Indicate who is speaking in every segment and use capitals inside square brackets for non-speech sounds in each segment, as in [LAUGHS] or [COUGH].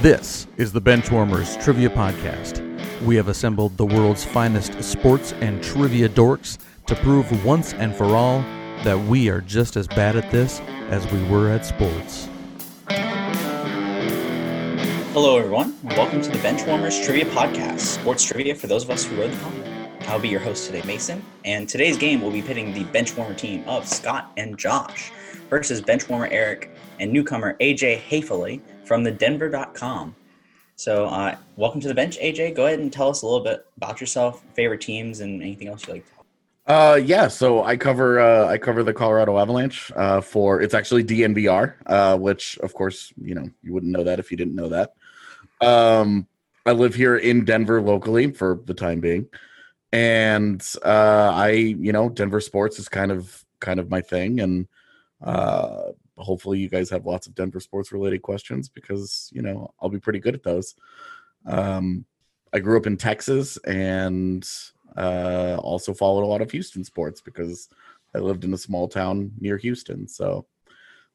Speaker 1: This is the Benchwarmers Trivia Podcast. We have assembled the world's finest sports and trivia dorks to prove once and for all that we are just as bad at this as we were at sports.
Speaker 2: Hello, everyone, and welcome to the Benchwarmers Trivia Podcast, sports trivia for those of us who rode the common. I'll be your host today, Mason, and today's game will be pitting the Benchwarmer team of Scott and Josh versus Benchwarmer Eric and newcomer AJ Hayfully from the Denver.com. So, uh, welcome to the bench, AJ. Go ahead and tell us a little bit about yourself, favorite teams, and anything else you like. To
Speaker 3: Uh, yeah. So I cover uh, I cover the Colorado Avalanche uh, for it's actually DNVR, uh, which of course you know you wouldn't know that if you didn't know that. Um, I live here in Denver locally for the time being, and uh, I you know Denver sports is kind of kind of my thing, and uh, hopefully you guys have lots of Denver sports related questions because you know I'll be pretty good at those. Um, I grew up in Texas and uh, also followed a lot of Houston sports because I lived in a small town near Houston. So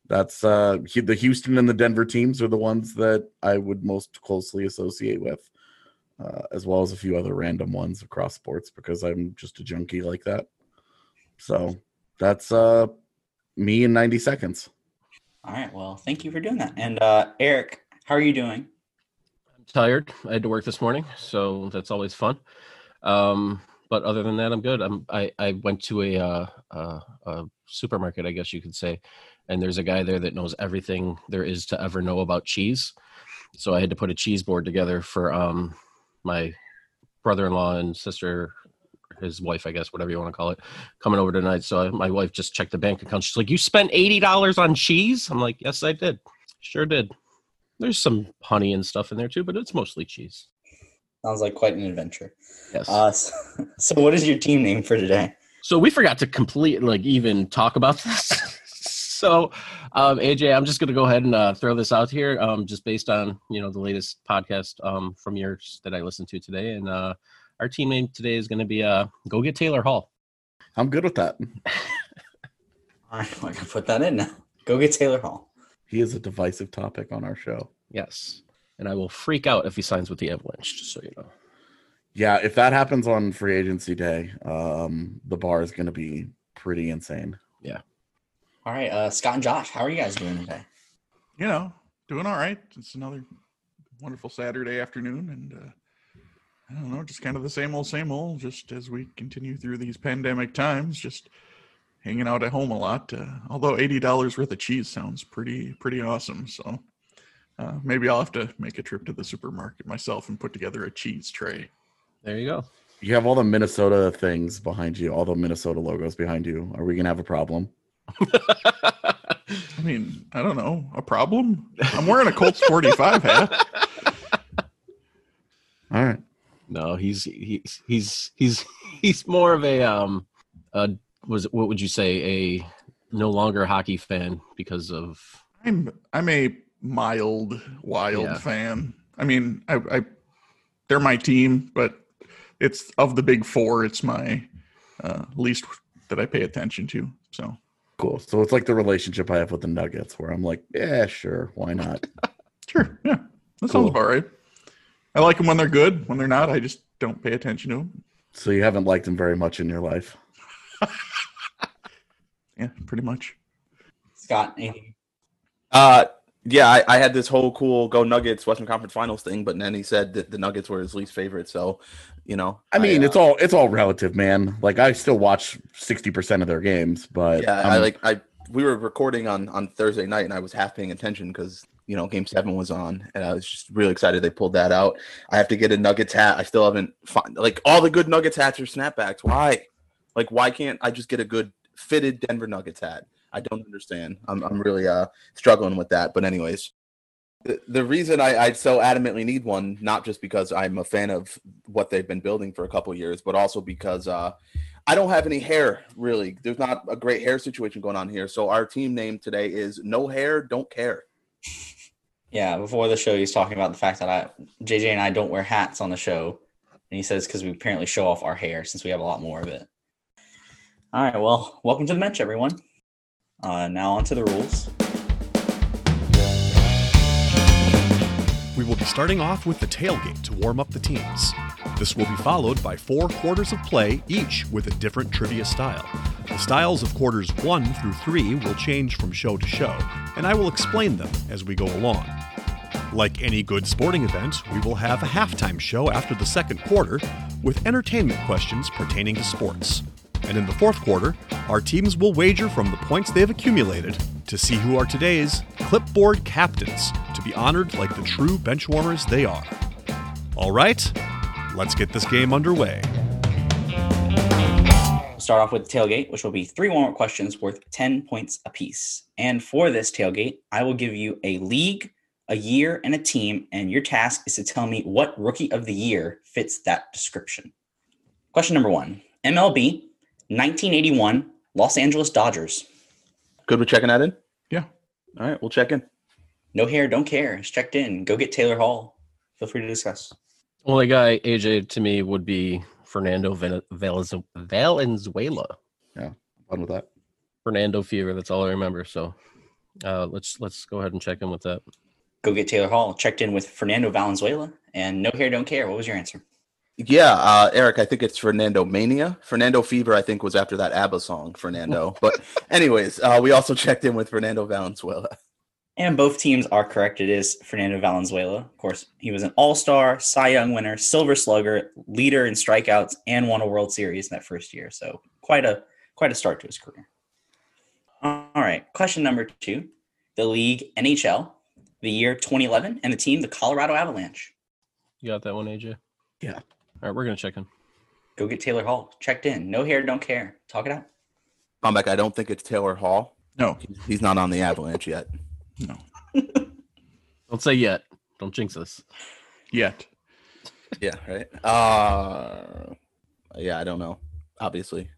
Speaker 3: that's uh, Hu- the Houston and the Denver teams are the ones that I would most closely associate with, uh, as well as a few other random ones across sports because I'm just a junkie like that. So that's uh, me in 90 seconds.
Speaker 2: All right, well, thank you for doing that. And uh, Eric, how are you doing?
Speaker 4: I'm tired. I had to work this morning, so that's always fun. Um, but other than that, I'm good. I'm I, I went to a, uh, uh, a supermarket, I guess you could say, and there's a guy there that knows everything there is to ever know about cheese. So I had to put a cheese board together for um, my brother-in-law and sister, his wife, I guess, whatever you want to call it, coming over tonight. So I, my wife just checked the bank account. She's like, "You spent eighty dollars on cheese?" I'm like, "Yes, I did. Sure did." There's some honey and stuff in there too, but it's mostly cheese.
Speaker 2: Sounds like quite an adventure.
Speaker 4: Yes.
Speaker 2: Uh, [LAUGHS] so, so what is your team name for today?
Speaker 4: so we forgot to complete, like, even talk about [LAUGHS] this. so, um, AJ, I'm just going to go ahead and uh, throw this out here, um, just based on you know the latest podcast um, from yours that I listened to today, and uh, our team name today is going to be uh, "Go Get Taylor Hall."
Speaker 3: I'm good with that.
Speaker 2: All right, [LAUGHS] well, I can put that in now. Go get Taylor Hall.
Speaker 3: He is a divisive topic on our show.
Speaker 4: Yes, and I will freak out if he signs with the Avalanche. Just so you know.
Speaker 3: Yeah, if that happens on free agency day, um, the bar is going to be pretty insane.
Speaker 2: All right, uh, Scott and Josh, how are you guys doing today?
Speaker 5: you know, doing all right. It's another wonderful Saturday afternoon, and uh, I don't know, just kind of the same old, same old. Just as we continue through these pandemic times, just hanging out at home a lot. Uh, although eighty dollars worth of cheese sounds pretty, pretty awesome. So uh, maybe I'll have to make a trip to the supermarket myself and put together a cheese tray.
Speaker 4: There you go.
Speaker 3: You have all the Minnesota things behind you, all the Minnesota logos behind you. Are we going to have a problem?
Speaker 5: I mean, I don't know, a problem. I'm wearing a Colts forty-five hat.
Speaker 3: All right.
Speaker 4: No, he's he's he's he's [LAUGHS] he's more of a um uh was what would you say a no longer hockey fan because of
Speaker 5: I'm I'm a mild wild
Speaker 4: Yeah.
Speaker 5: fan. I mean, I, I they're my team, but it's of the big four. It's my uh, least that I pay attention to. So
Speaker 3: Cool. So it's like the relationship I have with the Nuggets, where I'm like, yeah, sure. Why not?
Speaker 5: sure, yeah, that
Speaker 3: Cool.
Speaker 5: sounds about right. I like them when they're good. When they're not, I just don't pay attention to them.
Speaker 3: so you haven't liked them very much in your life.
Speaker 5: Yeah, pretty much.
Speaker 2: Scott, anything?
Speaker 6: Uh, yeah, I, I had this whole cool go Nuggets Western Conference Finals thing, but then he said that the Nuggets were his least favorite. So, you know,
Speaker 3: I mean,
Speaker 6: uh,
Speaker 3: it's all it's all relative, man. Like I still watch sixty percent of their games, but
Speaker 6: yeah,
Speaker 3: I'm-
Speaker 6: I like I we were recording on on Thursday night, and I was half paying attention because you know Game Seven was on, and I was just really excited they pulled that out. I have to get a Nuggets hat. I still haven't found like all the good Nuggets hats are snapbacks. Why? Like, why can't I just get a good fitted Denver Nuggets hat? I don't understand. I'm I'm really uh struggling with that. But anyways, the, the reason I, I so adamantly need one, not just because I'm a fan of what they've been building for a couple years, but also because uh, I don't have any hair really. There's not a great hair situation going on here. So our team name today is No Hair, Don't Care.
Speaker 2: Yeah, before the show, he was talking about the fact that I, JJ and I don't wear hats on the show. And he says because we apparently show off our hair since we have a lot more of it. All right, well, welcome to the bench, everyone. Uh, now on to the rules.
Speaker 7: We will be starting off with the tailgate to warm up the teams. This will be followed by four quarters of play, each with a different trivia style. The styles of quarters one through three will change from show to show, and I will explain them as we go along. Like any good sporting event, we will have a halftime show after the second quarter with entertainment questions pertaining to sports. And in the fourth quarter, our teams will wager from the points they've accumulated to see who are today's clipboard captains to be honored like the true benchwarmers they are. All right, let's get this game underway.
Speaker 2: We'll start off with tailgate, which will be three warm-up questions worth 10 points apiece. And for this tailgate, I will give you a league, a year, and a team, and your task is to tell me what rookie of the year fits that description. Question number one. MLB, 1981, Los Angeles Dodgers.
Speaker 6: Good with checking that in?
Speaker 5: Yeah.
Speaker 6: All right, we'll check in.
Speaker 2: No hair, don't care. It's checked in. Go get Taylor Hall. Feel free to discuss.
Speaker 4: Only guy AJ to me would be Fernando Ven- Valez- Valenzuela.
Speaker 3: Fun with that.
Speaker 4: Fernando Fever. That's all I remember. So uh, let's let's go ahead and check in with that.
Speaker 2: Go get Taylor Hall. Checked in with Fernando Valenzuela and no hair, don't care. What was your answer?
Speaker 6: Yeah, uh, Eric, I think it's Fernando Mania. Fernando Fever, I think, was after that ABBA song,
Speaker 5: [LAUGHS]
Speaker 6: Fernando. But, anyways, uh, we also checked in with Fernando Valenzuela.
Speaker 2: And both teams are correct. It is Fernando Valenzuela. Of course, he was an all star, Cy Young winner, silver slugger, leader in strikeouts, and won a World Series in that first year. So quite a quite a start to his career. All right. Question number two. The league NHL, the year 2011, and the team, the Colorado Avalanche.
Speaker 4: You got that one, AJ?
Speaker 3: Yeah.
Speaker 4: All right, we're gonna check in.
Speaker 2: Go get Taylor Hall. Checked in. No hair, don't care. Talk it out.
Speaker 6: Comeback, I don't think it's Taylor Hall.
Speaker 5: No,
Speaker 6: He's not on the
Speaker 5: [LAUGHS]
Speaker 6: Avalanche yet.
Speaker 5: no,
Speaker 4: Don't say yet. Don't jinx us.
Speaker 5: yet.
Speaker 6: Yeah, right. Uh, yeah, I don't know. Obviously,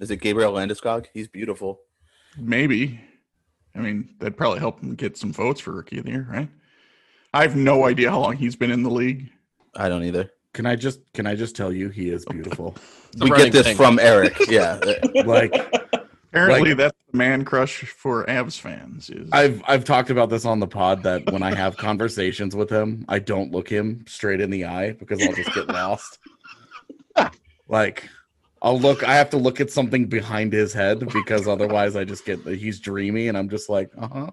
Speaker 6: is it Gabriel Landeskog? He's beautiful.
Speaker 5: Maybe. I mean, that'd probably help him get some votes for rookie of the year, right? I have no idea how long he's been in the league.
Speaker 6: I don't either.
Speaker 3: Can I just can I just tell you he is beautiful?
Speaker 4: a
Speaker 6: we
Speaker 4: running
Speaker 6: get this
Speaker 4: thing.
Speaker 6: from Eric.
Speaker 4: [LAUGHS]
Speaker 6: [LAUGHS] Yeah,
Speaker 3: like
Speaker 5: Apparently, that's the man crush for Avs fans. Is
Speaker 3: I've I've talked about this on the pod that when I have conversations with him, I don't look him straight in the eye because I'll just get lost. [LAUGHS] like I'll look I have to look at something behind his head because otherwise I just get he's dreamy and I'm just like, uh-huh.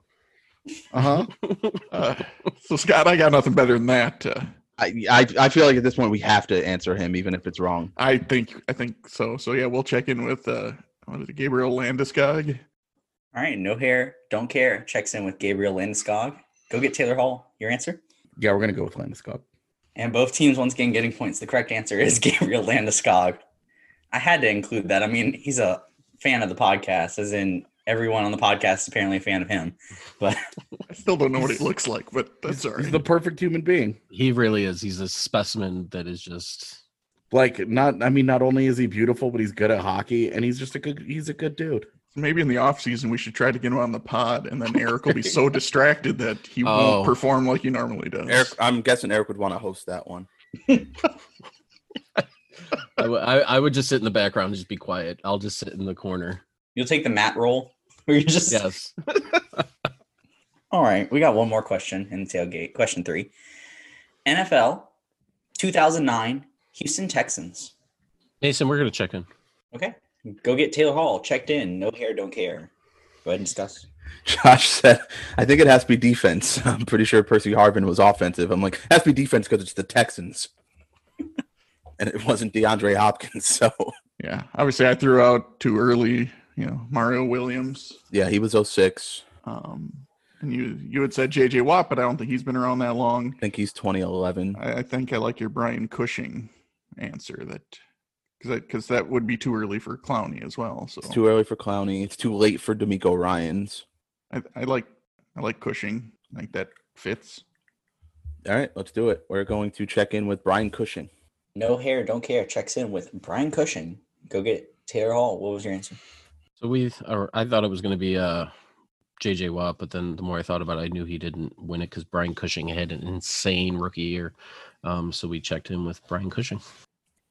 Speaker 3: Uh-huh.
Speaker 5: uh, [LAUGHS] so Scott, I got nothing better than that. Uh,
Speaker 6: I, I I feel like at this point we have to answer him, even if it's wrong.
Speaker 5: I think I think so. So yeah, we'll check in with uh, what is it, Gabriel Landeskog.
Speaker 2: All right, no hair, don't care. Checks in with Gabriel Landeskog. Go get Taylor Hall. Your answer.
Speaker 3: Yeah, we're gonna go with Landeskog.
Speaker 2: And both teams once again getting points. The correct answer is [LAUGHS] Gabriel Landeskog. I had to include that. I mean, he's a fan of the podcast, as in everyone on the podcast is apparently a fan of him. But
Speaker 5: I still don't know what he looks like, but that's all
Speaker 3: He's
Speaker 5: right.
Speaker 3: the perfect human being.
Speaker 4: He really is. He's a specimen that is just
Speaker 3: Like not I mean, not only is he beautiful, but he's good at hockey and he's just a good he's a good dude.
Speaker 5: Maybe in the off season we should try to get him on the pod, and then Eric will
Speaker 3: [LAUGHS]
Speaker 5: be so distracted that he
Speaker 4: Oh.
Speaker 5: won't perform like he normally does.
Speaker 6: Eric, I'm guessing Eric would want to host that one.
Speaker 4: I, w- I, I would just sit in the background and just be quiet. I'll just sit in the corner.
Speaker 2: you'll take the Matt role, [LAUGHS] where you just
Speaker 4: Yes.
Speaker 2: All right, we got one more question in the tailgate. Question three NFL 2009 Houston Texans.
Speaker 4: Mason, we're gonna check in.
Speaker 2: Okay, go get Taylor Hall. Checked in. No hair, don't care. Go ahead and discuss.
Speaker 6: Josh said, I think it has to be defense. [LAUGHS] I'm pretty sure Percy Harvin was offensive. I'm like, it has to be defense because it's the Texans. [LAUGHS] and it wasn't DeAndre Hopkins. [LAUGHS] So,
Speaker 5: Yeah, obviously I threw out too early. You know, Mario Williams.
Speaker 6: yeah, he was 06.
Speaker 5: Um, and you you had said J.J. Watt, but I don't think he's been around that long.
Speaker 6: I think he's 2011.
Speaker 5: I, I think I like your Brian Cushing answer that because because that would be too early for Clowney as well. So
Speaker 6: It's too early for Clowney. It's too late for D'Amico Ryans.
Speaker 5: I, I like I like Cushing. I think that fits.
Speaker 6: All right, let's do it. We're going to check in with Brian Cushing.
Speaker 2: No hair, don't care. Checks in with Brian Cushing. Go get Taylor Hall. What was your answer?
Speaker 4: So we, or I thought it was going to be uh, JJ Watt, but then the more I thought about it, I knew he didn't win it because Brian Cushing had an insane rookie year. Um, so we checked in with Brian Cushing.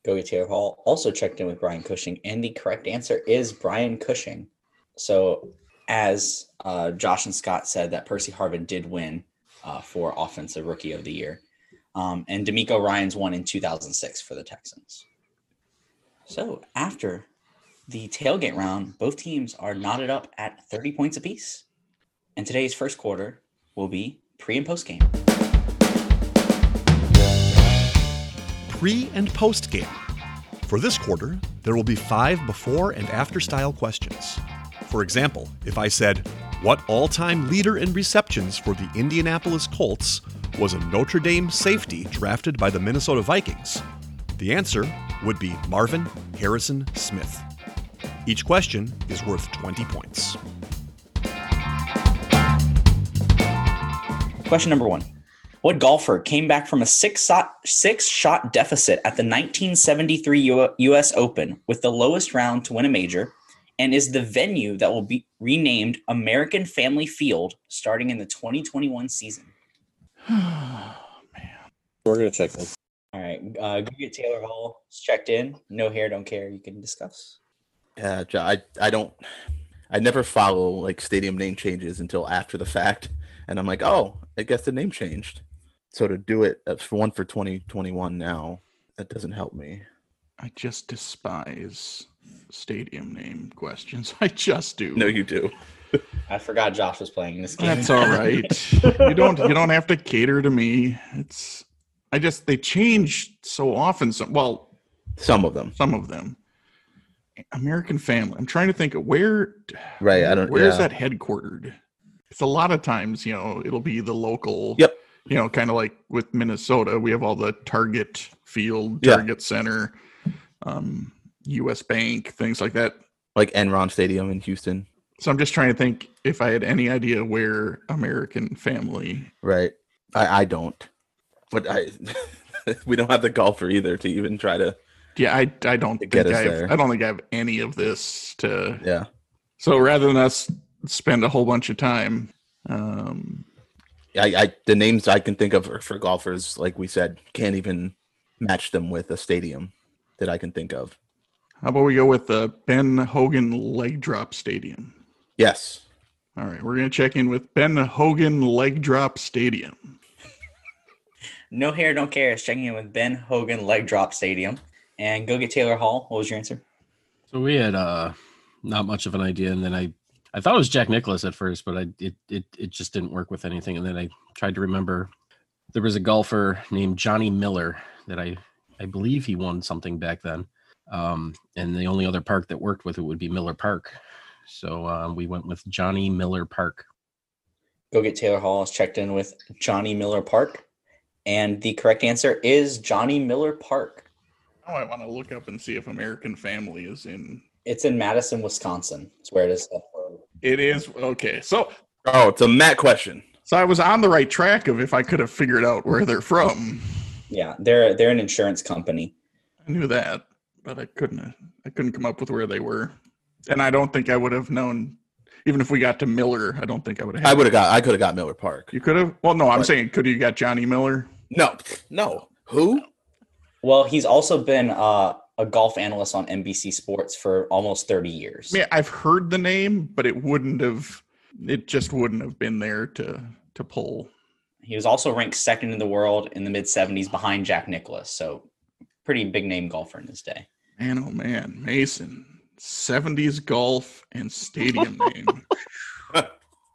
Speaker 2: Go get Taylor Hall. Also checked in with Brian Cushing, and the correct answer is Brian Cushing. So, as uh, Josh and Scott said, that Percy Harvin did win. uh, for Offensive Rookie of the Year. Um, and D'Amico Ryan's won in 2006 for the Texans. So after the tailgate round, both teams are knotted up at 30 points apiece. And today's first quarter will be pre and post game.
Speaker 7: pre and post game. For this quarter, there will be five before and after style questions. For example, if I said, What all time leader in receptions for the Indianapolis Colts was a Notre Dame safety drafted by the Minnesota Vikings? The answer would be Marvin Harrison Smith. Each question is worth 20 points.
Speaker 2: Question number one. What golfer came back from a six shot, six shot deficit at the 1973 U- U.S. Open with the lowest round to win a major and is the venue that will be renamed American Family Field starting in the
Speaker 8: [SIGHS]
Speaker 2: 2021 season?
Speaker 8: We're gonna check this.
Speaker 2: All right. Uh, go get Taylor Hall. It's checked in. No hair, don't care. You can discuss.
Speaker 6: Yeah, Jo- I I don't I never follow like stadium name changes until after the fact, and I'm like, oh, I guess the name changed. So to do it uh, for one for 2021 now, that doesn't help me.
Speaker 5: I just despise stadium name questions. [LAUGHS] I just do.
Speaker 6: No, you do.
Speaker 2: I forgot Josh was playing this game.
Speaker 5: That's all right. you don't you don't have to cater to me. It's I just they change so often some well,
Speaker 6: Some of them,
Speaker 5: some of them. American Family. I'm trying to think of where
Speaker 6: right? I don't.
Speaker 5: where's
Speaker 6: yeah.
Speaker 5: that headquartered? It's a lot of times, you know, it'll be the local
Speaker 6: Yep.
Speaker 5: you know, kind of like with Minnesota, we have all the Target Field,
Speaker 6: Yeah.
Speaker 5: Target Center, um, US Bank, things like that.
Speaker 6: Like Enron Stadium in Houston,
Speaker 5: So I'm just trying to think if I had any idea where American Family.
Speaker 6: right? I I don't, but I [LAUGHS] we don't have the golfer either to even try to.
Speaker 5: Yeah, I I don't think
Speaker 6: get us
Speaker 5: I have,
Speaker 6: there.
Speaker 5: I don't think I have any of this to.
Speaker 6: Yeah,
Speaker 5: So rather than us spend a whole bunch of time, um,
Speaker 6: I, I the names I can think of are for golfers, like we said, can't even match them with a stadium that I can think of.
Speaker 5: how about we go with the Ben Hogan Leg Drop Stadium?
Speaker 6: Yes,
Speaker 5: All right, we're gonna check in with Ben Hogan Leg Drop Stadium.
Speaker 2: No hair, don't care. Is checking in with Ben Hogan, Leg Drop Stadium. And go get Taylor Hall. What was your answer?
Speaker 4: So we had uh not much of an idea, and then I I thought it was Jack Nicholas at first, but I it it, it just didn't work with anything. And then I tried to remember there was a golfer named Johnny Miller that I I believe he won something back then. Um, and the only other park that worked with it would be Miller Park. So uh, we went with Johnny Miller Park.
Speaker 2: Go get Taylor Hall is checked in with Johnny Miller Park. And the correct answer is Johnny Miller Park.
Speaker 5: Now I want to look up and see if American Family is in.
Speaker 2: It's in Madison, Wisconsin. It's where it is.
Speaker 5: It is okay. So
Speaker 6: Oh, it's a Matt question.
Speaker 5: so I was on the right track of if I could have figured out where they're from.
Speaker 2: Yeah, they're they're an insurance company.
Speaker 5: I knew that, but I couldn't. I couldn't come up with where they were, and I don't think I would have known. Even if we got to Miller, I don't think I would have.
Speaker 6: I would have got. I could have got Miller Park.
Speaker 5: You could have. Well, no, I'm
Speaker 6: Right.
Speaker 5: saying could you got Johnny Miller?
Speaker 6: No, no. Who?
Speaker 2: Well, he's also been uh, a golf analyst on NBC Sports for almost 30 years.
Speaker 5: I mean, I've heard the name, but it wouldn't have. It just wouldn't have been there to to pull.
Speaker 2: He was also ranked second in the world in the mid 70s behind Jack Nicholas. So, pretty big name golfer in his day.
Speaker 5: Man, oh man, Mason, '70s golf and
Speaker 6: [LAUGHS]
Speaker 5: stadium name.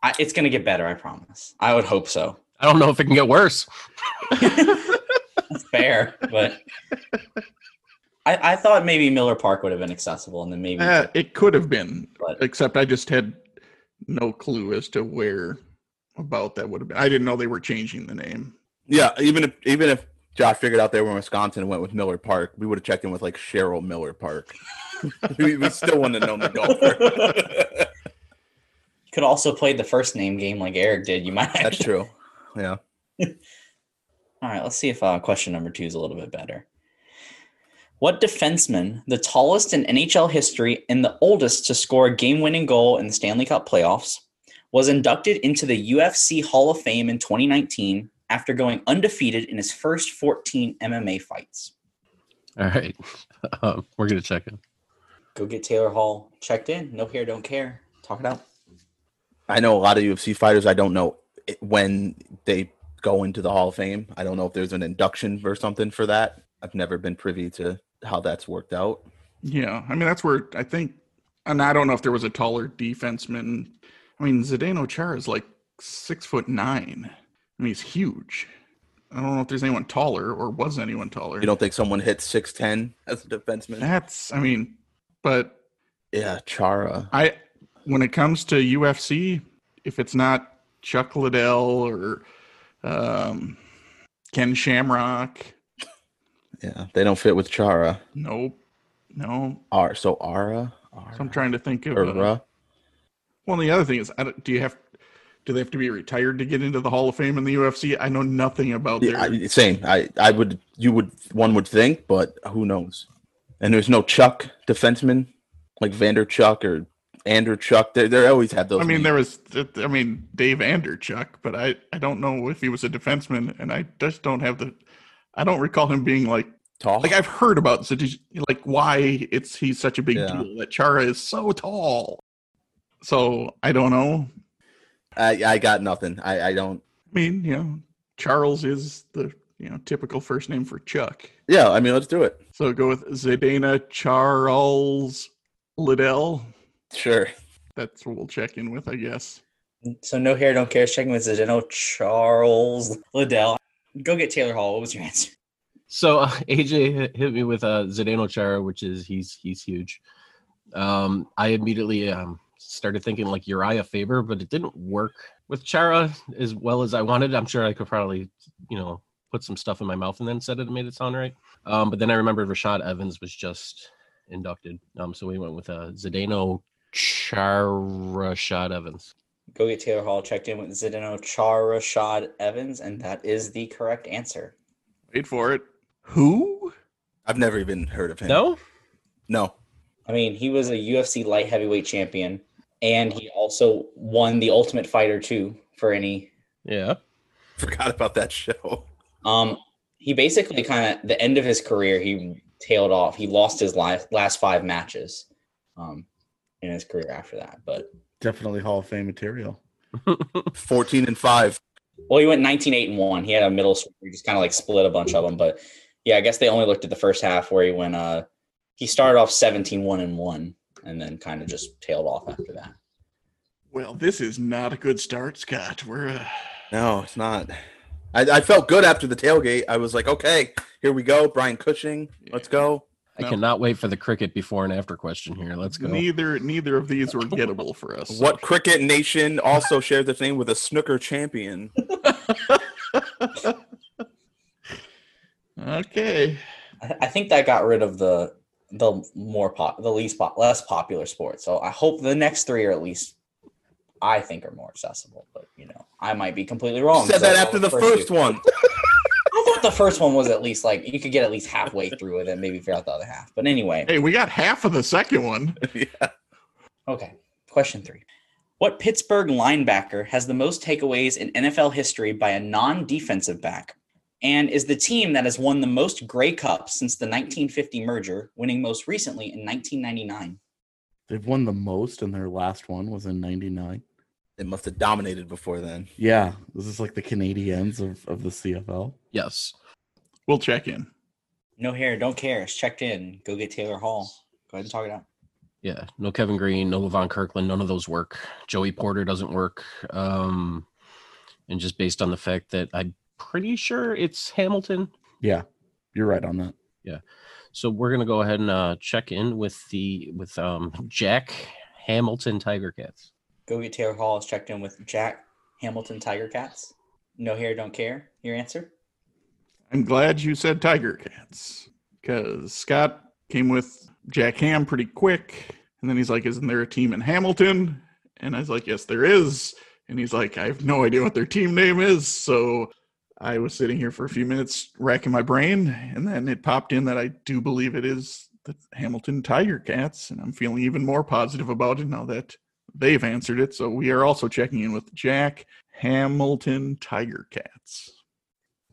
Speaker 2: I, it's going to get better, I promise. I would hope
Speaker 6: [LAUGHS]
Speaker 2: so.
Speaker 4: I don't know if it can get worse.
Speaker 2: It's fair, but I, I thought maybe Miller Park would have been accessible, and then maybe
Speaker 6: Uh-huh.
Speaker 5: Uh, it could have been,
Speaker 2: But-
Speaker 5: except I just had no clue as to where about that would have been. I didn't know they were changing the name.
Speaker 6: Yeah, even if even if Josh figured out they were in Wisconsin and went with Miller Park, we would have checked in with like Cheryl Miller Park. [LAUGHS] we, we still wouldn't have known
Speaker 5: [LAUGHS]
Speaker 6: the golfer.
Speaker 2: you could also play the first name game like Eric did. You might. [LAUGHS]
Speaker 6: That's
Speaker 2: actually-
Speaker 6: true. Yeah.
Speaker 2: All right, let's see if uh, question number two is a little bit better. What defenseman, the tallest in NHL history and the oldest to score a game winning goal in the Stanley Cup playoffs, was inducted into the UFC Hall of Fame in 2019 after going undefeated in his first 14 MMA fights?
Speaker 4: All right, [LAUGHS] um, we're gonna check it.
Speaker 2: Go get Taylor Hall checked in. No hair, don't care. Talk it out.
Speaker 6: I know a lot of UFC fighters. I don't know it- when they go into the Hall of Fame. I don't know if there's an induction or something for that. I've never been privy to how that's worked out.
Speaker 5: Yeah, I mean that's where I think, and I don't know if there was a taller defenseman. I mean, Zdeno Chara is like six foot nine. I mean, he's huge. I don't know if there's anyone taller or was anyone taller.
Speaker 6: You don't think someone hits six ten as a defenseman?
Speaker 5: That's, I mean, but
Speaker 6: Yeah, Chara.
Speaker 5: I, when it comes to UFC, if it's not Chuck Liddell or um, Ken Shamrock,
Speaker 6: Yeah, they don't fit with Chara.
Speaker 5: nope, no.
Speaker 6: Ar so Ara,
Speaker 5: So I'm
Speaker 6: Ara,
Speaker 5: trying to think of. uh,
Speaker 6: Ara.
Speaker 5: Well, the other thing is, I don't, do you have do they have to be retired to get into the Hall of Fame in the UFC? I know nothing about
Speaker 6: Yeah,
Speaker 5: their.
Speaker 6: I, same. I, I would, you would, one would think, but who knows? And there's no Chuck defenseman like Vander Chuck or Ander Chuck. They, they always have those.
Speaker 5: I mean,
Speaker 6: names.
Speaker 5: there was, I mean, Dave Anderchuk, but I, I don't know if he was a defenseman, and I just don't have the, I don't recall him being like,
Speaker 6: tall.
Speaker 5: like I've heard about, so did you- like why it's he's such a big
Speaker 6: Yeah.
Speaker 5: deal that Chara is so tall. So I don't know.
Speaker 6: I, I got nothing. I, I don't.
Speaker 5: I mean, you know, Charles is the you know typical first name for Chuck.
Speaker 6: Yeah, I mean, let's do it.
Speaker 5: So go with Zedana Charles Liddell.
Speaker 6: Sure.
Speaker 5: That's what we'll check in with, I guess.
Speaker 2: So no hair, don't care. Checking with Zdeno Charles Liddell. Go get Taylor Hall. What was your answer?
Speaker 4: So [LAUGHS] uh, AJ hit- hit me with uh, Zdeno Chara, which is he's he's huge. Um, I immediately um, started thinking like Uriah Faber, but it didn't work with Chara as well as I wanted. I'm sure I could probably you know put some stuff in my mouth and then said it and made it sound right. Um, but then I remembered Rashad Evans was just inducted, um, so we went with uh, Zdeno Chara Rashad Evans.
Speaker 2: Go get Taylor Hall. Checked in with Zdeno Chara Rashad Evans, and that is the correct answer.
Speaker 5: Wait for it. Who?
Speaker 6: I've never even heard of him.
Speaker 4: No,
Speaker 6: No. [LAUGHS]
Speaker 2: I mean, he was a UFC light heavyweight champion, and he also won the Ultimate Fighter too for any
Speaker 4: yeah,
Speaker 6: Forgot about that show.
Speaker 2: Um, he basically kind of the end of his career, he tailed off. He lost his last last five matches, um, in his career after that. But
Speaker 3: Definitely Hall of Fame material.
Speaker 6: 14 and 5.
Speaker 2: well, he went 19 8 and 1. He had a middle stretch where he just kind of like split a bunch of them. But yeah, I guess they only looked at the first half where he went, uh, he started off 17 1 and 1 and then kind of just tailed off after that.
Speaker 5: Well, this is not a good start, Scott. We're uh,
Speaker 6: No, it's not. I, I felt good after the tailgate. I was like, okay, here we go. Brian Cushing, let's go.
Speaker 4: I
Speaker 5: No.
Speaker 4: cannot wait for the cricket before and after question here. Let's go.
Speaker 5: neither neither of
Speaker 6: [LAUGHS]
Speaker 5: these were gettable for us.
Speaker 6: What cricket nation also shared their name with a snooker champion?
Speaker 5: Okay.
Speaker 2: I, I think that got rid of the the more pop the least pop less popular sport. So I hope the next three are at least I think are more accessible. But you know, I might be completely wrong.
Speaker 6: Said
Speaker 2: 'cause
Speaker 6: that
Speaker 2: I thought
Speaker 6: after the first
Speaker 2: two-
Speaker 6: one.
Speaker 2: I thought the first one was at least like you could get at least halfway through it and maybe figure out the other half. But anyway,
Speaker 5: Hey, we got half of the second one.
Speaker 6: [LAUGHS]
Speaker 2: okay. Question three. What Pittsburgh linebacker has the most takeaways in NFL history by a non defensive back and is the team that has won the most Grey Cups since the 1950 merger, winning most recently in 1999?
Speaker 3: They've won the most, and their last one was in '99.
Speaker 6: It must have dominated before then.
Speaker 3: Yeah, this is like the Canadians of, of the CFL.
Speaker 4: Yes.
Speaker 5: We'll check in.
Speaker 2: No hair, don't care. It's checked in. Go get Taylor Hall. Go ahead and talk it out.
Speaker 4: Yeah, no Kevin Green, no Levon Kirkland, none of those work. Joey Porter doesn't work. Um, and just based on the fact that I'm pretty sure it's Hamilton.
Speaker 3: Yeah, you're right on that.
Speaker 4: So we're gonna go ahead and uh, check in with the with um, Jack Hamilton Tiger Cats.
Speaker 2: Go get Taylor Hall is checked in with Jack Hamilton Tiger Cats. No hair, don't care. Your answer?
Speaker 5: I'm glad you said Tiger Cats because Scott came with Jack Ham pretty quick. And then he's like, Isn't there a team in Hamilton? And I was like, Yes, there is. And he's like, I have no idea what their team name is. So I was sitting here for a few minutes racking my brain. And then it popped in that I do believe it is the Hamilton Tiger Cats. And I'm feeling even more positive about it now that they've answered it. So we are also checking in with Jack Hamilton Tiger Cats.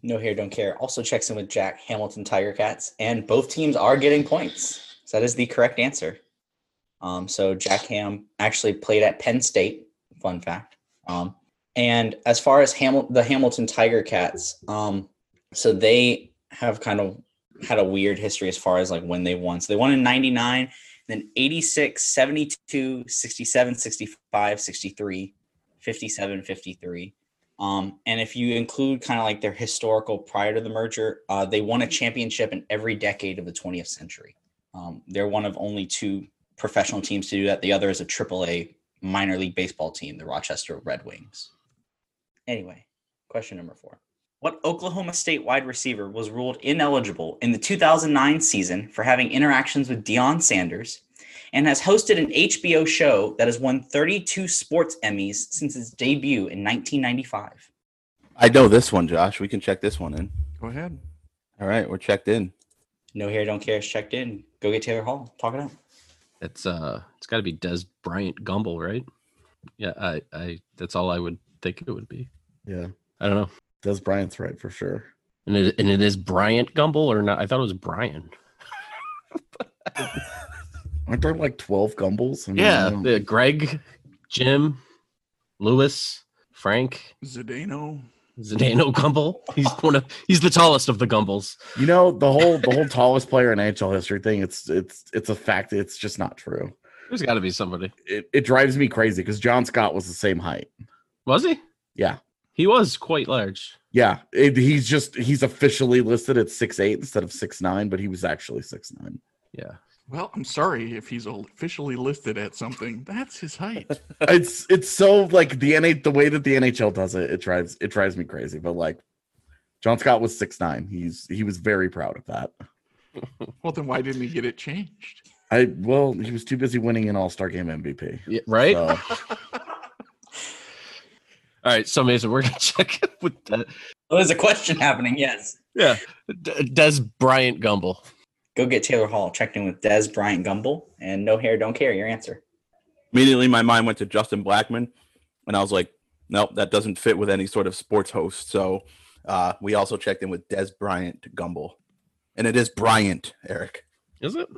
Speaker 2: No hair, don't care. Also checks in with Jack Hamilton Tiger Cats, and both teams are getting points. So that is the correct answer. Um, so Jack Ham actually played at Penn State. Fun fact. Um, And as far as Hamil- the Hamilton Tiger Cats, um, so they have kind of had a weird history as far as like when they won. So they won in 99, then 86, 72, 67, 65, 63, 57, 53. Um, and if you include kind of like their historical prior to the merger, uh, they won a championship in every decade of the 20th century. Um, they're one of only two professional teams to do that. The other is a AAA minor league baseball team, the Rochester Red Wings. Anyway, question number four. What Oklahoma State wide receiver was ruled ineligible in the 2009 season for having interactions with Deion Sanders and has hosted an HBO show that has won 32 sports Emmys since its debut in 1995?
Speaker 6: I know this one, Josh. We can check this one in.
Speaker 5: Go ahead.
Speaker 6: All right, we're checked in.
Speaker 2: No Hair Don't Care is checked in. Go get Taylor Hall. Talk it out.
Speaker 4: It's uh, it's got to be Des Bryant Gumbel, right? Yeah, I, I, that's all I would think it would be.
Speaker 3: Yeah.
Speaker 4: I don't know.
Speaker 3: Des Bryant's right for sure.
Speaker 4: And it, and it is Bryant Gumbel or not? I thought it was Brian.
Speaker 3: Aren't there like 12 Gumbles? I mean, I
Speaker 4: Yeah,
Speaker 3: don't-
Speaker 4: the Greg, Jim, Lewis, Frank,
Speaker 5: Zdeno.
Speaker 4: Zdeno Gumbel. [LAUGHS] He's one of he's the tallest of the Gumbles.
Speaker 3: You know the whole the whole tallest player in NHL history thing. It's it's it's a fact. It's just not true.
Speaker 4: There's got to be somebody.
Speaker 3: It, it drives me crazy because John Scott was the same height.
Speaker 4: Was he?
Speaker 3: Yeah.
Speaker 4: He was quite large.
Speaker 3: Yeah, it, he's just he's officially listed at six eight instead of six nine, but he was actually six nine.
Speaker 4: Yeah.
Speaker 5: Well, I'm sorry if he's officially listed at something. That's his height.
Speaker 6: [LAUGHS]
Speaker 3: It's it's so like the NH the way that the NHL does it. It drives it drives me crazy. But like John Scott was six nine. He's he was very proud of that.
Speaker 5: well, then why didn't he get it changed?
Speaker 3: I well he was too busy winning an All Star Game MVP.
Speaker 4: Yeah, right?
Speaker 3: So,
Speaker 4: All right, so Mason, we're gonna [LAUGHS] check in with that.
Speaker 2: Oh, there's a question [LAUGHS] happening. Yes.
Speaker 4: Yeah, D- Des Bryant Gumbel.
Speaker 2: Go get Taylor Hall. Checked in with Des Bryant Gumbel and No Hair Don't Care. Your answer.
Speaker 6: Immediately, my mind went to Justin Blackman, and I was like, nope, that doesn't fit with any sort of sports host. So uh, we also checked in with Des Bryant Gumble, and it is Bryant, Eric.
Speaker 4: Is it?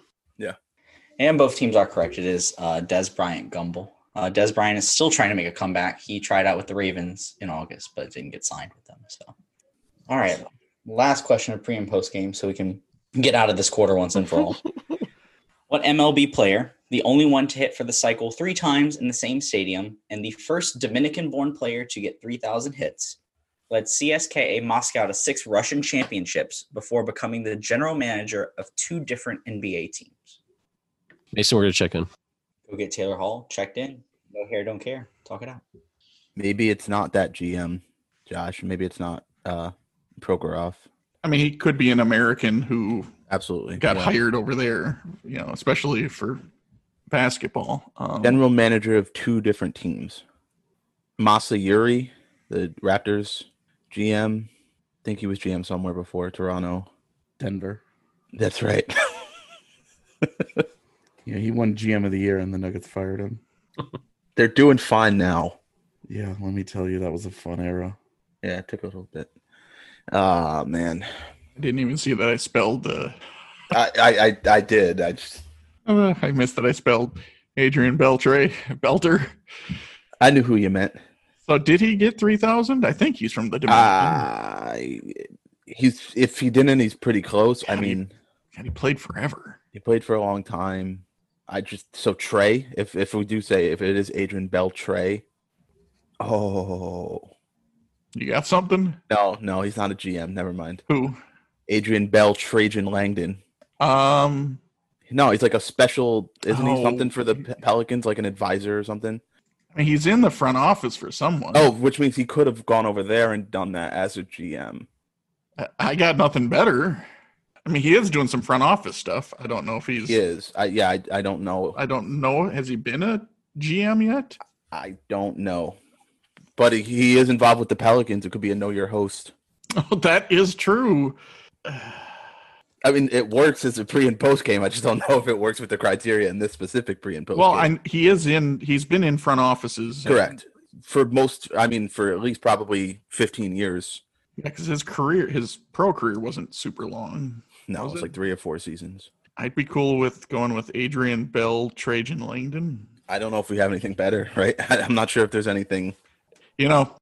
Speaker 2: And both teams are correct. It is uh, Des Bryant Gumbel. Uh, Des Bryant is still trying to make a comeback. He tried out with the Ravens in August, but didn't get signed with them. So, all right. Last question of pre and post game, so we can get out of this quarter once and for all. what MLB player, the only one to hit for the cycle three times in the same stadium, and the first Dominican-born player to get 3,000 hits, led CSKA Moscow to six Russian championships before becoming the general manager of two different NBA teams?
Speaker 4: Mason, we're gonna check in.
Speaker 2: Go get Taylor Hall checked in. No hair, don't care. Talk it out.
Speaker 6: Maybe it's not that GM, Josh. Maybe it's not uh, Prokhorov.
Speaker 5: I mean, he could be an American who
Speaker 6: Absolutely.
Speaker 5: got
Speaker 6: Yeah.
Speaker 5: hired over there, you know, especially for basketball. Um,
Speaker 6: general manager of two different teams. Masa Yuri, the Raptors GM. I think he was GM somewhere before Toronto.
Speaker 3: Denver.
Speaker 6: That's right. [LAUGHS]
Speaker 3: Yeah, he won GM of the year and the Nuggets fired him.
Speaker 6: They're doing fine now.
Speaker 3: Yeah, let me tell you, that was a fun era.
Speaker 6: Yeah, it took a little bit. Ah man.
Speaker 5: I didn't even see that I spelled. Uh,
Speaker 6: I, I I I did. I just
Speaker 5: uh, I missed that I spelled Adrian Beltre Belter.
Speaker 6: I knew who you meant.
Speaker 5: So did he get three thousand? I think he's from the Dominican.
Speaker 6: Uh, he's if he didn't, he's pretty close. I
Speaker 5: Yeah, he-
Speaker 6: mean,
Speaker 5: and he played forever.
Speaker 6: He played for a long time. I just so Trey, if if we do say if it is Adrian Bell Trey. Oh
Speaker 5: You got something?
Speaker 6: no, no, he's not a GM. Never mind.
Speaker 5: Who?
Speaker 6: Adrian Bell Trajan Langdon.
Speaker 5: Um,
Speaker 6: No, he's like a special isn't he something
Speaker 5: Oh.
Speaker 6: for the Pe- Pelicans, like an advisor or something?
Speaker 5: I mean, he's in the front office for someone.
Speaker 6: Oh, which means he could have gone over there and done that as a GM.
Speaker 5: I, I got nothing better. I mean, he is doing some front office stuff. I don't know if he's.
Speaker 6: He is. I yeah, I, I don't know.
Speaker 5: I don't know. Has he been a GM yet? [LAUGHS]
Speaker 6: I don't know. But he- he is involved with the Pelicans. It could be a know your host.
Speaker 5: Oh, that is true.
Speaker 6: I mean, it works as a pre and post game. I just don't know if it works with the criteria in this specific pre and post.
Speaker 5: Well,
Speaker 6: game.
Speaker 5: I, he is in. He's been in front offices.
Speaker 6: correct for most. I mean, for at least probably fifteen years.
Speaker 5: because his career, his pro career, wasn't super long.
Speaker 6: No,
Speaker 5: Was
Speaker 6: it's
Speaker 5: it?
Speaker 6: like three or four seasons.
Speaker 5: I'd be cool with going with Adrian Bell, Trajan Langdon.
Speaker 6: [LAUGHS] I don't know if we have anything better, right? I, I'm not sure if there's anything.
Speaker 5: You know,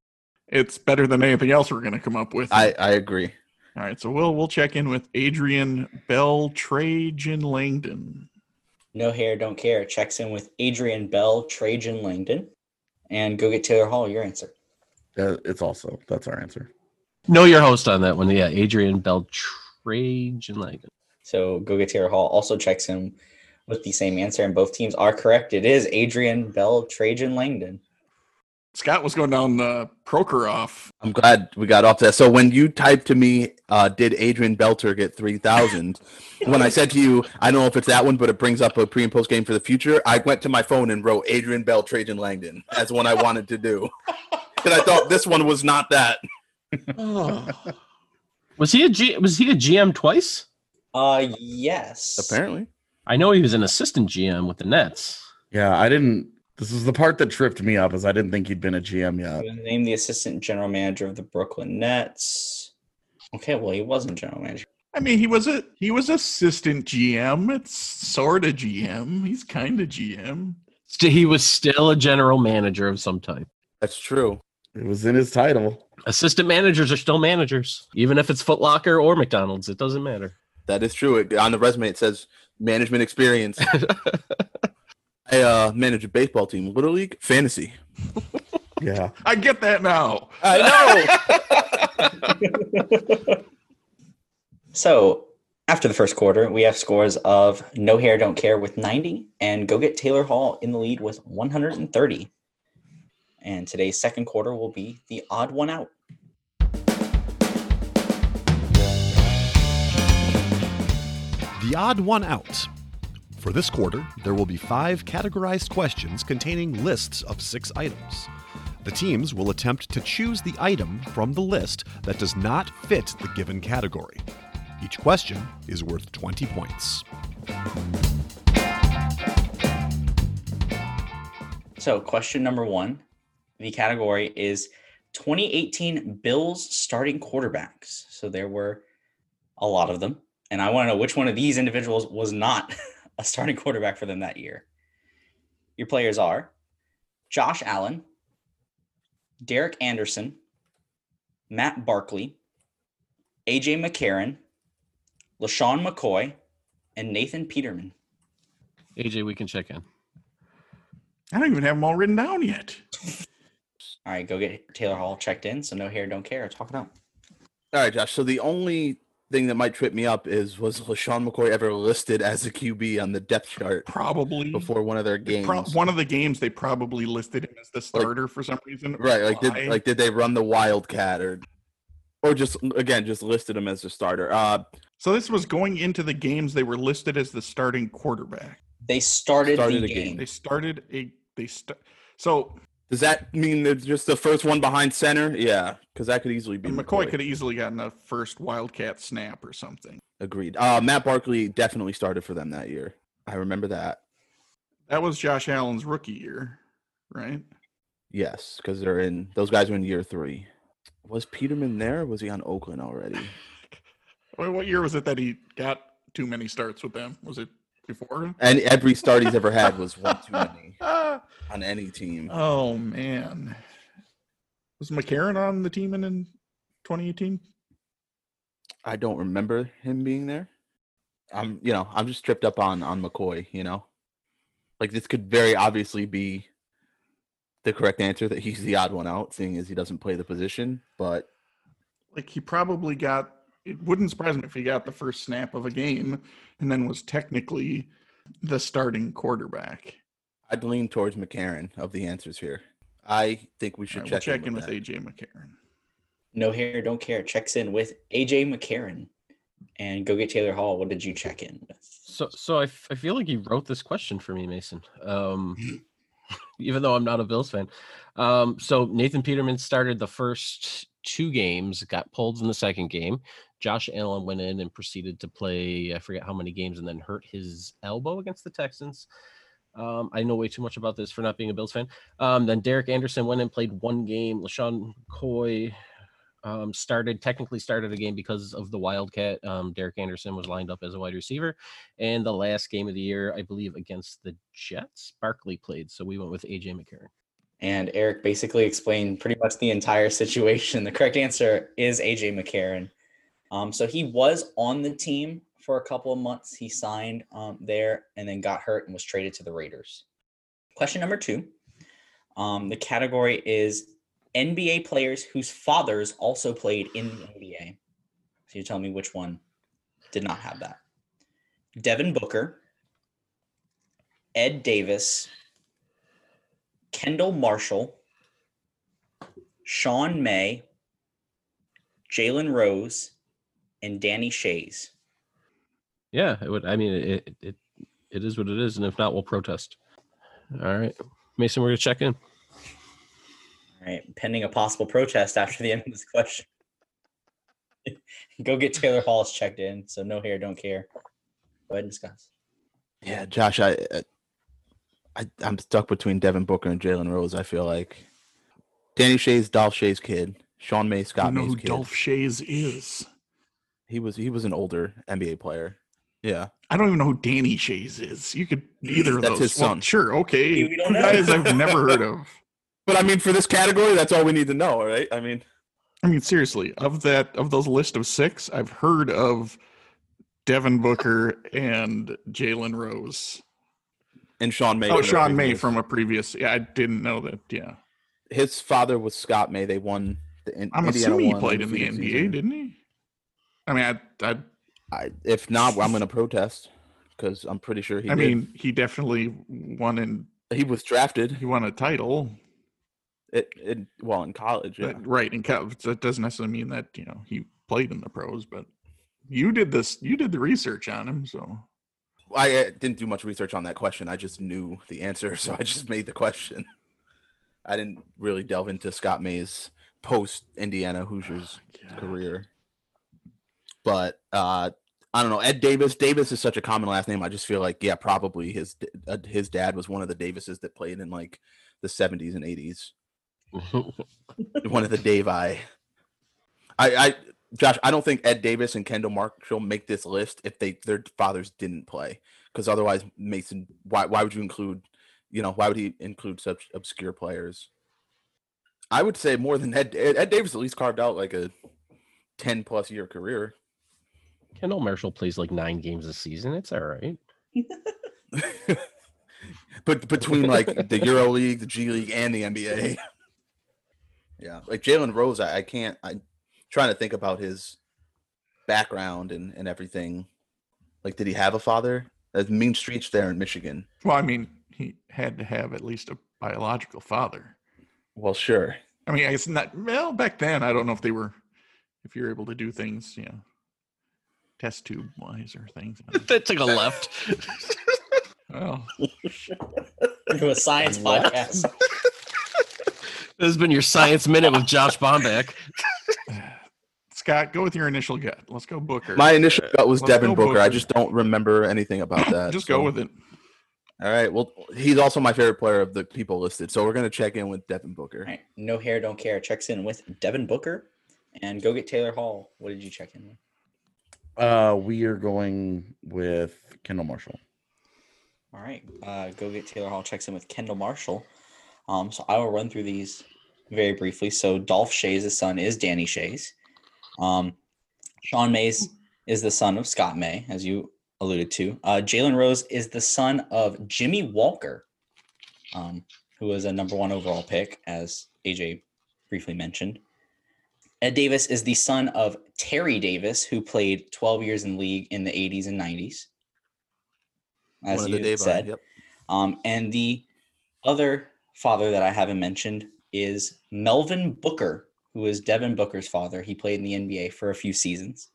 Speaker 5: It's better than anything else we're going to come up with.
Speaker 6: I, I agree.
Speaker 5: All right, so we'll we'll check in with Adrian Bell Trajan Langdon.
Speaker 2: No hair, don't care. Checks in with Adrian Bell, Trajan Langdon, and go get Taylor Hall. Your answer.
Speaker 3: Uh, it's also that's our answer.
Speaker 4: Know your host on that one. Yeah, Adrian Beltrajan Langdon.
Speaker 2: So go get Taylor Hall also checks in with the same answer, and both teams are correct. It is Adrian Bell, Trajan Langdon.
Speaker 5: Scott was going down uh, Prokhorov.
Speaker 6: I'm glad we got off that. So when you typed to me, uh, did Adrian Belter get 3,000? [LAUGHS] when I said to you, I don't know if it's that one, but it brings up a pre and post game for the future. I went to my phone and wrote Adrian Bell, Trajan Langdon as one I wanted to do. [LAUGHS] Because I thought this one was not that.
Speaker 4: Was he a G? Was he a GM twice?
Speaker 2: Uh, yes.
Speaker 6: Apparently.
Speaker 4: I know he was an assistant GM with the Nets.
Speaker 3: Yeah, I didn't. This is the part that tripped me up is I didn't think he'd been a GM yet.
Speaker 2: He was named the assistant general manager of the Brooklyn Nets. Okay, well, he wasn't general manager.
Speaker 5: I mean, he was a he was assistant GM. It's sort of GM. He's kind of GM.
Speaker 4: St- He was still a general manager of some type.
Speaker 6: That's true.
Speaker 3: It was in his title.
Speaker 4: Assistant managers are still managers, even if it's Foot Locker or McDonald's. It doesn't matter.
Speaker 6: That is true. It, on the resume, it says management [LAUGHS] experience. I uh, manage a baseball team, Little League, fantasy.
Speaker 3: Yeah,
Speaker 5: I get that now.
Speaker 6: I know.
Speaker 2: So after the first quarter, we have scores of No Hair Don't Care with 90 and Go Get Taylor Hall in the lead with 130. And today's second quarter will be the odd one out.
Speaker 7: The odd one out. For this quarter, there will be five categorized questions containing lists of six items. The teams will attempt to choose the item from the list that does not fit the given category. Each question is worth 20 points.
Speaker 2: So question number one, the category is 2018 Bills starting quarterbacks. So there were a lot of them. And I want to know which one of these individuals was not [LAUGHS] a starting quarterback for them that year. Your players are Josh Allen, Derek Anderson, Matt Barkley, AJ McCarron, LaShawn McCoy, and Nathan Peterman.
Speaker 4: AJ, we can check in.
Speaker 5: I don't even have them all written down yet.
Speaker 2: All right, go get Taylor Hall checked in. So no hair, don't care. Talk it out.
Speaker 6: All right, Josh. So the only thing that might trip me up is was LaShawn McCoy ever listed as a QB on the depth chart
Speaker 5: Probably
Speaker 6: before one of their
Speaker 5: They
Speaker 6: games?
Speaker 5: pro- one of the games they probably listed him as the starter for some reason.
Speaker 6: right, like
Speaker 5: Why?
Speaker 6: did like did they run the Wildcat or or just again just listed him as a starter? Uh
Speaker 5: so this was going into the games they were listed as the starting quarterback.
Speaker 2: They started,
Speaker 6: Started
Speaker 2: the
Speaker 6: a
Speaker 2: game.
Speaker 6: game.
Speaker 5: They started a they st- so
Speaker 6: does that mean they're just the first one behind center? Yeah, because that could easily be
Speaker 5: McCoy could have easily gotten a first Wildcat snap or something.
Speaker 6: agreed. Uh Matt Barkley definitely started for them that year. I remember that.
Speaker 5: That was Josh Allen's rookie year, right?
Speaker 6: Yes, because they're in those guys are in year three. Was Peterman there? Or was he on Oakland already?
Speaker 5: Wait, what year was it that he got too many starts with them? Was it before?
Speaker 6: And every start he's ever had was one
Speaker 5: [LAUGHS]
Speaker 6: too many
Speaker 5: Ah,
Speaker 6: on any team.
Speaker 5: oh man, was McCarron on the team in, in 2018?
Speaker 6: I don't remember him being there. I'm, you know, I'm just tripped up on on McCoy. You know, like this could very obviously be the correct answer that he's the odd one out, seeing as he doesn't play the position. But
Speaker 5: Like he probably got. It wouldn't surprise me if he got the first snap of a game, and then was technically the starting quarterback.
Speaker 6: I'd lean towards McCarron of the answers here. I think we should
Speaker 5: All right,
Speaker 6: check,
Speaker 5: we'll check in with
Speaker 6: that.
Speaker 5: AJ McCarron.
Speaker 2: No hair, don't care. Checks in with AJ McCarron. And go get Taylor Hall. What did you check in with?
Speaker 4: So, so I, f- I feel like you wrote this question for me, Mason. Um, [LAUGHS] even though I'm not a Bills fan. Um, so Nathan Peterman started the first two games, got pulled in the second game. Josh Allen went in and proceeded to play. I forget how many games, and then hurt his elbow against the Texans. Um, I know way too much about this for not being a Bills fan. Um, then Derek Anderson went and played one game. LaShawn Coy um, started technically started a game because of the Wildcat. Um, Derek Anderson was lined up as a wide receiver, and the last game of the year, I believe, against the Jets, Barkley played. So we went with AJ McCarron.
Speaker 2: and Eric basically explained pretty much the entire [LAUGHS] situation. The correct answer is AJ McCarron. Um, so he was on the team for a couple of months. He signed um, there and then got hurt and was traded to the Raiders. Question number two. Um, the category is NBA players whose fathers also played in the NBA. So you tell me which one did not have that. Devin Booker, Ed Davis, Kendall Marshall, Sean May, Jalen Rose, and Danny Shays.
Speaker 4: Yeah, it would. I mean, it, it it is what it is, and if not, we'll protest. All right, Mason, we're gonna check in. [LAUGHS]
Speaker 2: All right, pending a possible protest after the end of this question. [LAUGHS] Go get Taylor Hollis checked in. So no hair, don't care. Go ahead and discuss.
Speaker 6: Yeah, Josh, I, I- I I'm stuck between Devin Booker and Jalen Rose. I feel like Danny Shays, Dolph Shays' kid, Sean May,
Speaker 5: I
Speaker 6: Scott
Speaker 5: know
Speaker 6: May's
Speaker 5: who
Speaker 6: kid.
Speaker 5: Dolph Shays is.
Speaker 6: He was he was an older NBA player. Yeah,
Speaker 5: I don't even know who Danny Shays is. You could either of
Speaker 6: That's
Speaker 5: those.
Speaker 6: his
Speaker 5: Well,
Speaker 6: son.
Speaker 5: sure, okay.
Speaker 2: We don't
Speaker 5: Two
Speaker 2: know.
Speaker 5: guys I've never heard of.
Speaker 6: but I mean, for this category, that's all we need to know, right? I mean,
Speaker 5: I mean, seriously, of that of those list of six, I've heard of Devin Booker and Jalen Rose.
Speaker 6: and Sean May.
Speaker 5: Oh,
Speaker 6: from the
Speaker 5: Sean May
Speaker 6: previous-
Speaker 5: from a previous. Yeah, I didn't know that. Yeah,
Speaker 6: his father was Scott May. They won the in,
Speaker 5: I'm
Speaker 6: Indiana
Speaker 5: assuming he
Speaker 6: won
Speaker 5: played in the NBA,
Speaker 6: undefeated season.
Speaker 5: didn't he? I mean, I, I,
Speaker 6: I, if not, well, I'm going to protest because I'm pretty sure he.
Speaker 5: I
Speaker 6: did.
Speaker 5: mean, he definitely won in
Speaker 6: he was drafted.
Speaker 5: he won a title,
Speaker 6: It, it well in college. Yeah.
Speaker 5: but, right? And co- that doesn't necessarily mean that you know he played in the pros, but you did this, you did the research on him, so
Speaker 6: I uh, didn't do much research on that question. I just knew the answer, [LAUGHS] so I just made the question. I didn't really delve into Scott May's post Indiana Hoosiers career. But uh, I don't know. Ed Davis. Davis is such a common last name. I just feel like yeah, probably his d- uh, his dad was one of the Davises that played in like the seventies and eighties. One of the Dave I. I I Josh. I don't think Ed Davis and Kendall Marshall make this list if they their fathers didn't play. Because otherwise, Mason, why why would you include? You know, why would he include such obscure players? I would say more than Ed. Ed Ed Davis at least carved out like a ten plus year career.
Speaker 4: Kendall Marshall plays like nine games a season. It's all right.
Speaker 6: but
Speaker 5: [LAUGHS]
Speaker 6: between like the Euro League, the G League, and the NBA. Yeah, like Jalen Rose, I, I can't. I'm trying to think about his background and and everything. Like, did he have a father? That's mean streets there in Michigan.
Speaker 5: well, I mean, he had to have at least a biological father.
Speaker 6: Well, sure.
Speaker 5: I mean, it's not well back then. I don't know if they were, if you're able to do things, you know, test tube wise or things. I don't know.
Speaker 4: that took a left.
Speaker 5: well,
Speaker 2: To a science podcast.
Speaker 4: this has been your science minute with Josh Bombeck.
Speaker 5: Scott, go with your initial gut. Let's go Booker.
Speaker 6: My initial gut was
Speaker 5: Let's
Speaker 6: Devin
Speaker 5: go
Speaker 6: Booker. I
Speaker 5: Uh, Booker.
Speaker 6: just don't remember
Speaker 5: [COUGHS]
Speaker 6: anything about that.
Speaker 5: just
Speaker 6: so-
Speaker 5: go with it.
Speaker 6: All right. Well, he's also my favorite player of the people listed. So we're gonna check in with Devin Booker.
Speaker 2: All right. No hair, don't care. Checks in with Devin Booker and go get Taylor Hall. What did you check in with?
Speaker 3: Uh, we are going with Kendall Marshall.
Speaker 2: All right. Uh, go get Taylor Hall checks in with Kendall Marshall. Um, so I will run through these very briefly. So Dolph Shays' son is Danny Shays. Um, Sean Mays is the son of Scott May, as you alluded to. Uh, Jalen Rose is the son of Jimmy Walker, um, who was a number one overall pick, as AJ briefly mentioned. Ed Davis is the son of Terry Davis, who played 12 years in the league in the 80s and 90s. As
Speaker 6: One of
Speaker 2: you
Speaker 6: the Dave I-
Speaker 2: said,
Speaker 6: Yep.
Speaker 2: um, and the other father that I haven't mentioned is Melvin Booker, who is Devin Booker's father. He played in the NBA for a few seasons.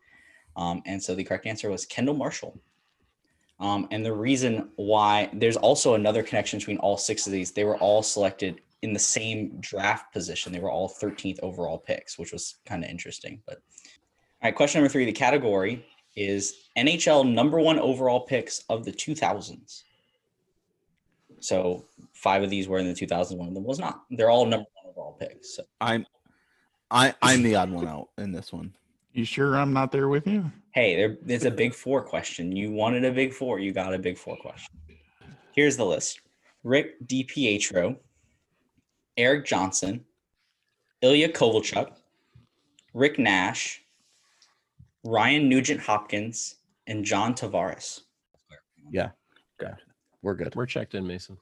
Speaker 2: Um, and so the correct answer was Kendall Marshall. Um, and the reason why there's also another connection between all six of these, they were all selected in the same draft position. They were all 13th overall picks, which was kind of interesting. But all right, question number three the category is NHL number one overall picks of the 2000s. So five of these were in the 2000s. One of them was not. They're all number one overall picks. So
Speaker 6: I'm. I I'm the odd one out in this one.
Speaker 5: You sure I'm not there with you?
Speaker 2: hey, there, it's a big four question. You wanted a big four. You got a big four question. Here's the list: Rick DiPietro, Eric Johnson, Ilya Kovalchuk, Rick Nash, Ryan Nugent Hopkins, and John Tavares.
Speaker 3: We're good.
Speaker 4: [LAUGHS] We're checked in, [LAUGHS] Mason.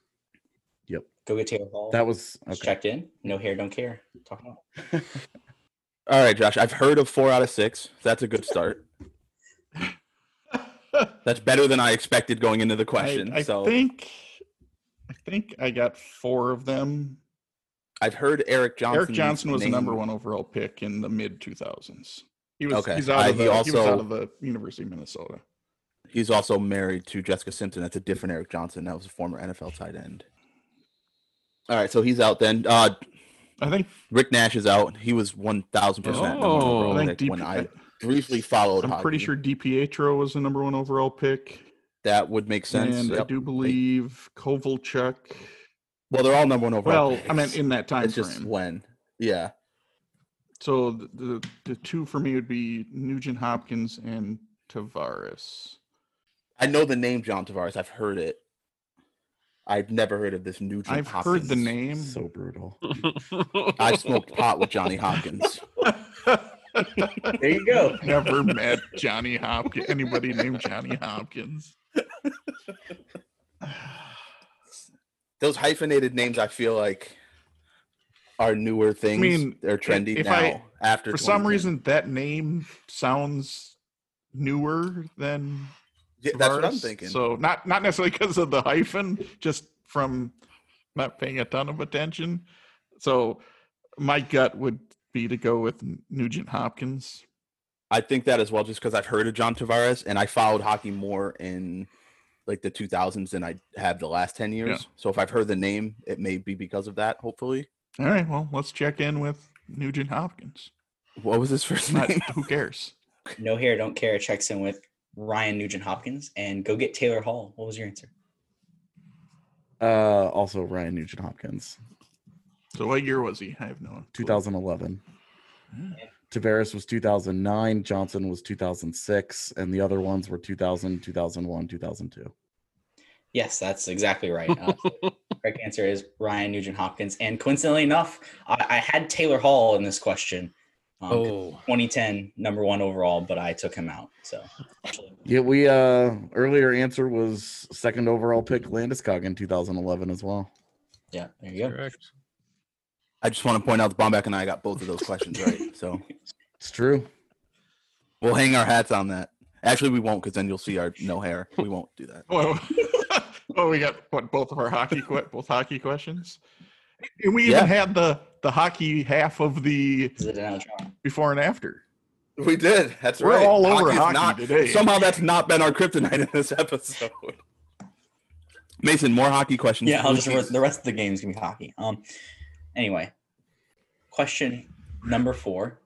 Speaker 2: Go get Taylor Hall.
Speaker 3: That was
Speaker 2: Just
Speaker 3: okay.
Speaker 2: checked in. No hair, don't care. Talk about. it.
Speaker 6: All right, Josh. I've heard of four out of six. That's a
Speaker 5: [LAUGHS]
Speaker 6: good start. That's better than I expected going into the question.
Speaker 5: I, I
Speaker 6: so
Speaker 5: think I think I got four of them.
Speaker 6: I've heard Eric Johnson.
Speaker 5: Eric Johnson was the number one overall pick in the mid two thousands. He was
Speaker 6: Okay.
Speaker 5: he's out
Speaker 6: I-
Speaker 5: of
Speaker 6: he
Speaker 5: the, he was
Speaker 6: also-
Speaker 5: out of the University of Minnesota.
Speaker 6: He's also married to Jessica Simpson. That's a different Eric Johnson. That was a former NFL tight end. All right, so he's out then. Uh,
Speaker 5: I think
Speaker 6: Rick Nash is out. He was one thousand percent.
Speaker 4: Oh,
Speaker 5: I think
Speaker 6: when
Speaker 5: DP,
Speaker 6: I
Speaker 5: I,
Speaker 6: briefly followed,
Speaker 5: am pretty
Speaker 6: hockey.
Speaker 5: sure DiPietro was the number one overall pick,
Speaker 6: that would make sense.
Speaker 5: and I
Speaker 6: Yep.
Speaker 5: do believe Kovalchuk.
Speaker 6: Well, they're all number one overall.
Speaker 5: Well, I mean,
Speaker 6: picks.
Speaker 5: in that time
Speaker 6: it's just
Speaker 5: frame.
Speaker 6: when. Yeah,
Speaker 5: So the, the the two for me would be Nugent Hopkins and Tavares.
Speaker 6: I know the name John Tavares. I've heard it. I've never heard of this new. John
Speaker 5: I've heard the name.
Speaker 6: [LAUGHS]
Speaker 3: So brutal.
Speaker 6: I smoked pot with Johnny Hopkins.
Speaker 2: There you go.
Speaker 5: Never met Johnny Hopkins. Anybody named Johnny Hopkins?
Speaker 6: Those hyphenated names, I feel like, are newer things.
Speaker 5: mean,
Speaker 6: they're
Speaker 5: if-
Speaker 6: trendy
Speaker 5: if
Speaker 6: now.
Speaker 5: I-
Speaker 6: after
Speaker 5: For some
Speaker 6: 2010.
Speaker 5: reason, that name sounds newer than
Speaker 6: Yeah, that's what I'm
Speaker 5: Tavares.
Speaker 6: thinking.
Speaker 5: So not not necessarily because of the hyphen, just from not paying a ton of attention. So my gut would be to go with Nugent Hopkins.
Speaker 6: I think that as well, just because I've heard of John Tavares and I followed hockey more in like the 2000s than I have the last 10 years. So if I've heard the name, it may be because of that. Hopefully,
Speaker 5: All right, well, let's check in with Nugent Hopkins.
Speaker 6: what was his first [LAUGHS]
Speaker 5: Not,
Speaker 6: name?
Speaker 5: who cares?
Speaker 2: No hair, don't care. Checks in with Ryan Nugent Hopkins and go get Taylor Hall. What was your answer?
Speaker 3: Uh, also Ryan Nugent Hopkins,
Speaker 5: So what year was he? I have no clue.
Speaker 3: 2011. Tavares was 2009. Johnson was 2006, and the other ones were 2000, 2001, 2002.
Speaker 2: Yes, that's exactly right. Uh, so correct answer is Ryan Nugent Hopkins. And coincidentally enough, I, I had Taylor Hall in this question. Um, 'cause
Speaker 4: Oh,
Speaker 2: 2010, number one overall, but I took him out. So
Speaker 3: Yeah, we uh earlier answer was second overall pick Landeskog in 2011 as well.
Speaker 2: yeah, there you go.
Speaker 4: correct.
Speaker 6: I just want to point out that Bombeck and I got both of those questions right. So
Speaker 3: It's true.
Speaker 6: we'll hang our hats on that. Actually, we won't because then you'll see our no hair. [LAUGHS] We won't do that.
Speaker 5: Well, [LAUGHS] oh, we got what both of our hockey que- both hockey questions, and we
Speaker 6: Yeah.
Speaker 5: even had the the hockey half of the
Speaker 2: This is an another trial.
Speaker 5: before and after.
Speaker 6: We did. That's
Speaker 5: We're
Speaker 6: right.
Speaker 5: all over
Speaker 6: Hockey's
Speaker 5: hockey
Speaker 6: not-
Speaker 5: today.
Speaker 6: Somehow that's not been our kryptonite in this episode. Mason, more hockey questions.
Speaker 2: Yeah, I'll just
Speaker 6: please.
Speaker 2: re- the rest of the game's gonna be hockey. Um, anyway, question number four.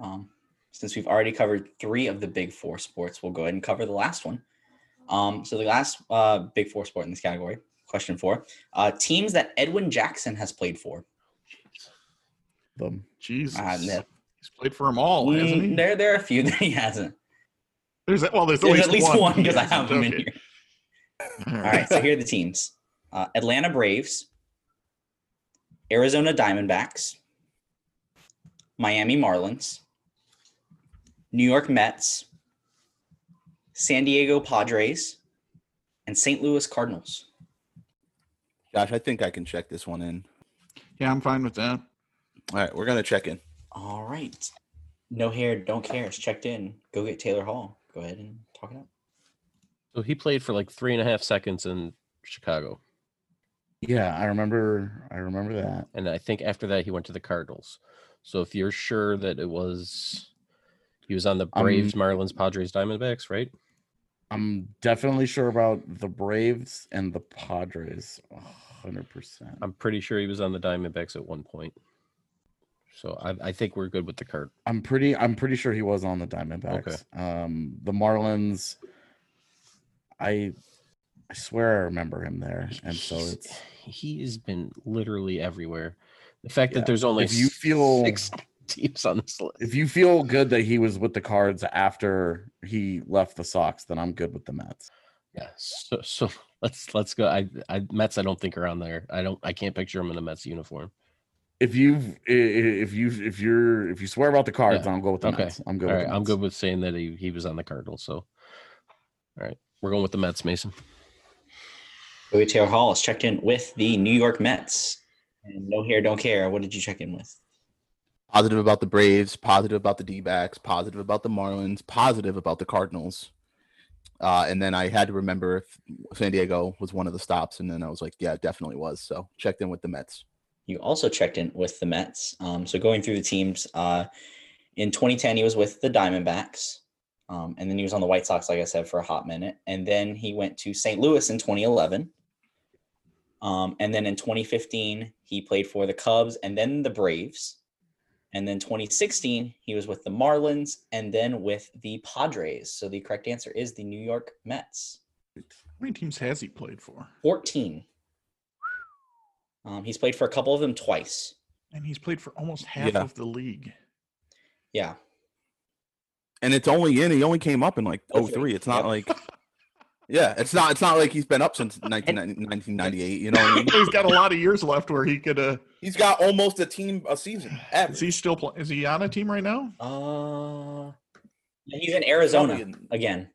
Speaker 2: Um, since we've already covered three of the big four sports, we'll go ahead and cover the last one. Um, so the last uh, big four sport in this category, question four, uh, teams that Edwin Jackson has played for.
Speaker 3: Them.
Speaker 5: Jesus,
Speaker 2: Uh, no.
Speaker 5: he's played for them all, Oh, hasn't
Speaker 2: Mm,
Speaker 5: he?
Speaker 2: there, there are a few that he hasn't.
Speaker 5: There's a- well, there's,
Speaker 2: There's at least one
Speaker 5: he
Speaker 2: because I
Speaker 5: hasn't.
Speaker 2: have him in
Speaker 5: Okay.
Speaker 2: here.
Speaker 5: All
Speaker 2: All right, so here are the teams: uh, Atlanta Braves, Arizona Diamondbacks, Miami Marlins, New York Mets, San Diego Padres, and St. Louis Cardinals.
Speaker 6: Josh, I think I can check this one in.
Speaker 5: Yeah, I'm fine with that.
Speaker 6: All right, we're gonna check in.
Speaker 2: All right, no hair, don't care. It's checked in. Go get Taylor Hall. Go ahead and talk it out.
Speaker 4: So he played for like three and a half seconds in Chicago,
Speaker 3: Yeah, I remember. I remember that.
Speaker 4: and I think after that he went to the Cardinals. So if you're sure that it was, he was on the
Speaker 3: Um,
Speaker 4: Braves, Marlins, Padres, Diamondbacks, right?
Speaker 3: I'm definitely sure about the Braves and the Padres. a Hundred percent.
Speaker 4: I'm pretty sure he was on the Diamondbacks at one point. So I, I think we're good with the card.
Speaker 3: I'm pretty. I'm pretty sure he was on the Diamondbacks. Um, the Marlins. I, I swear I remember him there, and so
Speaker 4: He's-
Speaker 3: it's
Speaker 4: he has been literally everywhere. The fact
Speaker 3: Yeah.
Speaker 4: that there's only
Speaker 3: If you feel-
Speaker 4: six [LAUGHS] teams on this list.
Speaker 3: if you feel good that he was with the Cards after he left the Sox, then I'm good with the Mets.
Speaker 4: Yeah. So so [LAUGHS] let's let's go. I I Mets I don't think are on there. I don't I can't picture him in a Mets uniform.
Speaker 3: If you have if you if you're if you swear about the cards,
Speaker 4: Yeah.
Speaker 3: I'll go with the
Speaker 4: Okay.
Speaker 3: Mets. I'm good.
Speaker 4: All
Speaker 3: with
Speaker 4: right,
Speaker 3: the
Speaker 4: I'm
Speaker 3: Mets.
Speaker 4: good with saying that he, he was on the Cardinals. So, all right, we're going with the Mets, Mason.
Speaker 2: Joey Taylor Hall has checked in with the New York Mets. And no hair, don't care. What did you check in with?
Speaker 6: Positive about the Braves, positive about the D backs, positive about the Marlins, positive about the Cardinals. Uh, and then I had to remember if San Diego was one of the stops. And then I was like, yeah, it definitely was. So checked in with the Mets.
Speaker 2: You also checked in with the Mets. Um, so going through the teams, uh, in 2010 he was with the Diamondbacks, um, and then he was on the White Sox, like I said, for a hot minute, and then he went to St. Louis in 2011, um, and then in 2015 he played for the Cubs and then the Braves, and then 2016 he was with the Marlins and then with the Padres. So the correct answer is the New York Mets.
Speaker 5: How many teams has he played for?
Speaker 2: 14. Um, he's played for a couple of them twice.
Speaker 5: And he's played for almost half
Speaker 6: Yeah.
Speaker 5: of the league.
Speaker 2: Yeah.
Speaker 6: And it's only in, he only came up in like
Speaker 2: Oh,
Speaker 6: 03. It's not
Speaker 2: yep.
Speaker 6: like, [LAUGHS] yeah, it's not, it's not like he's been up since 1990 1998. You know, what I mean?
Speaker 5: he's got a lot of years left where he could. Uh,
Speaker 6: [LAUGHS] he's got almost a team, a season.
Speaker 5: is
Speaker 6: average.
Speaker 5: he still play, Is he on a team right now?
Speaker 2: Uh, yeah, he's in Arizona
Speaker 6: Probably in-
Speaker 2: again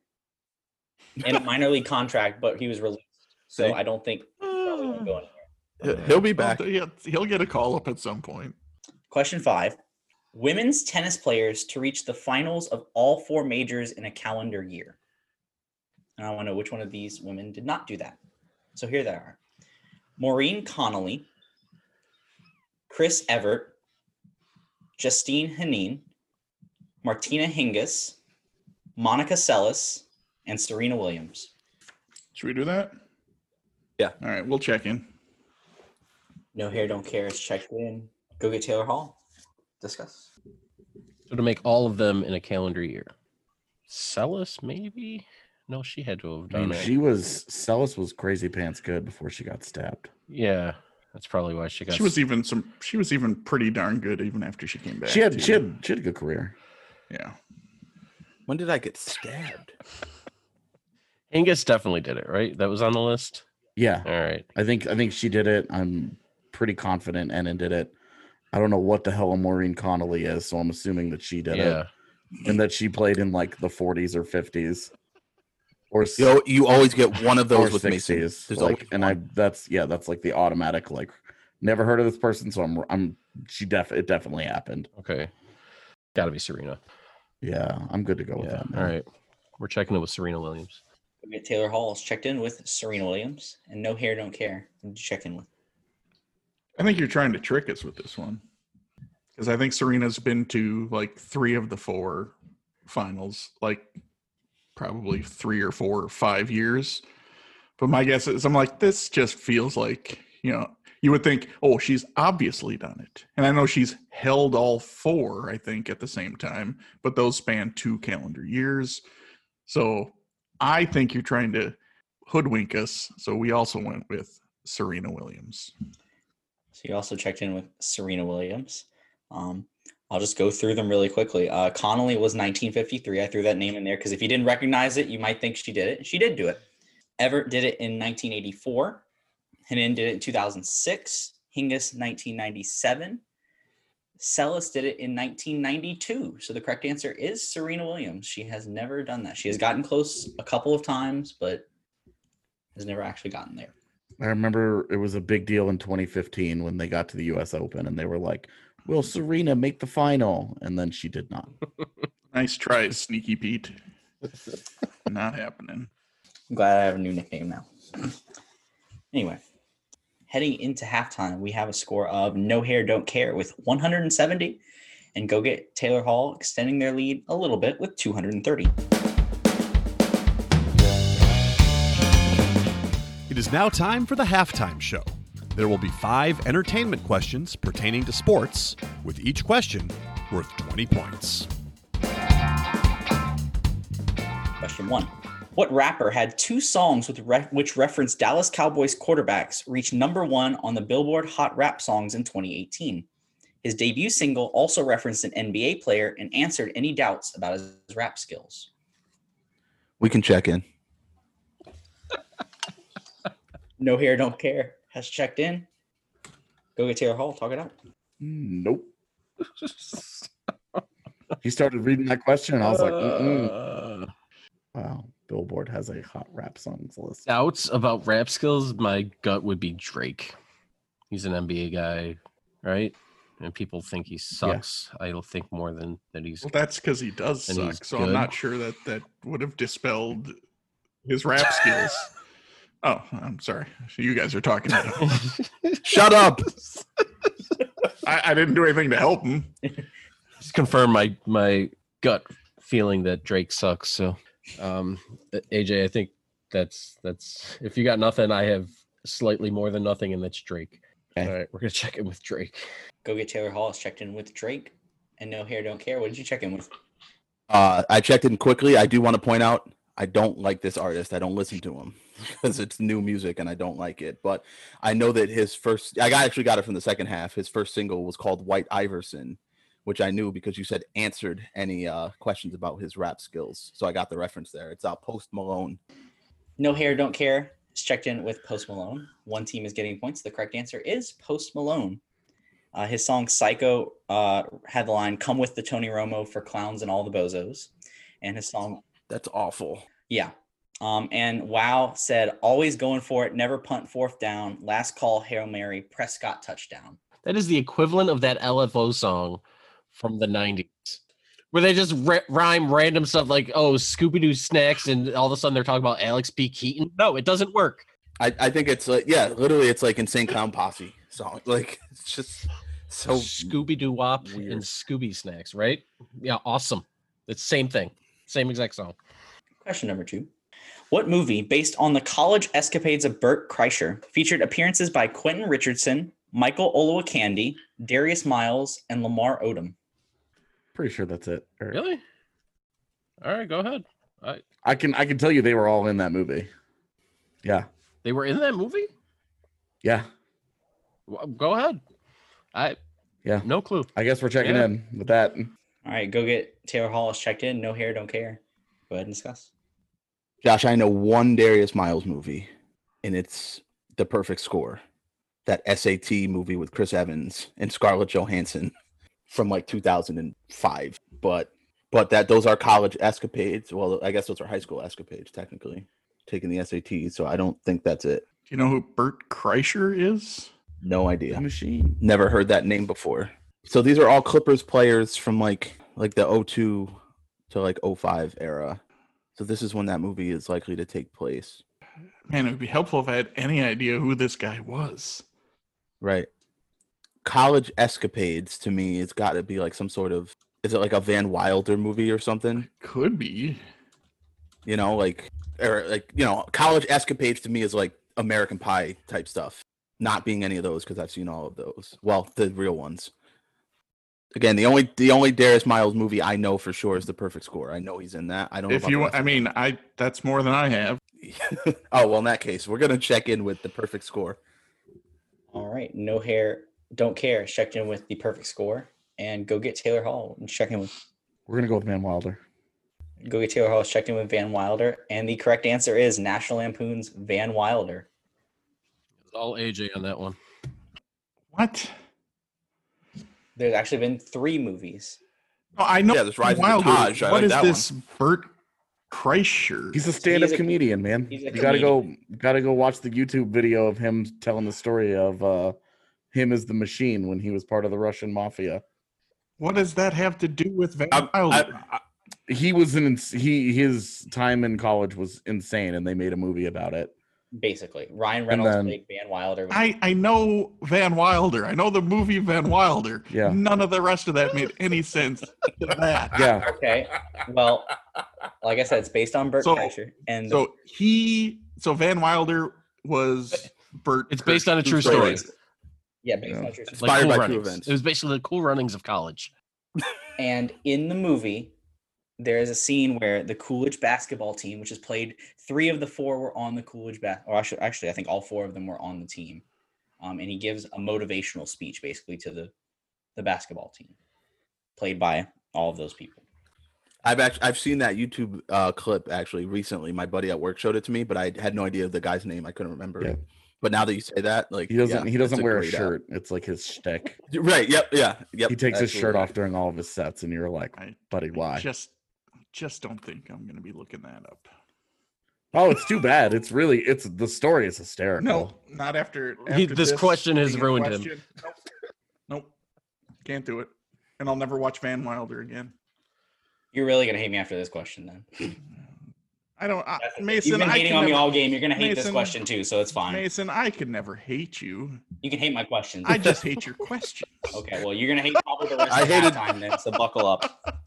Speaker 2: in a minor league contract, but he was released, so
Speaker 6: See?
Speaker 2: I don't think probably
Speaker 5: Hmm.
Speaker 2: gonna go anywhere.
Speaker 6: He'll- He'll be back.
Speaker 5: Well, he'll- he'll get a call up at some point.
Speaker 2: Question five: Women's tennis players to reach the finals of all four majors in a calendar year. And I want to know which one of these women did not do that. So here they are: Maureen Connolly, Chris Evert, Justine Henin, Martina Hingis, Monica Seles, and Serena Williams.
Speaker 5: Should we do that?
Speaker 6: Yeah.
Speaker 5: All right, we'll check in.
Speaker 2: No hair, don't care. It's checked in. Go get Taylor Hall. Discuss.
Speaker 4: So to make all of them in a calendar year, Celis maybe? No, she had to have
Speaker 3: I
Speaker 4: done
Speaker 3: mean,
Speaker 4: it.
Speaker 3: she was Celis was crazy pants good before she got stabbed.
Speaker 4: yeah, that's probably why she got.
Speaker 5: She was even some. She was even pretty darn good even after she came back.
Speaker 3: She had
Speaker 5: too.
Speaker 3: she had she had a good career.
Speaker 5: yeah.
Speaker 6: When did I get stabbed?
Speaker 4: Angus definitely did it, right? That was on the list.
Speaker 3: Yeah,
Speaker 4: All right.
Speaker 3: I think I think she did it. I'm pretty confident Enon did it. I don't know what the hell a Maureen Connolly is, so I'm assuming that she did
Speaker 4: yeah.
Speaker 3: it and that she played in like the 40s or 50s or s-
Speaker 6: You know, you always get one of
Speaker 3: or
Speaker 6: those with Mason.
Speaker 3: 60s.
Speaker 6: There's
Speaker 3: like,
Speaker 6: like,
Speaker 3: and I that's yeah, that's like the automatic like never heard of this person, so I'm I'm she def it definitely happened.
Speaker 4: Okay. Got to be Serena.
Speaker 3: Yeah, I'm good to go with
Speaker 4: Yeah.
Speaker 3: that.
Speaker 4: All
Speaker 3: man.
Speaker 4: right. We're checking it with Serena Williams.
Speaker 2: Go get Taylor Hall. It's checked in with Serena Williams. And no hair, don't care. Who did you check in with?
Speaker 5: I think you're trying to trick us with this one, because I think Serena's been to like three of the four finals, like probably three or four or five years. But my guess is, I'm like, this just feels like you know. You would think, oh, she's obviously done it, and I know she's held all four. I think at the same time, but those span two calendar years. So I think you're trying to hoodwink us. So we also went with Serena Williams.
Speaker 2: So you also checked in with Serena Williams. Um, I'll just go through them really quickly. Uh, Connolly was 1953. I threw that name in there because if you didn't recognize it, you might think she did it. She did do it. Everett did it in 1984. Henin did it in 2006. Hingis 1997. Celis did it in 1992. So the correct answer is Serena Williams. She has never done that. She has gotten close a couple of times, but has never actually gotten there.
Speaker 3: I remember it was a big deal in 2015 when they got to the US Open and they were like, Will Serena make the final? And then she did not.
Speaker 5: Nice try, Sneaky Pete. Not happening.
Speaker 2: I'm glad I have a new nickname now. [CLEARS THROAT] anyway, heading into halftime, we have a score of no hair, don't care with 170, and go get Taylor Hall extending their lead a little bit with 230.
Speaker 7: It is now time for the halftime show. There will be five entertainment questions pertaining to sports, with each question worth 20 points.
Speaker 2: Question one. What rapper had two songs with re- which reference Dallas Cowboys quarterbacks reach number one on the Billboard Hot Rap Songs in 2018? His debut single also referenced an NBA player and answered any doubts about his rap skills.
Speaker 6: we can check in.
Speaker 2: No hair, don't care has checked in. Go get Taylor Hall, talk it out.
Speaker 3: Nope. [LAUGHS] he started reading that question, and I was like, Mm-mm.
Speaker 4: Uh,
Speaker 3: "Wow, Billboard has a hot rap songs list."
Speaker 4: doubts about rap skills, my gut would be Drake. He's an NBA guy, right? And people think he sucks. I think more than that
Speaker 5: [LAUGHS]
Speaker 4: he's. [LAUGHS]
Speaker 5: Well, that's because he does
Speaker 4: And he's
Speaker 5: suck. So
Speaker 4: good.
Speaker 5: I'm not sure that that would have dispelled his rap
Speaker 6: [LAUGHS]
Speaker 5: skills. Oh, I'm sorry. You guys are talking. it up.
Speaker 6: Shut up.
Speaker 5: I, I didn't do anything to help him.
Speaker 4: just confirm my my gut feeling that Drake sucks. So, um, AJ, I think that's that's if you got nothing, I have slightly more than nothing, and that's Drake.
Speaker 3: Okay.
Speaker 4: All right, we're gonna check in with Drake.
Speaker 2: Go get Taylor Hall. is checked in with Drake. And no hair, don't care. What did you check in with?
Speaker 6: Uh, I checked in quickly. I do want to point out I don't like this artist. I don't listen to him [LAUGHS] because it's new music and I don't like it. But I know that his first, I got- actually got it from the second half. His first single was called White Iverson, which I knew because you said answered any uh, questions about his rap skills. So I got the reference there. It's uh, Post Malone.
Speaker 2: No hair, don't care. It's checked in with Post Malone. One team is getting points. The correct answer is Post Malone. Uh, his song "Psycho" uh, had the line "Come with the Tony Romo for clowns and all the bozos," and his song
Speaker 6: That's awful.
Speaker 2: "Yeah." Um, and Wow said, "Always going for it, never punt fourth down. Last call, hail mary, Prescott touchdown."
Speaker 4: That is the equivalent of that LFO song from the '90s, where they just ri rhyme random stuff like "Oh, Scooby Doo snacks," and all of a sudden they're talking about Alex B. Keaton. No, it doesn't work.
Speaker 6: I, I think it's like, yeah, literally, it's like Insane Clown Posse song. [LAUGHS] Like, it's just so.
Speaker 4: Scooby Doo Wop
Speaker 6: Oh, weird.
Speaker 4: and Scooby Snacks, right? Yeah, awesome. It's same thing, same exact song.
Speaker 2: Question number two. What movie, based on the college escapades of Burt Kreischer, featured appearances by Quentin Richardson, Michael Olowokandi, Darius Miles, and Lamar Odom?
Speaker 3: Pretty sure that's it. Or-
Speaker 4: Really? All right, go ahead.
Speaker 3: I can I can tell you they were all in that movie. Yeah,
Speaker 4: They were in that movie.
Speaker 3: yeah,
Speaker 4: W- Go ahead. I
Speaker 3: Yeah.
Speaker 4: no clue.
Speaker 3: I guess we're checking
Speaker 4: Yeah.
Speaker 3: in with that.
Speaker 2: All right, go get Taylor Hall is checked in. No hair, don't care. Go ahead and discuss.
Speaker 6: Josh, I know one Darius Miles movie, and it's The Perfect Score, that SAT movie with Chris Evans and Scarlett Johansson from like 2005. But but that those are college escapades. Well, I guess those are high school escapades technically, taking the SAT. So I don't think that's it.
Speaker 5: Do you know who Bert Kreischer is?
Speaker 6: No idea.
Speaker 3: Machine.
Speaker 6: Never heard that name before. So these are all Clippers players from like like the 02 to like 05 era. So this is when that movie is likely to take place.
Speaker 5: Man, it would be helpful if I had any idea who this guy was.
Speaker 6: Right. College escapades to me, it's got to be like some sort of. Is it like a Van Wilder movie or something?
Speaker 5: Could be.
Speaker 6: You know, like or like you know, college escapades to me is like American Pie type stuff. Not being any of those because I've seen all of those. Well, the real ones. Again, the only the only Darius Miles movie I know for sure is The Perfect Score. I know he's in that. I don't.
Speaker 5: If
Speaker 6: know
Speaker 5: you,
Speaker 6: about
Speaker 5: I mean, I that's more than I have.
Speaker 6: the rest. [LAUGHS] oh well, in that case, we're gonna check in with The Perfect Score.
Speaker 2: All right, no hair, don't care. is Checked in with the perfect score, and go get Taylor Hall and check in with.
Speaker 3: We're gonna go with Man Wilder.
Speaker 2: Go get Taylor Hall is checked in with Van Wilder, and the correct answer is National Lampoon's Van Wilder.
Speaker 4: It's all AJ on that one.
Speaker 5: What?
Speaker 2: There's actually been three movies.
Speaker 5: No, Oh, I know.
Speaker 6: Yeah, there's Rise of the
Speaker 5: Wilder.
Speaker 6: Taj, I
Speaker 5: What
Speaker 6: like
Speaker 5: is
Speaker 6: that
Speaker 5: this Bert Kreischer?
Speaker 3: He's a stand-up
Speaker 2: He's a-
Speaker 3: comedian, man.
Speaker 2: he's a
Speaker 3: You gotta go, gotta go watch the YouTube video of him telling the story of uh, him as the machine when he was part of the Russian mafia.
Speaker 5: what does that have to do with Van
Speaker 4: Um,
Speaker 6: I- I-
Speaker 5: Wilder?
Speaker 6: I-
Speaker 3: He was in ins- he his time in college was insane, and they made a movie about it.
Speaker 2: basically. Ryan Reynolds
Speaker 3: then-
Speaker 2: played Van Wilder. was-
Speaker 5: I, I know Van Wilder. I know the movie Van Wilder. [LAUGHS]
Speaker 3: Yeah.
Speaker 5: None of the rest of that made any sense to that.
Speaker 3: Yeah,
Speaker 2: okay. Well, like I said, it's based on Burt
Speaker 5: So-
Speaker 2: Kreischer, and the-
Speaker 5: So he so Van Wilder was Bert.
Speaker 4: It's based on a true story.
Speaker 5: Kreischer.
Speaker 2: yeah, based
Speaker 3: yeah.
Speaker 2: on true story.
Speaker 4: Like
Speaker 6: Inspired
Speaker 4: cool
Speaker 6: by true
Speaker 4: runnings.
Speaker 6: events.
Speaker 4: It was basically the cool runnings of college.
Speaker 2: And in the movie, there is a scene where the Coolidge basketball team, which is played, three of the four were on the Coolidge bas- or actually, actually, I think all four of them were on the team. Um, and he gives a motivational speech basically to the the basketball team, played by all of those people.
Speaker 6: I've actually I've seen that YouTube uh, clip actually recently. My buddy at work showed it to me, but I had no idea of the guy's name. I couldn't remember
Speaker 3: Yeah.
Speaker 6: it. But now that you say that, like
Speaker 3: He doesn't.
Speaker 6: yeah,
Speaker 3: he doesn't
Speaker 6: that's
Speaker 3: wear a
Speaker 6: great app.
Speaker 3: shirt. It's like his shtick.
Speaker 6: Right. Yep. Yeah. Yep.
Speaker 3: he takes his shirt
Speaker 6: absolutely.
Speaker 3: off during all of his sets, and you're like,
Speaker 5: I
Speaker 3: buddy, why?
Speaker 5: just just don't think I'm gonna be looking that up.
Speaker 3: Oh, it's too bad. It's really. It's the story is hysterical.
Speaker 5: No, not after, after
Speaker 4: He- this question has
Speaker 5: being a
Speaker 4: ruined him.
Speaker 5: question. Nope. Nope. Can't do it. And I'll never watch Van Wilder again.
Speaker 2: You're really gonna hate me after this question, then.
Speaker 5: I don't I,
Speaker 2: That's-
Speaker 5: Mason,
Speaker 2: You've been
Speaker 5: I
Speaker 2: hating
Speaker 5: can
Speaker 2: on me
Speaker 5: never-
Speaker 2: all game. You're gonna hate this
Speaker 5: Mason-
Speaker 2: question too, so it's fine.
Speaker 5: Mason, I could never hate
Speaker 6: [LAUGHS]
Speaker 5: you.
Speaker 2: You can hate my questions. [LAUGHS]
Speaker 5: I just hate your questions.
Speaker 2: okay, well, you're gonna
Speaker 6: [LAUGHS]
Speaker 2: hate probably the rest
Speaker 6: I
Speaker 2: of that
Speaker 6: hated-
Speaker 2: time then. So buckle
Speaker 6: [LAUGHS]
Speaker 2: up.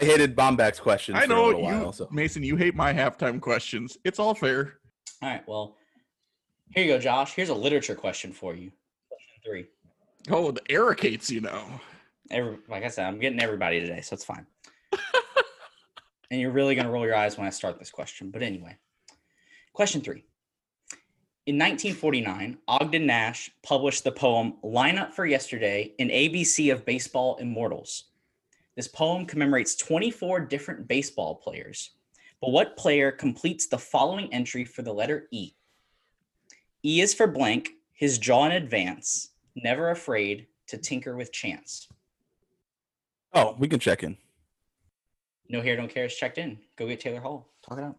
Speaker 6: I hated Bomback's question.
Speaker 5: I
Speaker 6: for a
Speaker 5: know
Speaker 6: little
Speaker 5: you,
Speaker 6: while, so.
Speaker 5: Mason. You hate my halftime questions. It's all fair.
Speaker 2: All right, well, here you go, Josh. Here's a literature question for you. Question three.
Speaker 5: Oh, the Ericates, you know.
Speaker 2: Every, like I said, I'm getting everybody today, so it's fine. and you're really going to roll your eyes when I start this question. But anyway, question three. In 1949, Ogden Nash published the poem Lineup for Yesterday, an ABC of Baseball Immortals. This poem commemorates 24 different baseball players. But what player completes the following entry for the letter E? E is for blank, his jaw in advance, never afraid to tinker with chance.
Speaker 6: Oh, we
Speaker 5: [LAUGHS]
Speaker 6: can check in.
Speaker 2: No Hair Don't Care is checked in. Go get Taylor Hall. Talk it out.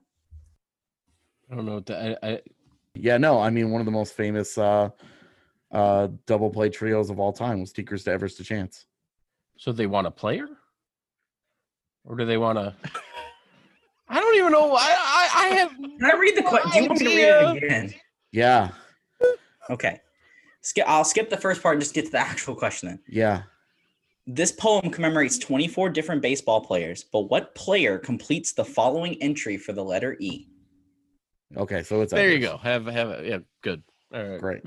Speaker 4: I don't know. what to- I, I,
Speaker 3: Yeah, no, I mean one of the most famous uh uh double play trios of all time was Tinkers to Evers to Chance.
Speaker 4: so they want a player, or do they want to? I don't even know. I I, I have.
Speaker 2: Can I read the question? Do you want me to read it
Speaker 4: Idea.
Speaker 2: again?
Speaker 3: Yeah,
Speaker 2: Okay. Skip, I'll skip the first part and just get to the actual question then.
Speaker 3: yeah.
Speaker 2: This poem commemorates 24 different baseball players, but what player completes the following entry for the letter E?
Speaker 3: Okay, so it's
Speaker 4: There you
Speaker 3: Evers.
Speaker 4: go. Have have a- yeah. Good. All right.
Speaker 3: Great.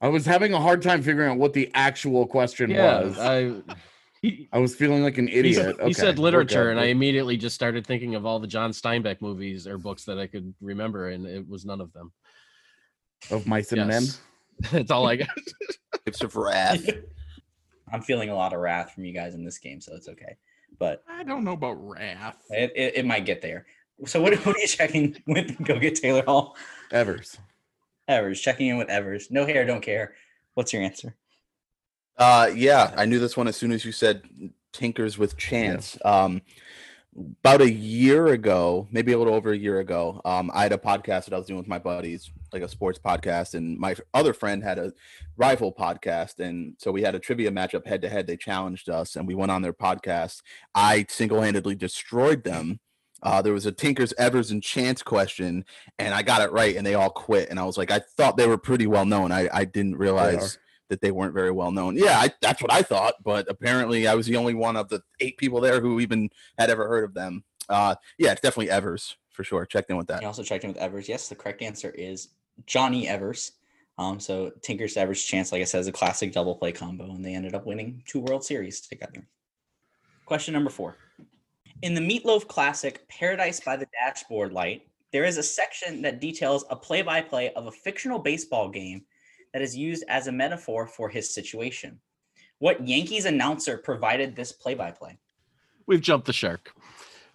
Speaker 3: I was having a hard time figuring out what the actual question was. I, [LAUGHS]
Speaker 4: I. He,
Speaker 3: was feeling like an
Speaker 4: he
Speaker 3: idiot.
Speaker 4: said,
Speaker 3: Okay,
Speaker 4: he said
Speaker 3: we're
Speaker 4: literature,
Speaker 3: good.
Speaker 4: and I immediately just started thinking of all the John Steinbeck movies or books that I could remember, and it was none of them.
Speaker 3: of mice and men.
Speaker 4: Yes. [LAUGHS] That's all I got.
Speaker 6: Types of wrath.
Speaker 2: [LAUGHS] I'm feeling a lot of wrath from you guys in this game, so it's okay. But
Speaker 5: I don't know about wrath.
Speaker 2: it, it, it might get there. So what, [LAUGHS] what are you checking with? Go get Taylor Hall.
Speaker 3: Evers.
Speaker 2: Evers. Checking in with Evers. No hair, don't care. What's your answer?
Speaker 6: [LAUGHS] Uh, yeah, I knew this one as soon as you said "Tinkers with Chance." Um, about a year ago, maybe a little over a year ago, um, I had a podcast that I was doing with my buddies, like a sports podcast, and my f- other friend had a rival podcast, and so we had a trivia matchup head to head. They challenged us, and we went on their podcast. I single handedly destroyed them. Uh, there was a Tinkers, Evers, and Chance question, and I got it right, and they all quit. And I was like, I thought they were pretty well known. I, I didn't realize that they weren't very well known. Yeah, I, that's what I thought, but apparently I was the only one of the eight people there who even had ever heard of them. Uh, yeah, it's definitely Evers for sure. Checked in with that.
Speaker 2: You also checked in with Evers. Yes, the correct answer is Johnny Evers. Um, so Tinker's to Evers' chance, like I said, is a classic double play combo, and they ended up winning two World Series together. Question number four. In the Meatloaf classic Paradise by the Dashboard Light, there is a section that details a play by play of a fictional baseball game that is used as a metaphor for his situation. What Yankees announcer provided this play by play?
Speaker 4: We've jumped the shark.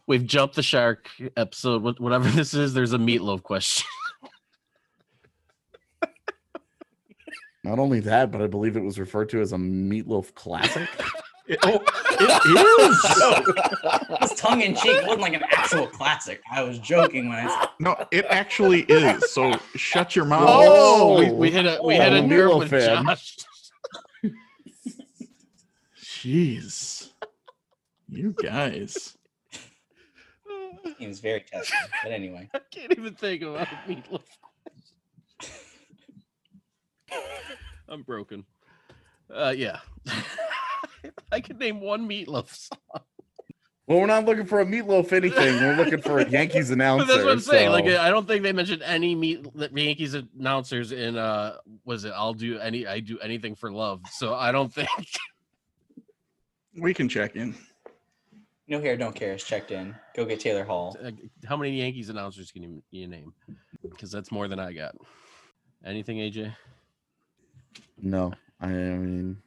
Speaker 4: We've jumped the shark episode. wh- Whatever [LAUGHS] this is, there's a meatloaf question.
Speaker 3: Not only that, but I believe it was referred to as a meatloaf classic.
Speaker 5: It- oh, [LAUGHS] it is.
Speaker 2: It's tongue in cheek. It wasn't like an actual classic. I was joking when I said
Speaker 5: No, it actually is. So shut your mouth.
Speaker 3: Oh,
Speaker 4: we, we hit a we hit a
Speaker 3: oh,
Speaker 4: nerve with
Speaker 3: meatloaf fan.
Speaker 4: Josh.
Speaker 5: Jeez. You guys.
Speaker 2: He was very testing. But anyway,
Speaker 4: I can't even think about a meatloaf. I'm broken. Uh, yeah, [LAUGHS] I could name one meatloaf. song.
Speaker 3: well, we're not looking for a meatloaf anything. We're looking for
Speaker 4: [LAUGHS]
Speaker 3: a Yankees announcer.
Speaker 4: But that's what I'm saying. Like,
Speaker 3: so-
Speaker 4: I don't think they mentioned any meat the Yankees announcers in uh, was it? I'll do any. I do anything for love. So I don't [LAUGHS] think.
Speaker 5: We can check in.
Speaker 2: no hair, don't care is checked in. Go get Taylor Hall.
Speaker 4: Uh, How many Yankees announcers can you, you name? Because that's more than I got. Anything, AJ?
Speaker 3: No, I mean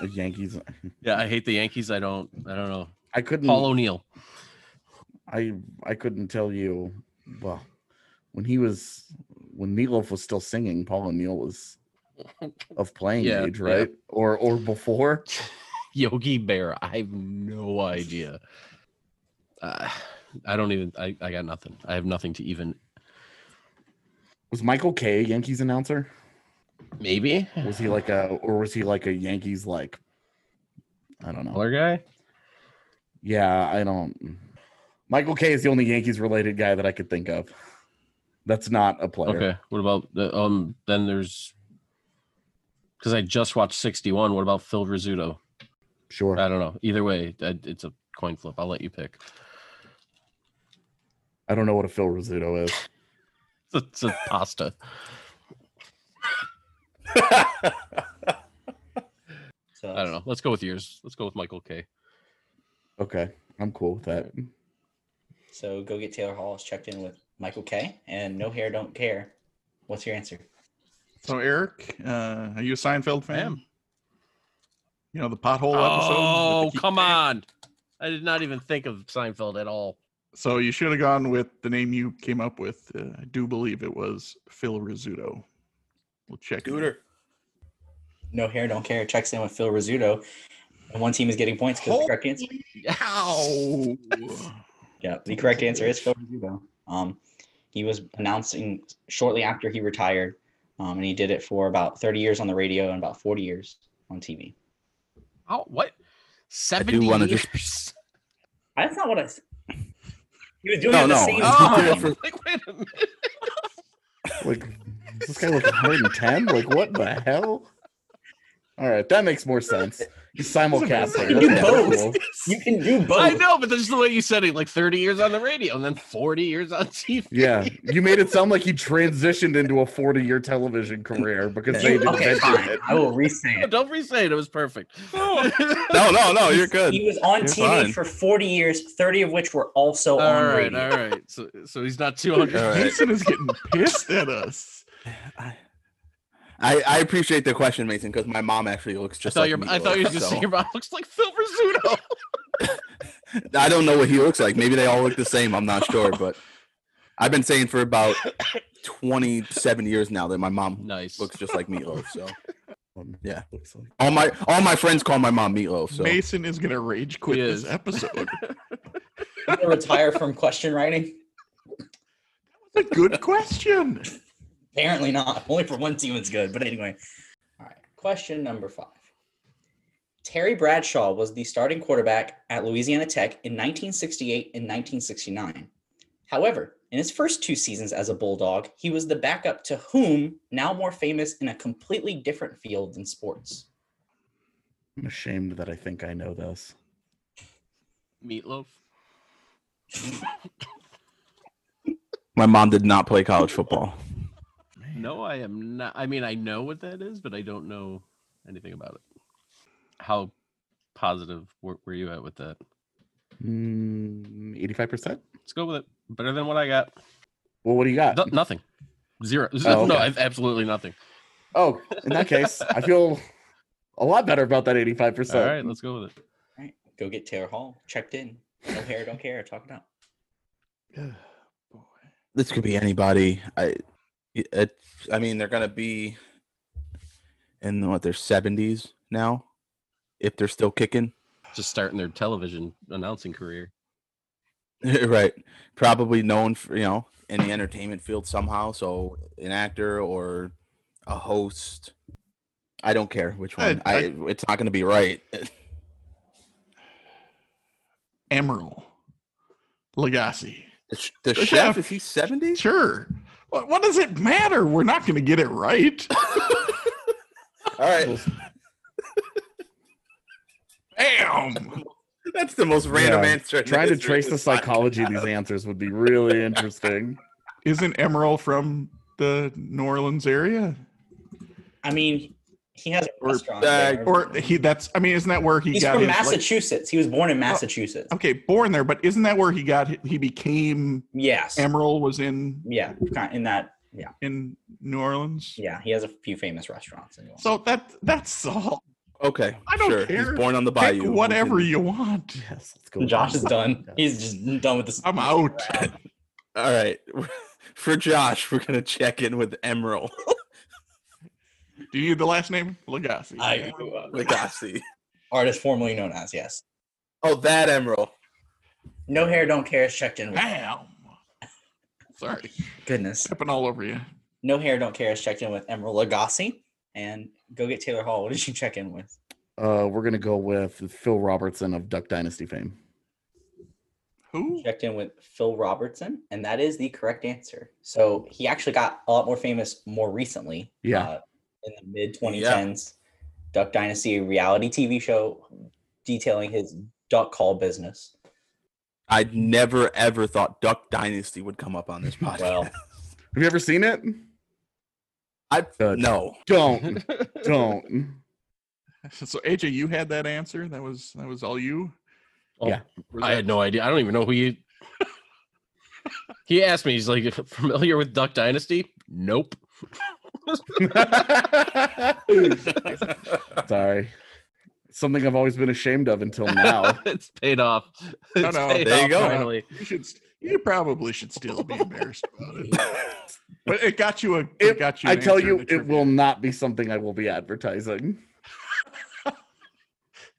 Speaker 3: the Yankees.
Speaker 4: Yeah, I hate the Yankees. I don't. I don't know.
Speaker 3: I couldn't.
Speaker 4: Paul O'Neill.
Speaker 3: I I couldn't tell you. Well, when he was when Meatloaf was still singing, Paul O'Neill was of playing
Speaker 4: Yeah,
Speaker 3: age,
Speaker 4: yeah.
Speaker 3: right? Or or before.
Speaker 4: Yogi Bear. I have no idea. Uh, I don't even. I, I got nothing. I have nothing to even.
Speaker 3: Was Michael K a Yankees announcer?
Speaker 4: Maybe
Speaker 3: Was he like a or was he like a Yankees like I don't know.
Speaker 4: color guy.
Speaker 3: Yeah, I don't Michael K is the only Yankees related guy that I could think of. That's not a player.
Speaker 4: Okay. What about the um? Then there's because I just watched 61. What about Phil Rizzuto?
Speaker 3: Sure.
Speaker 4: I don't know. Either way, I, it's a coin flip. I'll let you pick. [LAUGHS]
Speaker 3: I don't know what a Phil Rizzuto is.
Speaker 4: It's a pasta.
Speaker 2: So
Speaker 4: I don't know. Let's go with yours. Let's go with Michael K.
Speaker 3: Okay. I'm cool with that.
Speaker 2: So go get Taylor Hall is checked in with Michael K and No Hair Don't Care. What's your answer?
Speaker 5: So Eric, uh, are you a Seinfeld fan?
Speaker 4: am.
Speaker 5: You know the pothole episode.
Speaker 4: Oh,
Speaker 5: with the key-
Speaker 4: come on. I did not even think of Seinfeld at all.
Speaker 5: So you should have gone with the name you came up with. Uh, I do believe it was Phil Rizzuto. We'll check. it.
Speaker 6: Scooter.
Speaker 2: No Hair Don't Care checks in with Phil Rizzuto. And one team is getting points because the correct answer.
Speaker 5: Ow.
Speaker 2: Yeah, the correct answer is Phil Rizzuto. Um, he was announcing shortly after he retired, um, and he did it for about 30 years on the radio and about 40 years on TV.
Speaker 4: Oh, what?
Speaker 6: I
Speaker 4: Seventy.
Speaker 6: do want to
Speaker 4: years?
Speaker 6: just.
Speaker 2: That's not what I. [LAUGHS] s- He was doing
Speaker 6: No,
Speaker 2: it at the
Speaker 6: no.
Speaker 2: same
Speaker 4: [LAUGHS] Oh,
Speaker 2: time.
Speaker 4: I'm like, wait a minute.
Speaker 3: Like does this guy look 110? Like what the hell? All right, that makes more sense. He's simulcasting.
Speaker 2: You
Speaker 3: That's kinda
Speaker 2: both. You can do both.
Speaker 4: I know, but that's just the way you said it. Like thirty years on the radio, and then forty years on TV.
Speaker 3: Yeah, you made it sound like he transitioned into a 40 year television career because they didn't
Speaker 2: Okay,
Speaker 3: mention
Speaker 2: fine.
Speaker 3: it.
Speaker 2: I will re-say it.
Speaker 4: [LAUGHS] No, Don't re-say it. It was perfect. [LAUGHS]
Speaker 6: No, no, no. Oh, You're good.
Speaker 2: He was on
Speaker 6: You're
Speaker 2: TV
Speaker 6: fine.
Speaker 2: for 40 years, 30 of which were also
Speaker 4: all
Speaker 2: on
Speaker 4: right,
Speaker 2: radio.
Speaker 4: all right. So, so he's not two [LAUGHS] hundred.
Speaker 6: All right.
Speaker 5: Mason is getting [LAUGHS] pissed at us.
Speaker 6: I, I appreciate the question, Mason, because my mom actually looks
Speaker 4: I
Speaker 6: just.
Speaker 4: thought
Speaker 6: like
Speaker 4: your
Speaker 6: me,
Speaker 4: I thought you were
Speaker 6: like,
Speaker 4: just
Speaker 6: so-
Speaker 4: saying your mom looks like Phil Rizzuto.
Speaker 6: I don't know what he looks like. Maybe they all look the same. I'm not sure, but I've been saying
Speaker 4: [LAUGHS]
Speaker 6: for about 27 years now that my mom
Speaker 4: Nice.
Speaker 6: looks just like Meatloaf.
Speaker 4: [LAUGHS]
Speaker 6: So yeah,
Speaker 3: Looks like-
Speaker 6: all my all my friends call my mom Meatloaf. So
Speaker 5: Mason is gonna rage quit
Speaker 4: He
Speaker 5: this
Speaker 4: is.
Speaker 5: episode.
Speaker 2: You gonna
Speaker 6: [LAUGHS]
Speaker 2: retire from question writing?
Speaker 5: That's a good question.
Speaker 2: Apparently not. [LAUGHS] Only for one team it's good. But anyway. All right. Question number five. Terry Bradshaw was the starting quarterback at Louisiana Tech in 1968 and 1969. However, in his first two seasons as a Bulldog, he was the backup to whom now more famous in a completely different field than sports.
Speaker 3: I'm ashamed that I think I know this.
Speaker 4: Meatloaf.
Speaker 6: my mom did not play college football.
Speaker 4: No, I am not. I mean, I know what that is, but I don't know anything about it. How positive were, were you at with that?
Speaker 3: Mm, 85%?
Speaker 4: Let's go with it. Better than what I got.
Speaker 3: Well, what do you got?
Speaker 4: Th- nothing. Zero.
Speaker 3: Oh,
Speaker 4: [LAUGHS] No,
Speaker 3: okay.
Speaker 4: I've absolutely nothing.
Speaker 3: Oh, in that case, I feel a lot better about that 85%.
Speaker 4: All right, let's go with it.
Speaker 2: All right. Go get Taylor Hall. Checked in. No hair, don't care. Talk it out.
Speaker 5: Yeah, boy.
Speaker 6: This could be anybody. I it, I mean they're gonna be in what their 70s now, if they're still kicking. [LAUGHS]
Speaker 4: Just starting their television announcing career.
Speaker 6: right probably known for you know in the entertainment field somehow so an actor or a host i don't care which
Speaker 5: I-
Speaker 6: one i, it's not going to be right [LAUGHS]
Speaker 5: Emerald Lagasse.
Speaker 6: the, sh- the
Speaker 5: The
Speaker 6: chef,
Speaker 5: chef.
Speaker 6: is
Speaker 5: [LAUGHS]
Speaker 6: he 70
Speaker 5: Sure. What, what does it matter? We're not going to get it right.
Speaker 6: all right
Speaker 5: Damn.
Speaker 6: that's the most random
Speaker 3: Yeah,
Speaker 6: answer in the
Speaker 3: Trying to
Speaker 6: history of
Speaker 3: trace the
Speaker 6: this
Speaker 3: psychology of these answers would be really interesting.
Speaker 5: Isn't Emerald from the New Orleans area?
Speaker 2: I mean, he has a
Speaker 6: Or
Speaker 2: restaurant.
Speaker 6: bag-
Speaker 2: there.
Speaker 5: Or he that's I mean, isn't that where he
Speaker 2: He's
Speaker 5: got
Speaker 2: from
Speaker 5: his, like- Oh,
Speaker 2: Massachusetts. he was born in Massachusetts.
Speaker 5: okay, born there, but isn't that where he got he became
Speaker 2: Yes.
Speaker 5: Emerald was in
Speaker 2: yeah. kind- In that. Yeah.
Speaker 5: in New Orleans?
Speaker 2: Yeah. He has a few famous restaurants. In New Orleans.
Speaker 5: So that that's all.
Speaker 6: okay
Speaker 5: I don't
Speaker 6: sure
Speaker 5: care.
Speaker 6: he's born on the
Speaker 5: Pick
Speaker 6: [LAUGHS] bayou We
Speaker 5: whatever
Speaker 6: can-
Speaker 5: you want.
Speaker 3: Yes, let's go. with
Speaker 5: [LAUGHS]
Speaker 2: Josh
Speaker 3: that.
Speaker 2: is done.
Speaker 3: Yeah.
Speaker 2: He's just done with this.
Speaker 5: I'm out.
Speaker 6: all right [LAUGHS] for Josh, we're gonna check in with Emerald
Speaker 5: Do you need the last name? Legacy.
Speaker 2: [LAUGHS] I, uh,
Speaker 6: Lagasse.
Speaker 2: artist formerly known as, yes.
Speaker 6: [LAUGHS] oh, that Emerald.
Speaker 2: No hair, don't care is checked in with.
Speaker 5: Bam.
Speaker 3: [LAUGHS]
Speaker 5: Sorry,
Speaker 2: Goodness.
Speaker 5: stepping all over you.
Speaker 2: No hair, don't care is checked in with Emerald Lagasse. And go get Taylor Hall. What did you check in with?
Speaker 3: Uh, we're gonna go with Phil Robertson of Duck Dynasty fame.
Speaker 5: Who?
Speaker 2: checked in with Phil Robertson, and that is the correct answer. So he actually got a lot more famous more recently.
Speaker 3: Yeah.
Speaker 2: uh, in the mid 2010s, Duck Dynasty a reality TV show detailing his duck call business.
Speaker 6: I'd never ever thought Duck Dynasty would come up on this podcast.
Speaker 2: Well,
Speaker 3: Have you ever seen it?
Speaker 6: I
Speaker 3: Uh,
Speaker 6: no.
Speaker 4: [LAUGHS]
Speaker 3: Don't, don't.
Speaker 5: So AJ, you had that answer. That was that was all you.
Speaker 3: Yeah.
Speaker 4: I had no idea. I don't even know who he. [LAUGHS] he asked me. He's like, familiar with Duck Dynasty? Nope. [LAUGHS]
Speaker 3: Sorry, something I've always been ashamed of until
Speaker 4: [LAUGHS]
Speaker 3: now.
Speaker 4: it's paid off.
Speaker 5: No,
Speaker 4: It's
Speaker 5: no,
Speaker 4: paid
Speaker 6: there you
Speaker 4: off
Speaker 6: go.
Speaker 4: Finally,
Speaker 5: You should. st- You probably should still be embarrassed about it.
Speaker 3: [LAUGHS]
Speaker 5: But it got you a. It,
Speaker 3: It-
Speaker 5: got you.
Speaker 3: I
Speaker 5: an
Speaker 3: tell
Speaker 5: answer
Speaker 3: you,
Speaker 5: that
Speaker 3: it
Speaker 5: you're- [LAUGHS]
Speaker 3: will not be something I will be advertising.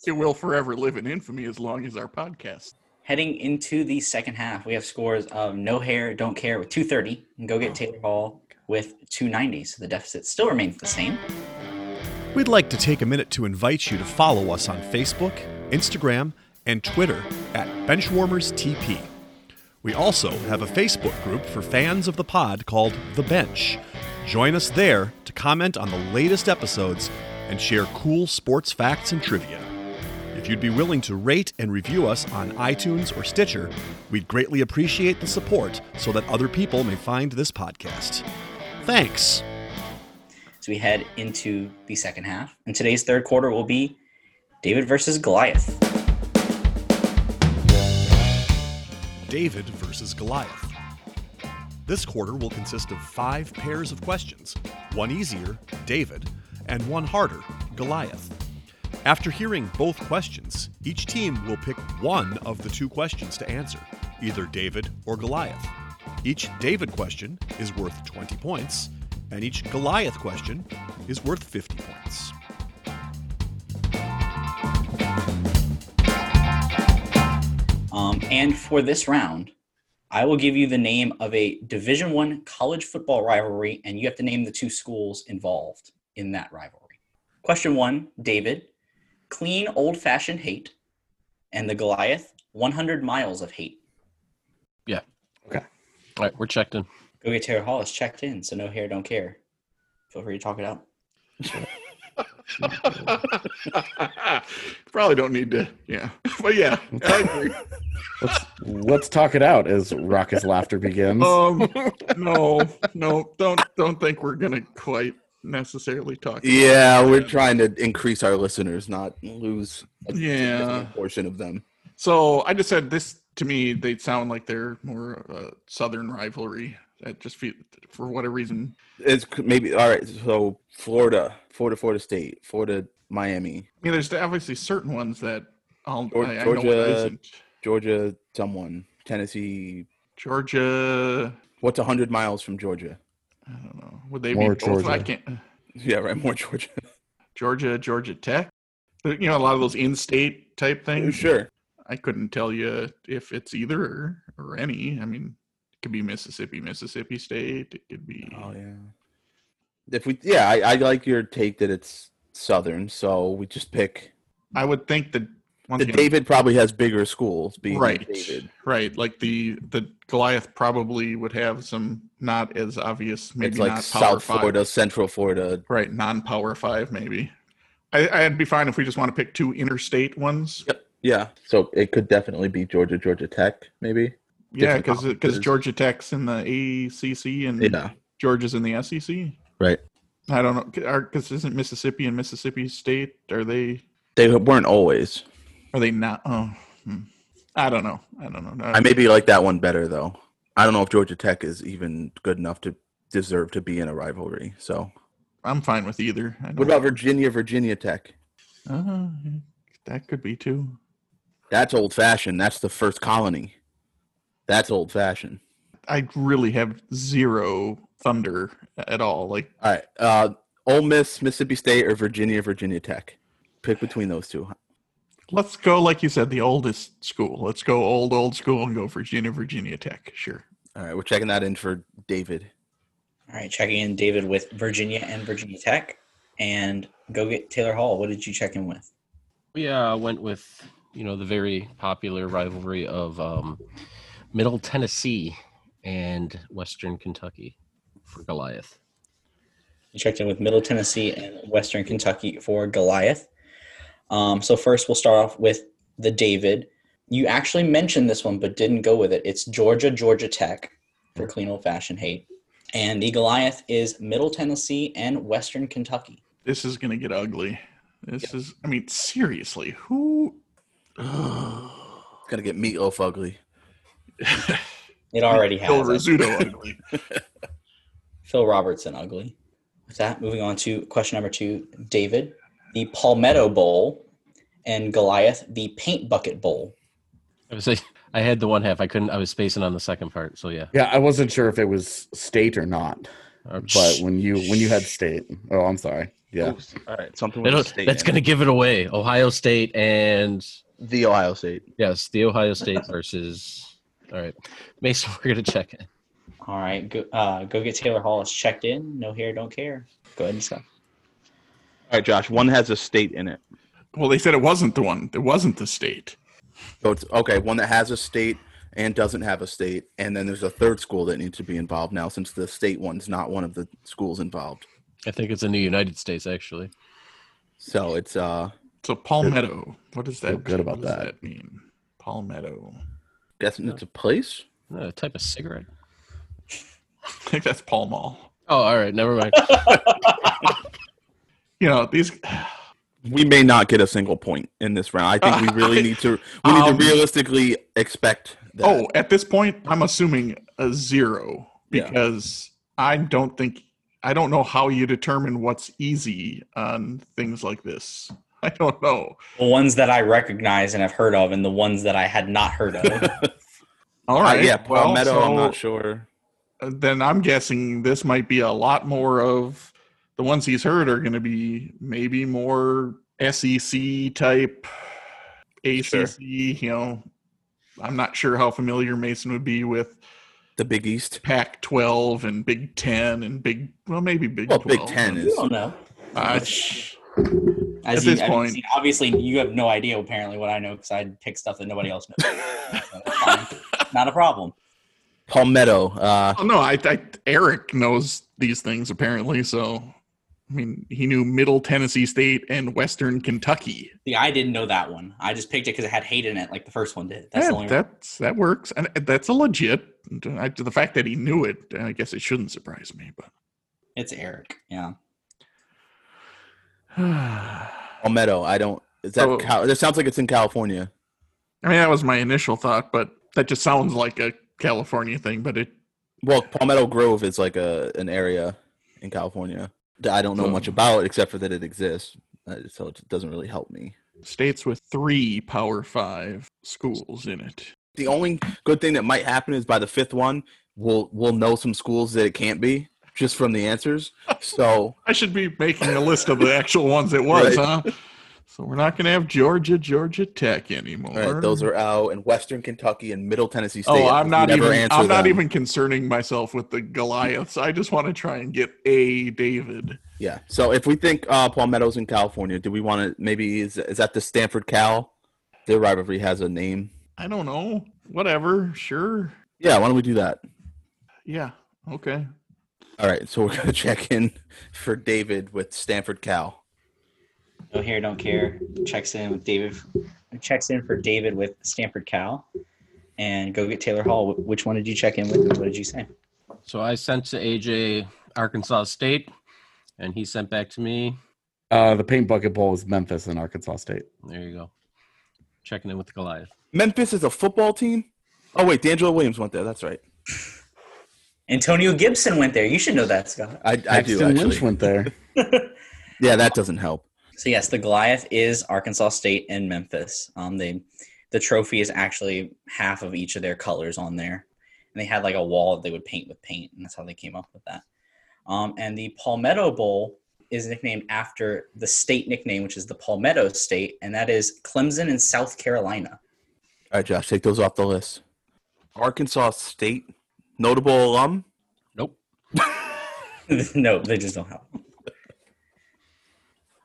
Speaker 5: It will forever live in infamy as long as our podcast.
Speaker 2: heading into the second half, we have scores of No Hair, Don't Care with 230, and Go Get Taylor Hall with 290. So the deficit still remains the same.
Speaker 7: We'd like to take a minute to invite you to follow us on Facebook, Instagram, and Twitter at Benchwarmers TP. We also have a Facebook group for fans of the pod called The Bench. Join us there to comment on the latest episodes and share cool sports facts and trivia. If you'd be willing to rate and review us on iTunes or Stitcher, we'd greatly appreciate the support so that other people may find this podcast. Thanks!
Speaker 2: So we head into the second half, and today's third quarter will be David versus Goliath.
Speaker 7: David versus Goliath. This quarter will consist of five pairs of questions one easier, David, and one harder, Goliath. After hearing both questions, each team will pick one of the two questions to answer, either David or Goliath. Each David question is worth 20 points, and each Goliath question is worth 50 points.
Speaker 2: Um, and for this round, I will give you the name of a Division One college football rivalry, and you have to name the two schools involved in that rivalry. Question one, David, clean old-fashioned hate, and the Goliath, 100 miles of hate.
Speaker 4: all right, we're checked in.
Speaker 2: Go get Taylor Hall is checked in, so no hair, don't care. Feel free to talk it out.
Speaker 5: Probably don't need to. Yeah, [LAUGHS] but yeah, I agree.
Speaker 3: Let's let's talk it out as raucous laughter begins.
Speaker 5: Um, no, no, don't don't think we're gonna quite necessarily talk.
Speaker 6: Yeah, we're trying to increase our listeners, not lose a
Speaker 5: Yeah.
Speaker 6: significant portion of them.
Speaker 5: So I just said this to me. They sound like they're more of a southern rivalry. That just fe for whatever reason.
Speaker 6: It's c- maybe all right. So Florida, Florida, Florida State, Florida, Miami,
Speaker 5: I mean, there's obviously certain ones that I'll,
Speaker 6: Geor-
Speaker 5: I, I know what
Speaker 6: Georgia-
Speaker 5: isn't.
Speaker 6: Georgia, someone, Tennessee.
Speaker 5: Georgia.
Speaker 6: What's hundred miles from Georgia? [LAUGHS]
Speaker 5: I don't know. Would they
Speaker 3: More
Speaker 5: be both? I
Speaker 3: Georgia.
Speaker 5: can't.
Speaker 6: Yeah, right. More Georgia.
Speaker 5: Georgia, Georgia Tech. You know, a lot of those in-state type things.
Speaker 6: [LAUGHS] sure.
Speaker 5: I couldn't tell you if it's either or, or any. I mean, it could be Mississippi, Mississippi State. It could be.
Speaker 6: Oh yeah. If we, yeah, I, I like your take that it's southern. So we just pick
Speaker 5: I would think that once
Speaker 6: the
Speaker 5: again,
Speaker 6: David probably has bigger schools. Being
Speaker 5: right,
Speaker 6: David.
Speaker 5: right. Like the the Goliath probably would have some not as obvious, maybe
Speaker 6: it's like
Speaker 5: not power
Speaker 6: South
Speaker 5: five,
Speaker 6: Florida, Central Florida.
Speaker 5: right? Non-power five, maybe. I, I'd be fine if we just want to pick two interstate ones.
Speaker 6: Yeah. So it could definitely be Georgia, Georgia Tech, maybe.
Speaker 5: Yeah,
Speaker 6: different
Speaker 5: because because
Speaker 6: conferences.
Speaker 5: Georgia Tech's in the ACC and
Speaker 6: Yeah.
Speaker 5: Georgia's in the SEC.
Speaker 6: Right.
Speaker 5: I don't know. Because isn't Mississippi and Mississippi State? Are they?
Speaker 6: They weren't always.
Speaker 5: Are they not? Oh, hmm. I don't know. I don't know.
Speaker 6: I maybe like that one better though. I don't know if Georgia Tech is even good enough to deserve to be in a rivalry. So
Speaker 5: I'm fine with either. I
Speaker 6: what
Speaker 5: don't-
Speaker 6: about Virginia, Virginia Tech?
Speaker 5: Uh, that could be too.
Speaker 6: That's old fashioned. That's the first colony. That's old fashioned.
Speaker 5: I really have zero thunder at all. Like
Speaker 6: All right. Uh, Ole Miss, Mississippi State, or Virginia, Virginia Tech. Pick between those two.
Speaker 5: let's go like you said, the oldest school. Let's go old old school and go Virginia Virginia Tech. Sure.
Speaker 6: All right, we're checking that in for David.
Speaker 2: All right, checking in David with Virginia and Virginia Tech, and go get Taylor Hall. What did you check in with?
Speaker 4: We uh, went with you know the very popular rivalry of um, Middle Tennessee and Western Kentucky for Goliath.
Speaker 2: You checked in with Middle Tennessee and Western Kentucky for Goliath. Um, so first, we'll start off with the David. You actually mentioned this one, but didn't go with it. It's Georgia, Georgia Tech for clean old fashioned hate, and the Goliath is Middle Tennessee and Western Kentucky.
Speaker 5: This is gonna get ugly. This is I mean, seriously, who
Speaker 6: It's gonna get meatloaf ugly.
Speaker 2: It already
Speaker 5: Phil
Speaker 2: has it. [LAUGHS]
Speaker 5: Rizzuto ugly?
Speaker 2: Phil Robertson ugly. With that, moving on to question number two, David, the Palmetto Bowl, and Goliath, the Paint Bucket Bowl.
Speaker 4: I was like, I had the one half. I couldn't. I was spacing on the second part. So yeah.
Speaker 3: Yeah, I wasn't sure if it was state or not,
Speaker 4: Um,
Speaker 3: but when you when you had state, oh, I'm sorry. Yeah,
Speaker 6: All right, something
Speaker 4: they
Speaker 6: with a
Speaker 4: don't-
Speaker 6: state.
Speaker 4: that's
Speaker 6: in
Speaker 4: going to
Speaker 6: it.
Speaker 4: give it away. Ohio State and
Speaker 6: the Ohio State.
Speaker 4: yes, the Ohio State versus. All right, Mason, [LAUGHS] we're going to check in.
Speaker 2: All right, go, uh, go get Taylor Hall. It's checked in. No hair, don't care. Go ahead and stuff.
Speaker 6: All right, Josh. One has a state in it.
Speaker 5: Well, they said it wasn't the one. It wasn't the state.
Speaker 6: So it's okay. One that has a state and doesn't have a state, and then there's a third school that needs to be involved now, since the state one's not one of the schools involved.
Speaker 4: I think it's in the United States, actually.
Speaker 6: So it's uh,
Speaker 5: So Palmetto. What does that
Speaker 3: Feel good about
Speaker 5: what does
Speaker 3: that.
Speaker 5: mean? Palmetto. [LAUGHS]
Speaker 6: guessing it's a place.
Speaker 4: No, a Uh, type of cigarette.
Speaker 5: I think that's Pall Mall.
Speaker 4: Oh, all right, never mind.
Speaker 5: You know, these
Speaker 6: We may not get a single point in this round. I
Speaker 4: [LAUGHS]
Speaker 6: think we really need to. We need
Speaker 5: Um,
Speaker 6: to realistically expect. That.
Speaker 5: Oh, at this point, I'm assuming a zero
Speaker 6: Yeah.
Speaker 5: because I don't think I don't know how you determine what's easy on things like this. [LAUGHS] I don't know.
Speaker 2: The ones that I recognize and have heard of, and the ones that I had not heard of.
Speaker 5: All
Speaker 6: All
Speaker 5: right,
Speaker 6: right, yeah,
Speaker 5: well,
Speaker 6: Palmetto. I'm not
Speaker 5: so,
Speaker 6: sure.
Speaker 5: uh, Then I'm guessing this might be a lot more of the ones he's heard are going to be maybe more SEC type, ACC. You know, I'm not sure how familiar Mason would be with
Speaker 6: The Big East.
Speaker 5: Pac 12 and Big 10 and Big, well, maybe Big
Speaker 6: Well,
Speaker 5: 12.
Speaker 6: Big
Speaker 2: [LAUGHS]
Speaker 6: Ten
Speaker 2: you
Speaker 6: is.
Speaker 2: don't know.
Speaker 5: Uh,
Speaker 2: As
Speaker 5: At
Speaker 2: you,
Speaker 5: this
Speaker 2: I mean,
Speaker 5: point-
Speaker 2: see, obviously, you have no idea apparently what I know because I pick stuff that nobody else knows. So,
Speaker 5: [LAUGHS]
Speaker 2: fine. Not a problem.
Speaker 6: Palmetto. Uh,
Speaker 5: Oh no, I, I Eric knows these things apparently. So, I mean, he knew Middle Tennessee State and Western Kentucky.
Speaker 2: See, I didn't know that one. I just picked it because it had hate in it, like the first one did. That's
Speaker 5: That's
Speaker 2: the only.
Speaker 5: that's that works, and uh, that's a legit. I, the fact that he knew it, I guess it shouldn't surprise me. But [SIGHS]
Speaker 2: It's Eric. Yeah.
Speaker 5: I
Speaker 6: Palmetto. I don't. Is that?
Speaker 5: Oh.
Speaker 6: Cal- that sounds like it's in California.
Speaker 5: mean, that was my initial thought, but that just sounds like a California thing. But it,
Speaker 6: Well, Palmetto Grove is like a an area in California that I don't
Speaker 5: Hmm.
Speaker 6: know much about except for that it exists. Uh, So it doesn't really help me.
Speaker 5: states with three Power Five schools in it.
Speaker 6: The only good thing that might happen is by the fifth one, we'll we'll know some schools that it can't be just from the answers. So
Speaker 5: I should be making a list of the actual ones
Speaker 6: [LAUGHS]
Speaker 5: it was, huh? So we're not going to have Georgia, Georgia Tech anymore.
Speaker 6: all right, those are out and Western Kentucky and Middle Tennessee State.
Speaker 5: Oh, I'm
Speaker 6: We
Speaker 5: not
Speaker 6: never
Speaker 5: even.
Speaker 6: answer
Speaker 5: I'm not
Speaker 6: them.
Speaker 5: even concerning myself with the Goliaths. I just want to try and get a David.
Speaker 6: Yeah. So if we think uh, Palmetto's in California, do we want to maybe is is that the Stanford Cal? Their rivalry has a name.
Speaker 5: I don't know. Whatever. Sure.
Speaker 6: Yeah. Why don't we do that?
Speaker 5: Yeah. Okay.
Speaker 6: All right, so we're [LAUGHS] gonna check in for David with Stanford Cal.
Speaker 2: No here, don't care. Checks in with David. Checks in for David with Stanford Cal, and go get Taylor Hall. Wh- Which one did you check in with? and What did you say?
Speaker 4: so I sent to AJ Arkansas State, and he sent back to me.
Speaker 3: uh, the paint bucket bowl is Memphis and Arkansas State.
Speaker 4: There you go. Checking in with the Goliath.
Speaker 6: Memphis is a football team. Oh wait, D'Angelo Williams went there. That's right.
Speaker 2: Antonio Gibson went there. You should know that, Scott.
Speaker 6: I, I do
Speaker 3: Paxton
Speaker 6: actually.
Speaker 3: Lynch went
Speaker 6: [LAUGHS]
Speaker 3: there.
Speaker 6: Yeah, that doesn't help.
Speaker 2: So yes, the Goliath is Arkansas State and Memphis. Um, they, the trophy is actually half of each of their colors on there, and they had like a wall that they would paint with paint, and that's how they came up with that. Um, and the Palmetto Bowl is nicknamed after the state nickname, which is the Palmetto State, and that is Clemson in South Carolina.
Speaker 6: All right, Josh, take those off the list. Arkansas State notable alum.
Speaker 4: Nope.
Speaker 2: [LAUGHS] no, they just don't have. them.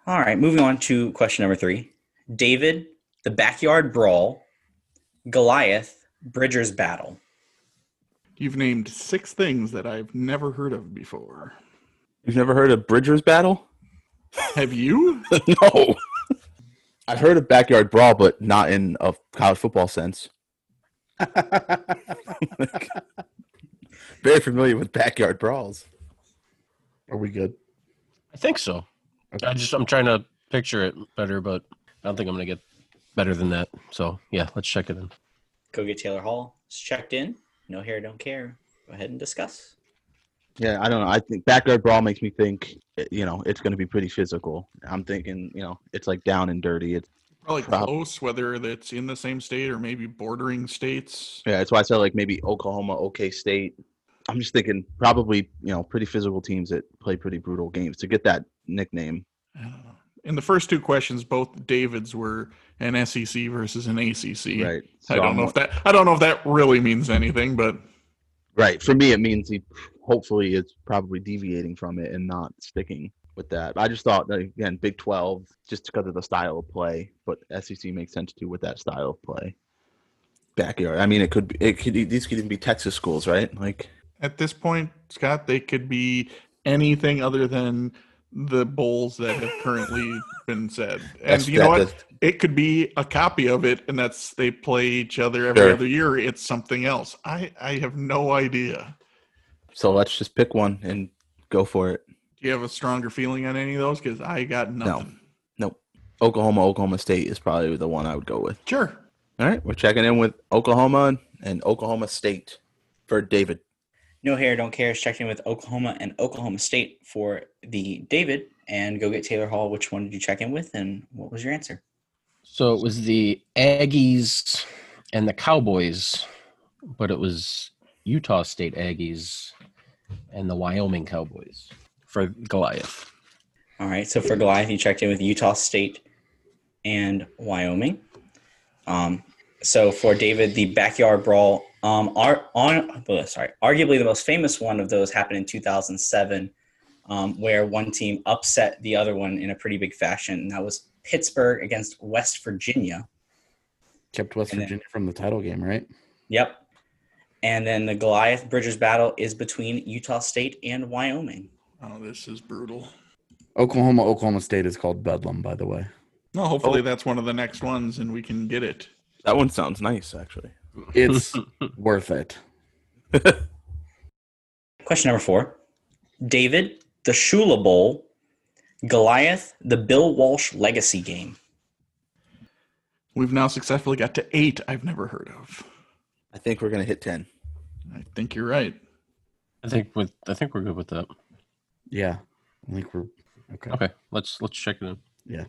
Speaker 2: All right, moving on to question number three. David, the backyard brawl, Goliath, Bridger's battle.
Speaker 5: You've named six things that I've never heard of before.
Speaker 6: You've never heard of Bridger's battle?
Speaker 5: Have you?
Speaker 6: [LAUGHS] no. I've heard of backyard brawl, but not in a college football [LAUGHS] sense. Like, very familiar with backyard brawls.
Speaker 3: Are we good?
Speaker 4: I think so. I just I'm trying to picture it better, but I don't think I'm gonna get better than that. So yeah, let's check it in.
Speaker 2: Go get Taylor Hall. It's checked in. No hair, don't care. Go ahead and discuss.
Speaker 6: Yeah, I don't know. I think backyard brawl makes me think, you know, it's going to be pretty physical. I'm thinking, you know, it's like down and dirty. It's
Speaker 5: Probably
Speaker 6: Prob-
Speaker 5: close, whether that's in the same state or maybe bordering states.
Speaker 6: Yeah, that's why I said like maybe Oklahoma, OK State. I'm just thinking probably you know pretty physical teams that play pretty brutal games to get that nickname.
Speaker 5: I don't know. In the first two questions, both Davids were an SEC versus an ACC.
Speaker 6: Right.
Speaker 5: I don't know if that I don't know if that really means anything, but
Speaker 6: Right. For me, it means he hopefully is probably deviating from it and not sticking with that. I just thought that again, Big Twelve, just because of the style of play, but SEC makes sense too with that style of play. Backyard. I mean, it could be. It could. These could even be Texas schools, right? Like.
Speaker 5: at this point, Scott, they could be anything other than the bowls that have currently been said. And
Speaker 6: that's-
Speaker 5: you know
Speaker 6: that-
Speaker 5: what?
Speaker 6: that's-
Speaker 5: It could be a copy of it, and that's they play each other every
Speaker 6: Sure.
Speaker 5: other year. It's something else. I I have no idea.
Speaker 6: So let's just pick one and go for it.
Speaker 5: Do you have a stronger feeling on any of those? Because I got nothing.
Speaker 6: Oklahoma, Oklahoma State is probably the one I would go with.
Speaker 5: Sure.
Speaker 6: All right, we're checking in with Oklahoma and Oklahoma State for David.
Speaker 2: No hair, don't care is checked in with Oklahoma and Oklahoma State for the David. And go get Taylor Hall. Which one did you check in with, and what was your answer?
Speaker 4: So it was the Aggies and the Cowboys, but it was Utah State Aggies and the Wyoming Cowboys for Goliath.
Speaker 2: All right. So for Goliath, you checked in with Utah State and Wyoming. Um, so for David, the backyard brawl. Um, are on oh, sorry, arguably the most famous one of those happened in 2007, um, where one team upset the other one in a pretty big fashion. And that was Pittsburgh against West Virginia.
Speaker 3: Kept West
Speaker 2: And then-
Speaker 3: Virginia from the title game, right?
Speaker 2: Yep. And then the Goliath Bridgers battle is between Utah State and Wyoming.
Speaker 5: Oh, this is brutal.
Speaker 3: Oklahoma, Oklahoma State is called Bedlam, by the way.
Speaker 5: No, hopefully that's one of the next ones, and we can get it.
Speaker 6: That one sounds nice, actually. [LAUGHS]
Speaker 3: It's worth it.
Speaker 2: Question number four David, the Shula Bowl, Goliath, the Bill Walsh Legacy Game.
Speaker 5: We've now successfully got to eight. I've never heard of.
Speaker 6: I think we're gonna hit ten.
Speaker 5: I think you're right.
Speaker 4: I think with I think we're good with that.
Speaker 3: Yeah. I think we're okay.
Speaker 4: Okay, let's let's check it in.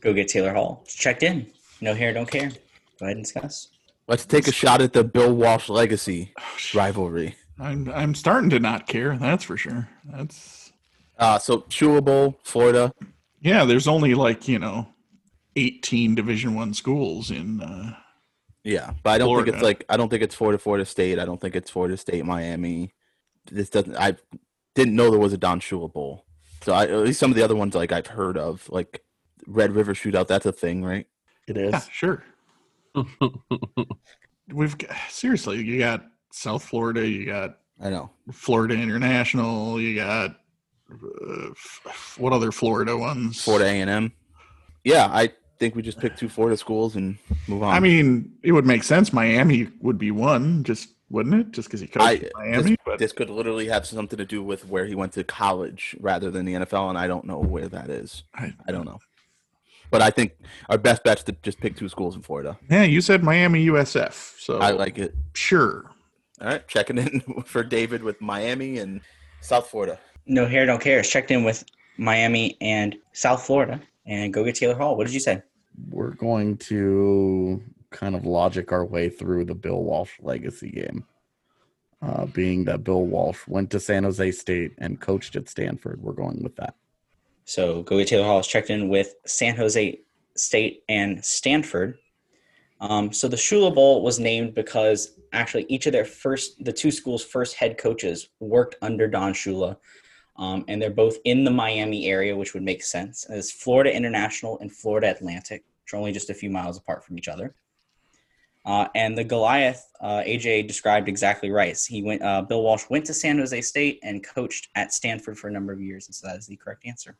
Speaker 2: Go get Taylor Hall. It's checked in. No hair, don't care. Go ahead and discuss.
Speaker 6: Let's take a shot at the Bill Walsh legacy
Speaker 5: Oh, sh-
Speaker 6: rivalry.
Speaker 5: I'm I'm starting to not care. That's for sure. That's
Speaker 6: Uh, so Shula Bowl, Florida.
Speaker 5: yeah. There's only like you know, 18 Division One schools in. Uh,
Speaker 6: Yeah, but I don't think it's
Speaker 5: Florida.
Speaker 6: like I don't think it's Florida, Florida State. I don't think it's Florida State, Miami. This doesn't. I didn't know there was a Don Shula Bowl. So I, at least some of the other ones like I've heard of, like Red River Shootout. That's a thing, right?
Speaker 3: It
Speaker 5: yeah,
Speaker 3: is.
Speaker 5: sure. [LAUGHS] We've got, seriously. You got South Florida. You got
Speaker 6: I know.
Speaker 5: Florida International. You got uh, f- what other Florida ones?
Speaker 6: Florida A and M. Yeah, I think we just pick two Florida schools and move on.
Speaker 5: I mean, it would make sense. Miami would be one, just wouldn't it? Just because he
Speaker 6: I-
Speaker 5: coached at Miami,
Speaker 6: this,
Speaker 5: but
Speaker 6: this could literally have something to do with where he went to college rather than the NFL, and I don't know where that is.
Speaker 5: I-
Speaker 6: I don't know. But I think our best bet's to just pick two schools in Florida.
Speaker 5: yeah, you said Miami USF, so
Speaker 6: I like it.
Speaker 5: sure.
Speaker 6: Oh. All right, checking in [LAUGHS] for David with Miami and South Florida.
Speaker 2: No hair, don't care. It's checked in with Miami and South Florida. And go get Taylor Hall. What did you say?
Speaker 3: We're going to kind of logic our way through the Bill Walsh legacy game. uh, being that Bill Walsh went to San Jose State and coached at Stanford. We're going with that.
Speaker 2: So Go Get Taylor Hall is checked in with San Jose State and Stanford. Um, so the Shula Bowl was named because actually each of their first, the two schools' first head coaches worked under Don Shula, um, and they're both in the Miami area, which would make sense. And it's Florida International and Florida Atlantic, which are only just a few miles apart from each other. Uh, and the Goliath, uh, AJ described exactly right. He went, uh, Bill Walsh went to San Jose State and coached at Stanford for a number of years, and so that is the correct answer.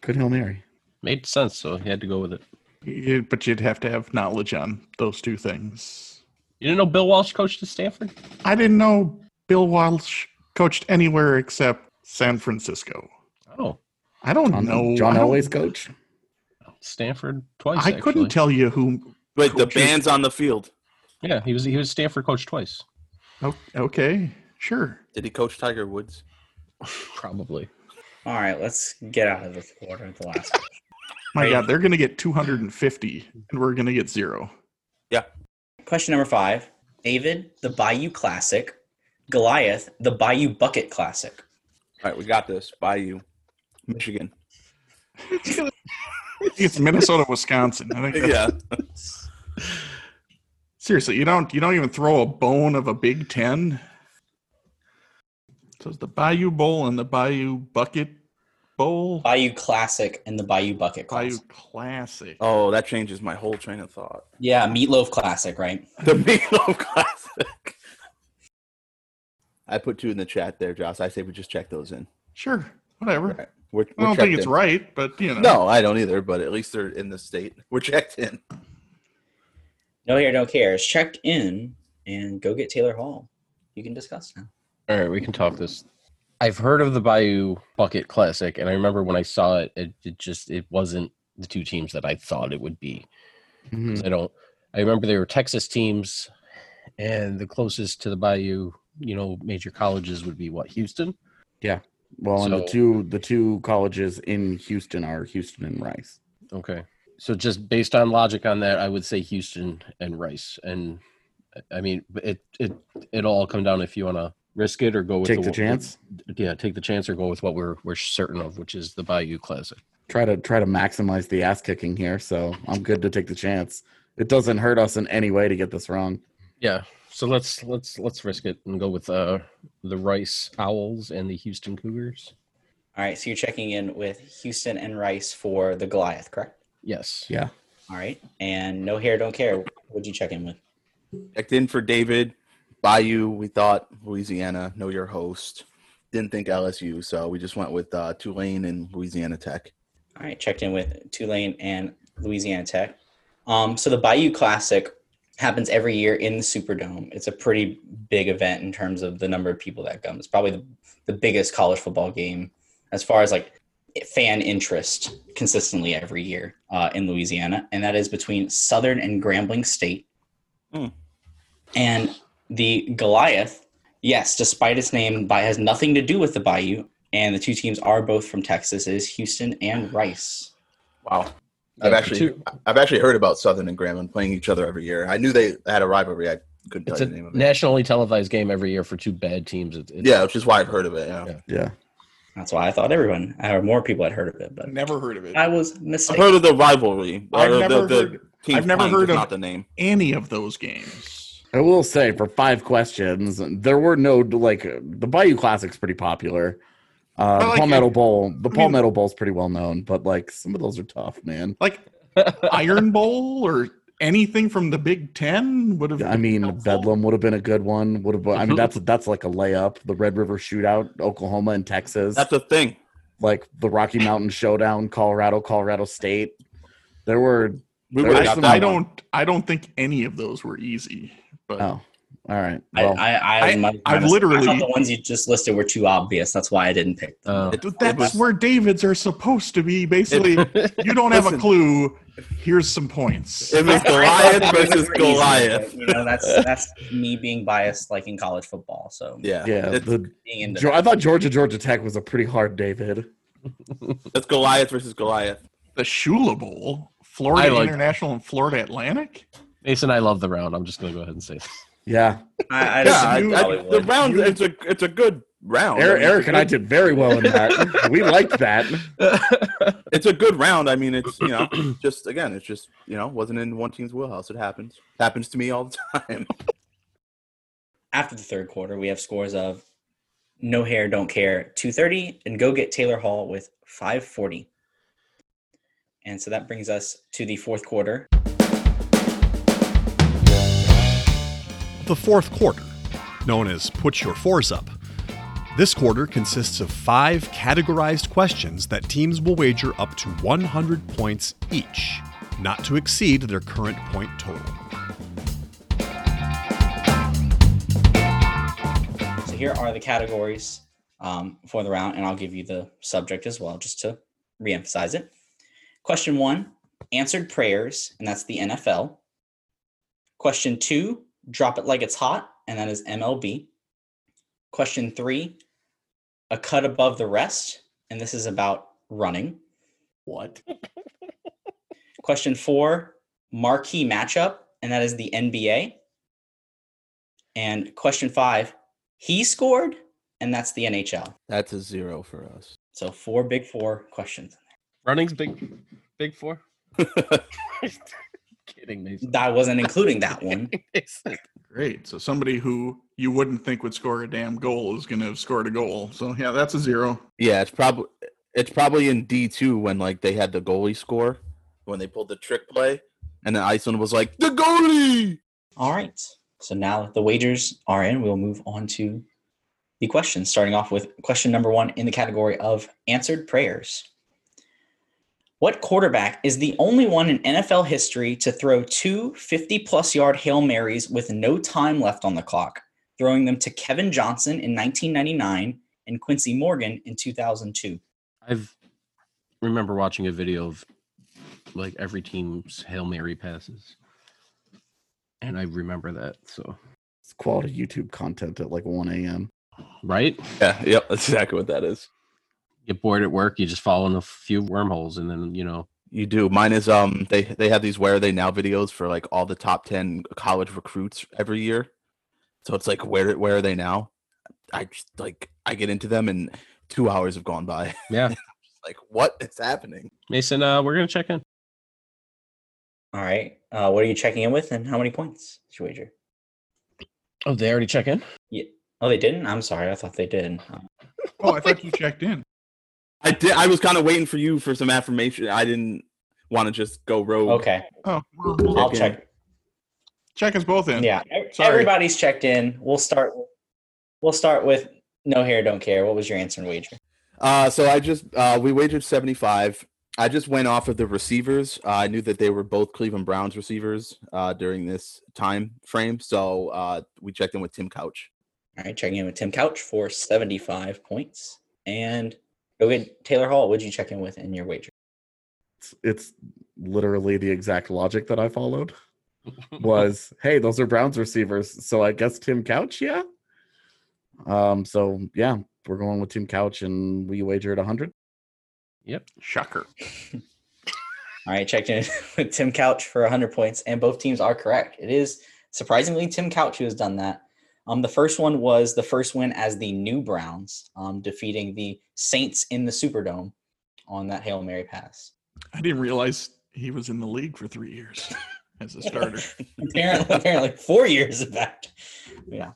Speaker 3: Good Hail Mary.
Speaker 4: Made sense, so he had to go with it.
Speaker 5: You- but you'd have to have knowledge on those two things.
Speaker 4: You didn't know Bill Walsh coached at Stanford?
Speaker 5: I didn't know Bill Walsh coached anywhere except San Francisco.
Speaker 4: Oh,
Speaker 5: I don't
Speaker 3: John,
Speaker 5: know.
Speaker 3: John
Speaker 5: I don't-
Speaker 3: always coach.
Speaker 4: Stanford twice.
Speaker 5: I couldn't
Speaker 4: actually.
Speaker 5: tell you who.
Speaker 6: Wait, the
Speaker 5: Coaches-
Speaker 6: band's on the field.
Speaker 4: Yeah, he was he was Stanford coach twice,
Speaker 5: o- oh, Okay, sure.
Speaker 6: Did he coach Tiger Woods?
Speaker 4: probably.
Speaker 2: All right, let's get out of this order at the last. one.
Speaker 5: My God, they're going to get 250, and we're going to get zero.
Speaker 2: Question number five: David, the Bayou Classic; Goliath, the Bayou Bucket Classic.
Speaker 6: All right, we got this. Bayou, Michigan.
Speaker 5: It's Minnesota, Wisconsin. I think that's-
Speaker 6: Yeah.
Speaker 5: Seriously, you don't you don't even throw a bone of a Big Ten. So it's the Bayou Bowl and the Bayou Bucket Bowl.
Speaker 2: Bayou Classic and the Bayou Bucket
Speaker 5: Bayou
Speaker 2: Classic.
Speaker 5: Classic.
Speaker 6: [LAUGHS] Oh, that changes my whole train of [LAUGHS] thought.
Speaker 2: Yeah, Meatloaf Classic, right?
Speaker 6: The meatloaf classic. I put two in the chat there, Josh. I say we just check those in.
Speaker 5: Sure, whatever.
Speaker 6: All right. We're,
Speaker 5: I
Speaker 6: we're
Speaker 5: don't think
Speaker 6: checked
Speaker 5: it's
Speaker 6: in.
Speaker 5: right, but you know.
Speaker 6: No, I don't either. But at least they're in the state. We're checked in.
Speaker 2: No here, no care. It's checked in, and go get Taylor Hall. You can discuss now.
Speaker 4: All right, we can talk this. I've heard of the Bayou Bucket Classic, and I remember when I saw it, it, it just it wasn't the two teams that I thought it would be.
Speaker 3: Mm-hmm. Mm.
Speaker 4: 'Cause I don't. I remember they were Texas teams, and the closest to the Bayou, you know, major colleges would be what Houston.
Speaker 3: Well, and the
Speaker 4: So-
Speaker 3: two the two colleges in Houston are Houston and Rice.
Speaker 4: Okay. So just based on logic on that, I would say Houston and Rice. And I- I mean, it it it'll all come down if you want to risk it or go with
Speaker 3: Take the chance.
Speaker 4: Yeah, take the chance or go with what we're we're certain of, which is the Bayou Classic.
Speaker 3: Try to try to maximize the ass kicking here. So I'm good to take the chance. It doesn't hurt us in any way to get this wrong.
Speaker 4: Yeah. So let's let's let's risk it and go with uh the Rice Owls and the Houston Cougars.
Speaker 2: All right, so you're checking in with Houston and Rice for the Goliath, correct?
Speaker 4: Yes.
Speaker 3: Yeah.
Speaker 2: All right, and no hair, don't care. What'd you check in with?
Speaker 6: Checked in for David, Bayou. We thought Louisiana. Know your host. Didn't think LSU, so we just went with uh, Tulane and Louisiana Tech.
Speaker 2: All right, checked in with Tulane and Louisiana Tech. Um, so the Bayou Classic happens every year in the Superdome. It's a pretty big event in terms of the number of people that come. It's probably the, the biggest college football game as far as like fan interest consistently every year uh, in Louisiana, and that is between Southern and Grambling State.
Speaker 6: Hmm.
Speaker 2: And the Goliath, yes, despite its name, by has nothing to do with the Bayou and the two teams are both from Texas. It is Houston and Rice.
Speaker 6: Wow.
Speaker 4: Yeah,
Speaker 6: I've
Speaker 4: the
Speaker 6: actually
Speaker 4: two-
Speaker 6: I've actually heard about Southern and Grambling playing each other every year. I knew they had a rivalry. I couldn't tell
Speaker 4: it's
Speaker 6: you
Speaker 4: a
Speaker 6: the name of it.
Speaker 4: nationally televised game every year for two bad teams. It, it-
Speaker 6: yeah, which is why I've heard of it. Yeah.
Speaker 4: Yeah.
Speaker 3: Yeah.
Speaker 2: That's why I thought everyone or more people had heard of it, but
Speaker 5: Never heard of it.
Speaker 2: I was
Speaker 6: I've
Speaker 2: mistaken.
Speaker 6: heard of the rivalry.
Speaker 5: I've
Speaker 6: or
Speaker 5: never
Speaker 6: the, the
Speaker 5: heard
Speaker 6: team
Speaker 5: I've never
Speaker 6: playing,
Speaker 5: heard
Speaker 6: just
Speaker 5: of-
Speaker 6: not the name.
Speaker 5: any of those games.
Speaker 3: I will say for five questions, there were no like the Bayou Classic's pretty popular. Uh,
Speaker 5: I like
Speaker 3: the Palmetto
Speaker 5: it.
Speaker 3: Bowl, the
Speaker 5: I mean-
Speaker 3: Palmetto Bowl's pretty well known, but like some of those are tough, man.
Speaker 5: Like Iron Bowl or anything from the Big Ten would have.
Speaker 3: I mean,
Speaker 5: helpful.
Speaker 3: Bedlam would have been a good one. Would have, I mean, that's that's like a layup. The Red River Shootout, Oklahoma and Texas,
Speaker 6: That's a thing.
Speaker 3: like the Rocky Mountain Showdown, Colorado, Colorado State. There were
Speaker 6: We
Speaker 3: There
Speaker 6: would've
Speaker 3: was
Speaker 5: I,
Speaker 6: got
Speaker 3: some-
Speaker 6: that
Speaker 5: I
Speaker 6: one.
Speaker 5: don't. I don't think any of those were easy. But
Speaker 3: oh, all right.
Speaker 2: I,
Speaker 3: Well,
Speaker 2: I, I,
Speaker 5: I-
Speaker 2: might-
Speaker 5: I've
Speaker 2: honestly, I
Speaker 5: literally-
Speaker 2: thought the ones you just listed were too obvious. That's why I didn't pick them.
Speaker 4: Uh,
Speaker 6: It- it
Speaker 5: that's
Speaker 6: was-
Speaker 5: where Davids are supposed to be. Basically, [LAUGHS]
Speaker 6: [LAUGHS]
Speaker 5: you don't have a
Speaker 6: Listen.
Speaker 5: clue. Here's some points. [LAUGHS]
Speaker 6: It was Goliath versus Goliath.
Speaker 2: you know, that's that's me being biased, like in college football. So
Speaker 6: Yeah.
Speaker 3: yeah,
Speaker 6: It's,
Speaker 3: the,
Speaker 2: being into
Speaker 3: Ge- I thought Georgia Georgia Tech was a pretty hard David.
Speaker 6: it's Goliath versus Goliath.
Speaker 5: The Shula Bowl, Florida
Speaker 4: I like-
Speaker 5: International and Florida Atlantic.
Speaker 4: Mason, I love the round. I'm just gonna go ahead and say this.
Speaker 3: Yeah,
Speaker 2: I, I
Speaker 6: Yeah,
Speaker 2: just
Speaker 6: I,
Speaker 5: you-
Speaker 6: I, the
Speaker 2: would.
Speaker 6: round. It's a it's a good
Speaker 2: Oh,
Speaker 6: round. I
Speaker 3: Eric,
Speaker 6: mean,
Speaker 3: Eric and I did very well
Speaker 2: [LAUGHS]
Speaker 3: in that. we liked that.
Speaker 6: It's a good round. I mean, it's you know, [CLEARS THROAT] just again, it's just you know, wasn't in one team's wheelhouse. It happens. Happens to me all the [LAUGHS] time.
Speaker 2: after the third quarter, we have scores of No Hair, Don't Care, 230, and Go Get Taylor Hall with 540. And so that brings us to the fourth quarter.
Speaker 7: The fourth quarter, known as Put Your Fours Up. This quarter consists of five categorized questions that teams will wager up to 100 points each, not to exceed their current point total.
Speaker 2: So here are the categories um, for the round, and I'll give you the subject as well, just to reemphasize it. Question one answered prayers, and that's the NFL. Question two drop it like it's hot, and that is MLB. Question three a cut above the rest, and this is about running.
Speaker 3: What?
Speaker 2: Question four, marquee matchup, and that is the NBA. And question five, he scored, and that's the NHL.
Speaker 6: That's a zero for us.
Speaker 2: So four big four questions.
Speaker 4: [LAUGHS] Running's big, big
Speaker 6: [LAUGHS]
Speaker 4: four. Kidding, Mason.
Speaker 2: That wasn't including that
Speaker 4: [LAUGHS]
Speaker 2: one.
Speaker 4: Mason.
Speaker 5: Great. So somebody who you wouldn't think would score a damn goal is going to have scored a goal. So yeah, that's a zero.
Speaker 6: Yeah, it's probably it's probably in D two when like they had the goalie score when they pulled the trick play, and then Iceland was [LAUGHS] like the goalie.
Speaker 2: All right. So now that the wagers are in, we'll move on to the questions, starting off with question number one in the category of answered prayers. What quarterback is the only one in NFL history to throw two 50 plus yard Hail Marys with no time left on the clock, throwing them to Kevin Johnson in 1999 and Quincy Morgan in 2002?
Speaker 4: I've remember watching a video of like every team's hail mary passes, and I remember that. So
Speaker 3: It's quality YouTube content at like 1 a.m.
Speaker 4: right,
Speaker 6: Yeah, yep, that's exactly what that is.
Speaker 4: get bored at work, you just fall in a few wormholes, and then you know
Speaker 6: You do. Mine is um they they have these where are they now videos for like all the top ten college recruits every year. So it's like where where are they now? I just like I get into them and two hours have gone by. [LAUGHS]
Speaker 4: Yeah.
Speaker 6: like what is happening?
Speaker 4: Mason, uh, we're gonna check in.
Speaker 2: All right. Uh, what are you checking in with and how many points did you wager?
Speaker 4: Oh, they already check in?
Speaker 2: Oh, they didn't? I'm sorry. I thought they did. Uh,
Speaker 5: Oh, I thought you checked in.
Speaker 6: I did I was kind of waiting for you for some affirmation. I didn't want to just go rogue.
Speaker 2: Okay.
Speaker 5: Oh, well,
Speaker 2: I'll
Speaker 6: Check in.
Speaker 2: check.
Speaker 5: check us both in.
Speaker 2: Yeah, ev-
Speaker 5: Sorry.
Speaker 2: everybody's checked in. We'll start. We'll start with no hair, don't care. What was your answer and wager?
Speaker 6: Uh, so I just uh, we wagered seventy five. I just went off of the receivers. Uh, I knew that they were both Cleveland Browns receivers uh, during this time frame, so uh, we checked in with Tim Couch.
Speaker 2: All right, checking in with Tim Couch for seventy-five points, and go get Taylor Hall. Would you check in with in your wager?
Speaker 3: It's, it's literally the exact logic that I followed. Was hey, those are Browns receivers, so I guess Tim Couch, yeah. Um, so yeah, we're going with Tim Couch, and we wager at 100.
Speaker 5: Shocker.
Speaker 2: All right, checked in [LAUGHS] with Tim Couch for 100 points, and both teams are correct. It is surprisingly Tim Couch who has done that. Um, the first one was the first win as the new Browns, um, defeating the Saints in the Superdome on that Hail Mary pass. [LAUGHS]
Speaker 5: I didn't realize he was in the league for three years [LAUGHS] as a starter.
Speaker 2: apparently, apparently, four years [LAUGHS] in fact. Yeah.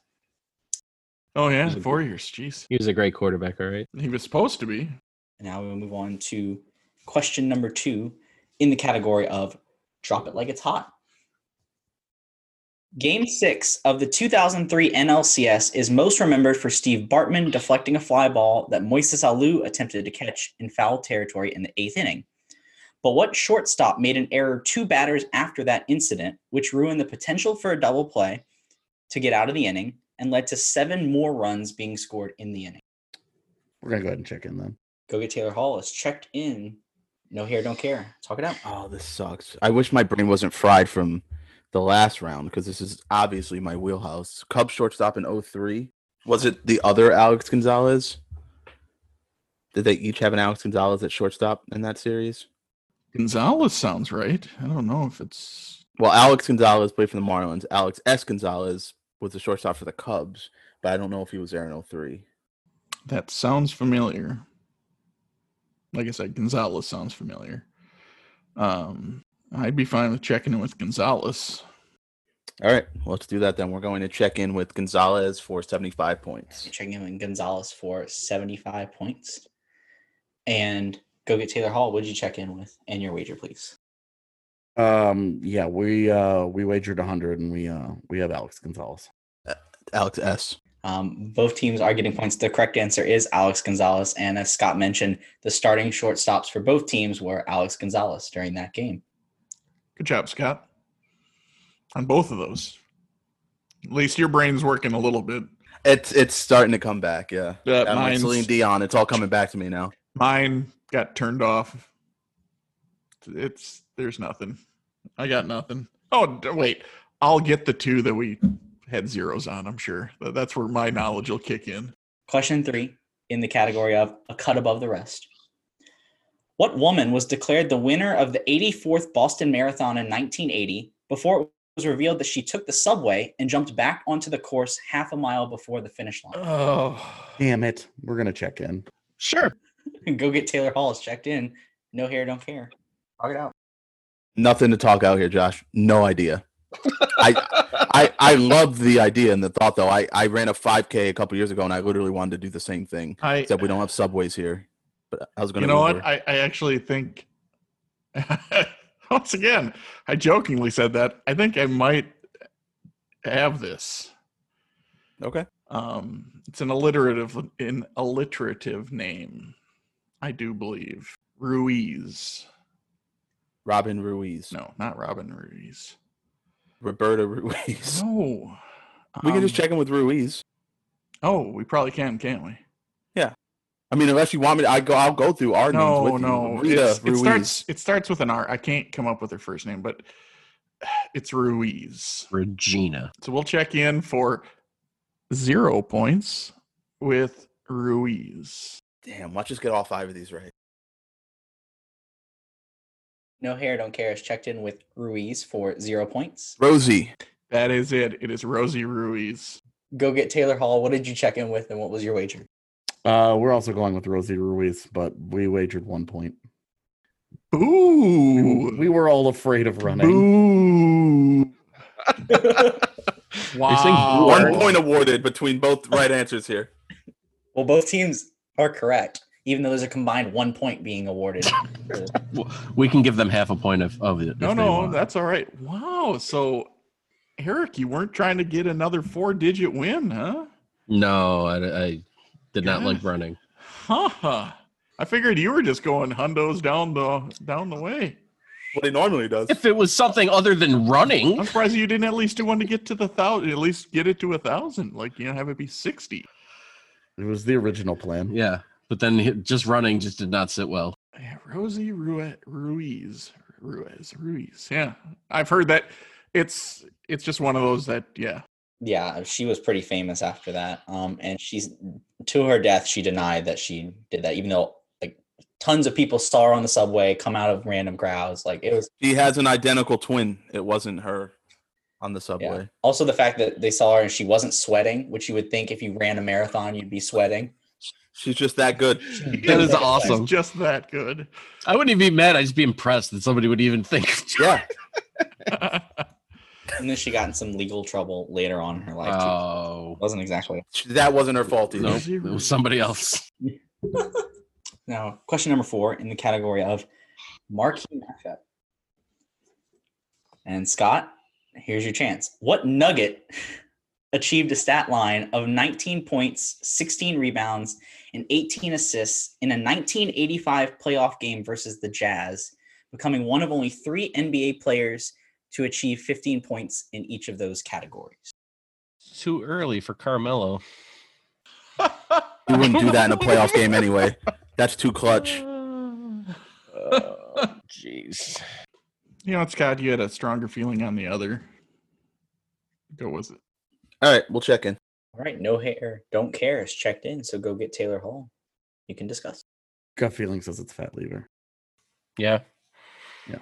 Speaker 5: Oh yeah, four years. Jeez,
Speaker 4: He was a great quarterback, all right.
Speaker 5: he was supposed to be.
Speaker 2: And now we will move on to question number two in the category of drop it like it's hot. Game six of the 2003 NLCS is most remembered for Steve Bartman deflecting a fly ball that Moises Alou attempted to catch in foul territory in the eighth inning. But what shortstop made an error two batters after that incident, which ruined the potential for a double play to get out of the inning and led to seven more runs being scored in the inning?
Speaker 3: We're gonna go ahead and check in then.
Speaker 2: Go get Taylor Hall is checked in. No hair, don't care. Talk it out.
Speaker 6: Oh, this sucks. I wish my brain wasn't fried from the last round because this is obviously my wheelhouse. Cubs shortstop in 03. Was it the other Alex Gonzalez? Did they each have an Alex Gonzalez at shortstop in that series?
Speaker 5: Gonzalez sounds right. I don't know if it's
Speaker 6: Well, Alex Gonzalez played for the Marlins. Alex S. Gonzalez was the shortstop for the Cubs, but I don't know if he was there in 03.
Speaker 5: That sounds familiar. Like I said, Gonzalez sounds familiar. Um, I'd be fine with checking in with Gonzalez.
Speaker 6: All right, well, let's do that then. We're going to check in with Gonzalez for 75 points.
Speaker 2: Checking in with Gonzalez for 75 points. And go get Taylor Hall. What'd you check in with? And your wager, please.
Speaker 3: Um, yeah, we uh we wagered 100 and we uh we have Alex Gonzalez.
Speaker 6: Alex S.
Speaker 2: Um, both teams are getting points. The correct answer is Alex Gonzalez. And as Scott mentioned, the starting shortstops for both teams were Alex Gonzalez during that game.
Speaker 5: Good job, Scott. On both of those. At least your brain's working a little bit.
Speaker 6: It's it's starting to come back. Yeah,
Speaker 5: Yeah,
Speaker 6: I'm like
Speaker 5: mine's-
Speaker 6: Celine Dion. It's all coming back to me now.
Speaker 5: Mine got turned off. It's there's nothing. I got nothing. Oh d- wait, I'll get the two that we had zeros on. I'm sure Th- that's where my knowledge will kick in.
Speaker 2: Question three in the category of a cut above the rest. What woman was declared the winner of the 84th Boston Marathon in 1980 before it was revealed that she took the subway and jumped back onto the course half a mile before the finish line?
Speaker 5: Oh,
Speaker 3: Damn it. We're going to check in.
Speaker 5: sure.
Speaker 2: [LAUGHS] Go get Taylor Hall. It's checked in. No hair, don't care. Talk it out.
Speaker 6: Nothing to talk out here, Josh. No idea. I I I loved the idea and the thought though. I I ran a 5K a couple years ago and I literally wanted to do the same thing.
Speaker 5: I
Speaker 6: Except we don't have subways here. But I was gonna.
Speaker 5: you know
Speaker 6: Uber.
Speaker 5: what? I, I actually think [LAUGHS] once again, I jokingly said that. I think I might have this.
Speaker 6: okay.
Speaker 5: Um, it's an alliterative, an alliterative name, I do believe. Ruiz.
Speaker 6: Robin Ruiz.
Speaker 5: No, not Robin Ruiz.
Speaker 6: Roberta Ruiz.
Speaker 5: No.
Speaker 6: We can just
Speaker 5: Um,
Speaker 6: check in with Ruiz.
Speaker 5: Oh, we probably can, can't we?
Speaker 6: I mean, unless you want me to, I go. I'll go through our names
Speaker 5: No,
Speaker 6: with
Speaker 5: no.
Speaker 6: you. Rita
Speaker 5: It's- It
Speaker 6: Ruiz.
Speaker 5: starts. It starts with an R. I can't come up with her first name, but it's Ruiz.
Speaker 4: Regina.
Speaker 5: So we'll check in for zero points with Ruiz.
Speaker 6: Damn, let's just get all five of these right.
Speaker 2: No hair, don't care is checked in with Ruiz for zero points.
Speaker 6: Rosie.
Speaker 5: That is it. It is Rosie Ruiz.
Speaker 2: Go get Taylor Hall. What did you check in with and what was your wager?
Speaker 3: Uh, we're also going with Rosie Ruiz, but we wagered one point.
Speaker 5: Ooh.
Speaker 3: We were all afraid of running.
Speaker 5: Boo.
Speaker 4: Wow.
Speaker 6: One
Speaker 4: Oh.
Speaker 6: point awarded between both right answers here.
Speaker 2: Well, both teams are correct, even though there's a combined one point being awarded.
Speaker 4: W- We can give them half a point of of it. if
Speaker 5: No,
Speaker 4: they
Speaker 5: no,
Speaker 4: want.
Speaker 5: that's all right. Wow. So, Eric, you weren't trying to get another four digit win, huh?
Speaker 4: no. I, I did not like
Speaker 5: Yes.
Speaker 4: running.
Speaker 5: Huh. I figured you were just going hundos down the down the way.
Speaker 6: What he normally does.
Speaker 4: If it was something other than running,
Speaker 5: I'm surprised you didn't at least do one to get to the thousand, at least get it to a thousand, like you know, have it be sixty.
Speaker 3: It was the original plan.
Speaker 4: yeah. But then he- just running just did not sit well.
Speaker 5: Yeah, Rosie Ruiz, Ruiz, Ruiz, Ruiz. Yeah, I've heard that. It's it's just one of those that yeah.
Speaker 2: yeah, she was pretty famous after that. Um, and she's to her death, she denied that she did that, even though like tons of people saw her on the subway come out of random crowds. Like it was
Speaker 6: She has an identical twin. It wasn't her on the subway.
Speaker 2: yeah. also the fact that they saw her and she wasn't sweating, which you would think if you ran a marathon, you'd be sweating.
Speaker 6: She's just that good.
Speaker 5: [LAUGHS]
Speaker 4: That is awesome.
Speaker 5: It's just that good.
Speaker 4: I wouldn't even be mad. I'd just be impressed that somebody would even think. of trying.
Speaker 6: Yeah.
Speaker 2: And then she got in some legal trouble later on in her life. too.
Speaker 4: Oh,
Speaker 2: wasn't exactly
Speaker 6: She- That wasn't her fault either.
Speaker 4: no, it was somebody else.
Speaker 2: Now, question number four in the category of marquee matchup. And Scott, here's your chance. What nugget [LAUGHS] achieved a stat line of 19 points, 16 rebounds, and 18 assists in a 1985 playoff game versus the Jazz, becoming one of only three NBA players to achieve 15 points in each of those categories?
Speaker 4: Too early for Carmelo.
Speaker 6: You wouldn't
Speaker 4: [LAUGHS]
Speaker 5: [LAUGHS]
Speaker 6: do that in a playoff game anyway. That's too clutch.
Speaker 4: [LAUGHS] Oh, Jeez.
Speaker 5: You know, Scott, you had a stronger feeling on the other. Go with it.
Speaker 6: All right, we'll check in.
Speaker 2: All right, no hair, don't care is checked in, so go get Taylor Hall. You can discuss.
Speaker 3: Gut feeling says it's fat leader.
Speaker 4: Yeah.
Speaker 3: Yeah.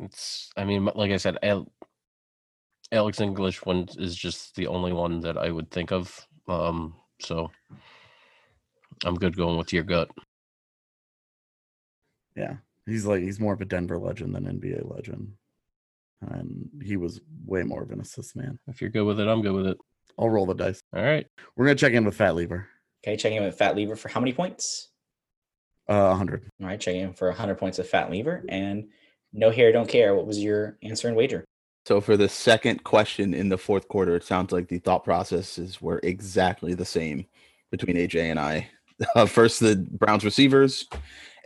Speaker 4: It's. I mean, like I said, I Alex English one is just the only one that I would think of. Um, so I'm good going with your gut.
Speaker 3: Yeah. He's like he's more of a Denver legend than NBA legend. And he was way more of an assist man.
Speaker 4: If you're good with it, I'm good with it.
Speaker 3: I'll roll the dice.
Speaker 4: All right.
Speaker 6: [LAUGHS]
Speaker 3: We're gonna check in with Fat Lever.
Speaker 2: Okay, checking in with Fat Lever for how many points?
Speaker 3: Uh hundred.
Speaker 2: All right, checking in for 100 points with Fat Lever. And no hair, don't care. What was your answer and wager?
Speaker 6: So for the second question in the fourth quarter, it sounds like the thought processes were exactly the same between AJ and I. [LAUGHS] Uh, first, the Browns receivers,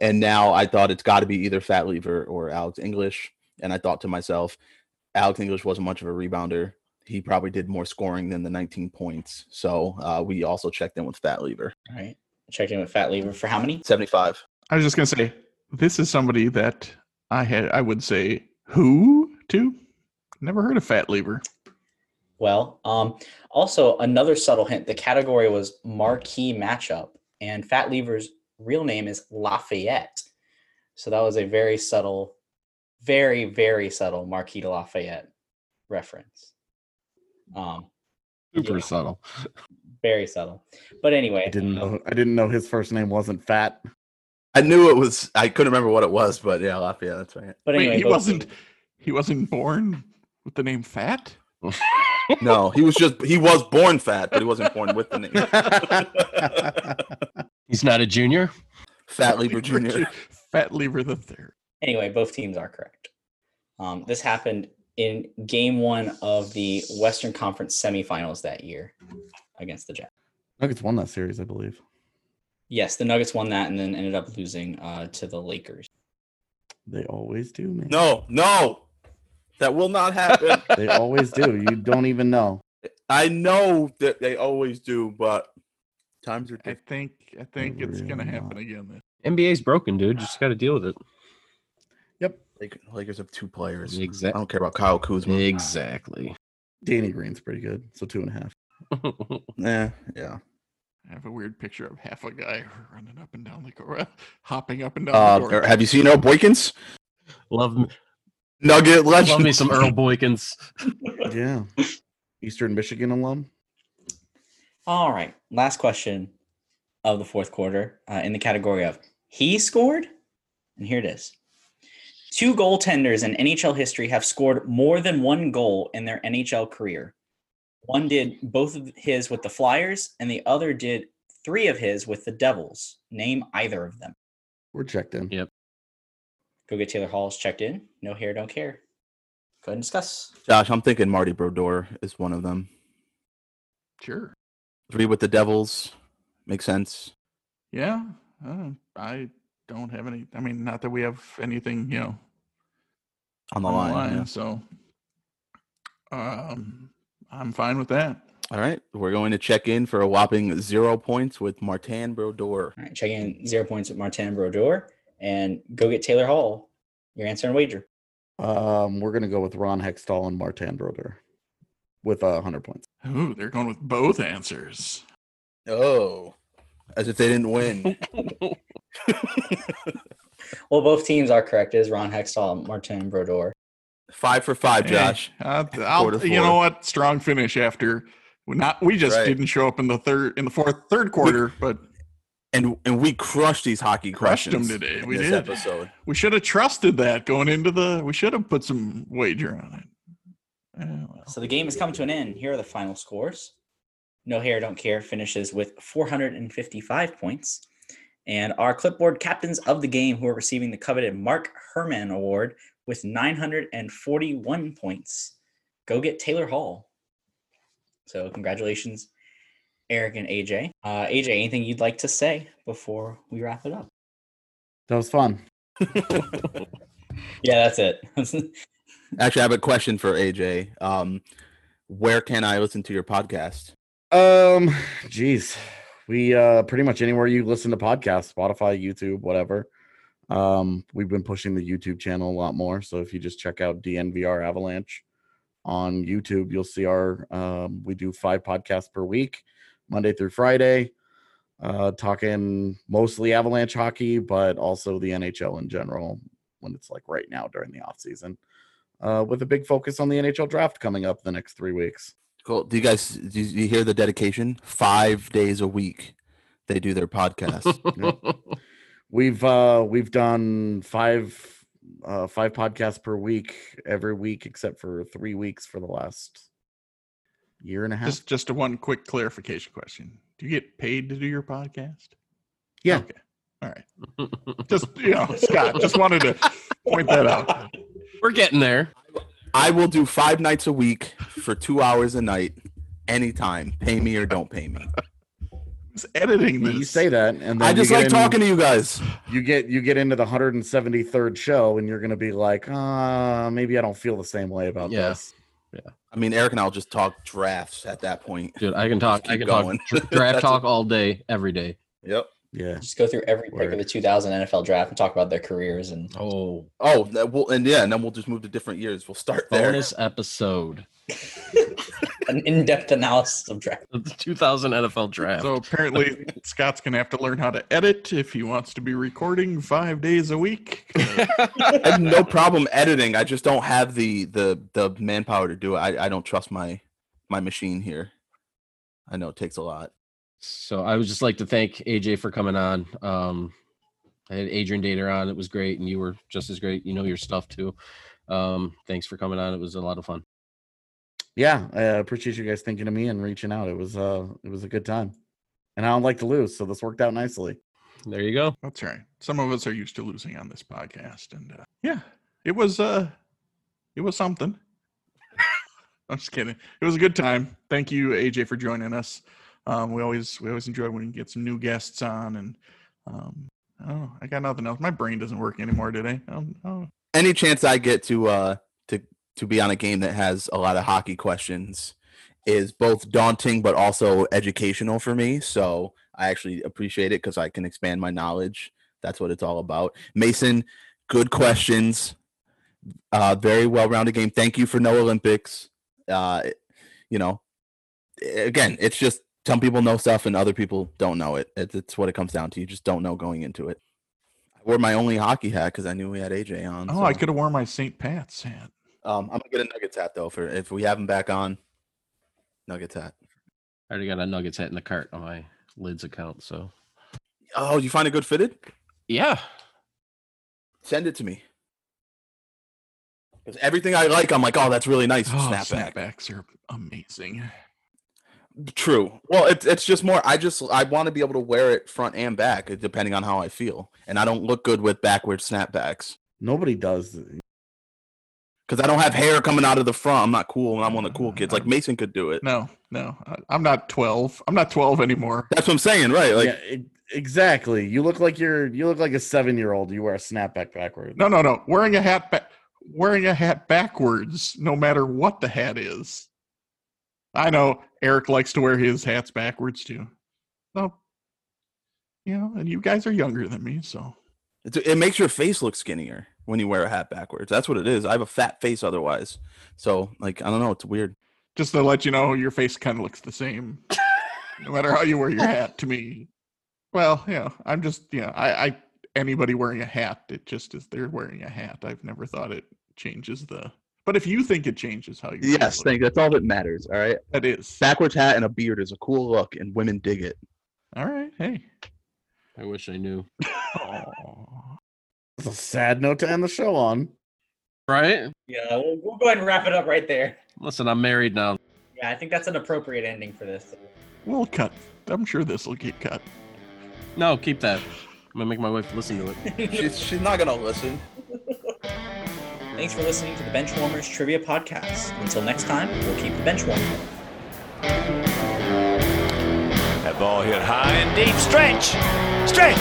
Speaker 6: and now I thought it's got to be either Fat Lever or Alex English. And I thought to myself, Alex English wasn't much of a rebounder. He probably did more scoring than the 19 points. So uh, we also checked in with Fat Lever,
Speaker 2: All right, checking in with Fat Lever for how many?
Speaker 6: 75.
Speaker 5: I was just gonna say this is somebody that I had I would say who to. Never heard of Fat Lever.
Speaker 2: Well, um, also another subtle hint. The category was marquee matchup, and Fat Lever's real name is Lafayette. So that was a very subtle, very very subtle Marquis de Lafayette reference. Um,
Speaker 4: Super
Speaker 2: Yeah.
Speaker 4: subtle.
Speaker 2: very subtle. But anyway,
Speaker 3: I didn't
Speaker 2: um,
Speaker 3: know I didn't know his first name wasn't Fat.
Speaker 6: I knew it was, I couldn't remember what it was, but yeah, Lafayette, that's right.
Speaker 2: But anyway,
Speaker 5: Wait, he
Speaker 2: both-
Speaker 5: wasn't he wasn't born with the name Fat.
Speaker 6: No, he was just, he was born fat, but he wasn't born with the name.
Speaker 4: He's not a junior.
Speaker 6: fat Lever Jr.
Speaker 5: Ju- [LAUGHS] Fat Lever the third.
Speaker 2: Anyway, both teams are correct. Um, this happened in game one of the Western Conference semifinals that year against the Jets.
Speaker 3: Nuggets won that series, I believe.
Speaker 2: Yes, the Nuggets won that and then ended up losing uh, to the Lakers.
Speaker 3: They always do, man.
Speaker 6: No, no, that will not happen.
Speaker 3: They always do. You don't even know.
Speaker 6: I know that they always do, but times are
Speaker 5: I
Speaker 6: different.
Speaker 5: think I think it's gonna
Speaker 3: Really
Speaker 5: happen
Speaker 3: not.
Speaker 5: again then.
Speaker 4: NBA's broken, dude. Just got to deal with it.
Speaker 6: Lake- Lakers have two players. I
Speaker 4: Exactly.
Speaker 6: don't care about Kyle Kuzma.
Speaker 4: Exactly.
Speaker 3: Danny Green's pretty good. So two and a half.
Speaker 6: Yeah, yeah.
Speaker 5: I have a weird picture of half a guy [LAUGHS] running up and down the court, [LAUGHS] hopping up and down
Speaker 6: Uh,
Speaker 5: the
Speaker 6: or
Speaker 5: court.
Speaker 6: have you seen Earl Boykins?
Speaker 4: love, me-
Speaker 6: Nugget
Speaker 4: love
Speaker 6: legend.
Speaker 4: me some Earl Boykins.
Speaker 3: Yeah. Eastern Michigan alum.
Speaker 2: All right, last question of the fourth quarter uh, in the category of he scored. And here it is. Two goaltenders in NHL history have scored more than one goal in their NHL career. One did both of his with the Flyers, and the other did three of his with the Devils. Name either of them.
Speaker 3: We're checked in.
Speaker 4: Yeah.
Speaker 2: Go get Taylor Hall's checked in. No hair, don't care. Go ahead and discuss.
Speaker 6: Josh, I'm thinking Marty Brodeur is one of them.
Speaker 5: Sure.
Speaker 6: Three with the Devils. Makes sense.
Speaker 5: Yeah. Uh, I don't have any. I mean, not that we have anything, you know,
Speaker 6: On the
Speaker 5: on
Speaker 6: line.
Speaker 5: the line.
Speaker 6: yeah.
Speaker 5: So, um, I'm fine with that.
Speaker 6: All right. We're going to check in for a whopping zero points with Martin Brodeur.
Speaker 2: All right, check in zero points with Martin Brodeur and go get Taylor Hall. Your answer and wager.
Speaker 3: Um, we're gonna go with Ron Hextall and Martin Broder with uh, hundred points.
Speaker 5: Ooh, they're going with both answers.
Speaker 6: Oh. As if they
Speaker 5: [LAUGHS]
Speaker 6: didn't win.
Speaker 2: Well, both teams are correct. It is Ron Hextall and Martin Brodeur.
Speaker 6: Five for five,
Speaker 5: Hey,
Speaker 6: Josh.
Speaker 5: uh,
Speaker 6: [LAUGHS]
Speaker 5: th- I'll,
Speaker 6: Quarter
Speaker 5: you know
Speaker 6: four.
Speaker 5: what? Strong finish after we not. We just
Speaker 6: Right.
Speaker 5: didn't show up in the third, in the fourth, third quarter, but
Speaker 6: and and we crushed these hockey
Speaker 5: Crushed 'em
Speaker 6: questions
Speaker 5: today,
Speaker 6: in
Speaker 5: we
Speaker 6: this
Speaker 5: did.
Speaker 6: episode.
Speaker 5: we should have trusted that going into the. We should have put some wager on it. Yeah, well.
Speaker 2: So the game has come to an end. Here are the final scores. No Hair Don't Care finishes with 455 points. And our clipboard captains of the game, who are receiving the coveted Mark Herman Award with 941 points, go get Taylor Hall. So, congratulations, Eric and AJ. Uh, AJ, anything you'd like to say before we wrap it up?
Speaker 3: That was fun.
Speaker 2: Yeah, that's it. [LAUGHS]
Speaker 6: Actually, I have a question for AJ. Um, where can I listen to your podcast?
Speaker 3: Um, geez, we uh pretty much anywhere you listen to podcasts, Spotify, YouTube, whatever. Um, we've been pushing the YouTube channel a lot more. So if you just check out DNVR Avalanche on YouTube, you'll see our um we do five podcasts per week, Monday through Friday. Uh, talking mostly Avalanche hockey, but also the NHL in general when it's like right now during the off season. uh, with a big focus on the NHL draft coming up the next three weeks.
Speaker 6: Cool. Do you guys do you hear the dedication? Five days a week, they do
Speaker 5: [LAUGHS]
Speaker 6: their podcast.
Speaker 3: We've uh, we've done five uh, five podcasts per week every week except for three weeks for the last year and a half.
Speaker 5: Just just a one quick clarification question. Do you get paid to do your podcast?
Speaker 3: Yeah.
Speaker 5: Okay. All right. Just you know, [LAUGHS] Scott, just wanted to point that out.
Speaker 4: [LAUGHS] We're getting there.
Speaker 6: I will do five nights a week for two hours a night, anytime. Pay me or don't pay me.
Speaker 5: Who's editing this?
Speaker 3: you say that, and then
Speaker 6: I
Speaker 3: you
Speaker 6: just
Speaker 3: get
Speaker 6: like
Speaker 3: in-
Speaker 6: talking to you guys.
Speaker 3: You get you get into the 173rd show, and you're gonna be like, uh, maybe I don't feel the same way about
Speaker 4: Yeah.
Speaker 3: this.
Speaker 6: I mean, Eric and I'll just talk drafts at that point.
Speaker 4: Dude, I can talk. I
Speaker 6: keep
Speaker 4: can [LAUGHS]
Speaker 6: going.
Speaker 4: talk dr- draft
Speaker 6: That's
Speaker 4: talk all day, every day.
Speaker 6: Yep.
Speaker 3: Yeah,
Speaker 2: Just go through every pick of
Speaker 3: Word.
Speaker 2: the 2000 NFL draft and talk about their careers and
Speaker 4: Oh,
Speaker 6: Oh, that will and yeah, and then we'll just move to different years.
Speaker 4: [LAUGHS]
Speaker 6: We'll start there.
Speaker 4: bonus episode.
Speaker 2: an in-depth analysis of draft.
Speaker 4: of The 2000 NFL draft.
Speaker 5: So apparently Scott's gonna have to learn how to edit if he wants to be recording five days a week. [LAUGHS]
Speaker 6: I have no problem editing. I just don't have the the the manpower to do it. I, I don't trust my my machine here. I know it takes a lot.
Speaker 4: So I would just like to thank AJ for coming on. Um, I had Adrian Dater on. It was great, and you were just as great. You know your stuff too. Um, thanks for coming on. It was a lot of fun.
Speaker 3: yeah. I uh, appreciate you guys thinking of me and reaching out. It was uh, it was a good time, and I don't like to lose, so this worked out nicely.
Speaker 4: There you go.
Speaker 5: That's right. Some of us are used to losing on this podcast, and uh, yeah, it was uh, it was something. [LAUGHS] I'm just kidding. It was a good time. Thank you, AJ, for joining us. Um, we always we always enjoy when we get some new guests on, and um, I don't know. I got nothing else. My brain doesn't work anymore today. Um, oh,
Speaker 6: Any chance I get to uh to to be on a game that has a lot of hockey questions is both daunting but also educational for me. So I actually appreciate it because I can expand my knowledge. That's what it's all about. Mason, good questions. Uh, very well-rounded game. Thank you for no Olympics. Uh, you know, again, it's just some people know stuff and other people don't know it. It's, it's what it comes down to. You just don't know going into it. I wore my only hockey hat because I knew we had AJ on.
Speaker 5: oh
Speaker 6: so-
Speaker 5: I could have worn my St. Pat's hat.
Speaker 6: um, I'm gonna get a Nuggets hat though for if we have him back on. Nuggets hat.
Speaker 4: I already got a Nuggets hat in the cart on my lids account. So
Speaker 6: Oh, you find a good fitted?
Speaker 4: yeah,
Speaker 6: Send it to me. 'Cause everything I like, I'm like, oh, that's really nice.
Speaker 5: Oh,
Speaker 6: snapback.
Speaker 5: snapbacks are amazing.
Speaker 6: True. Well, it's it's just more. I just I want to be able to wear it front and back, uh, depending on how I feel, and I don't look good with backward snapbacks
Speaker 3: Nobody does.
Speaker 6: because I don't have hair coming out of the front. I'm not cool, and I'm one of the cool kids. Like Mason could do it.
Speaker 5: No, no, I, I'm not 12. I'm not 12 anymore.
Speaker 6: That's what I'm saying, right? Like,
Speaker 3: yeah, e- exactly. You look like you're you look like a seven year old. You wear a snapback backwards.
Speaker 5: No, no, no. Wearing a hat back, wearing a hat backwards, no matter what the hat is. I know Eric likes to wear his hats backwards too. So, you know, and you guys are younger than me, so
Speaker 6: It, it makes your face look skinnier when you wear a hat backwards. That's what it is. I have a fat face otherwise. So, like, I don't know. It's weird.
Speaker 5: just to let you know, your face kind of looks the same, no matter how you wear your hat. To me, well, yeah, I'm just, yeah, I, I, anybody wearing a hat, it just is they're wearing a hat. I've never thought it changes the. But if you think it changes how you, really look,
Speaker 6: you. That's all that matters. All right.
Speaker 5: that is
Speaker 6: Backwards hat and a beard is a cool look, and women dig it.
Speaker 5: all right. Hey,
Speaker 4: I wish I knew.
Speaker 5: Aw.
Speaker 3: It's a sad note to end the show on.
Speaker 4: Right?
Speaker 2: Yeah, we'll, we'll go ahead and wrap it up right there.
Speaker 4: Listen, I'm married now.
Speaker 2: Yeah, I think that's an appropriate ending for this.
Speaker 5: We'll cut. I'm sure this will get cut.
Speaker 4: No, keep that. I'm gonna make my wife listen to it.
Speaker 6: She's, she's not going to listen.
Speaker 2: Thanks for listening to the Benchwarmers Trivia Podcast. Until next time, we'll keep the bench warm.
Speaker 8: That ball hit high and deep. Stretch! Stretch!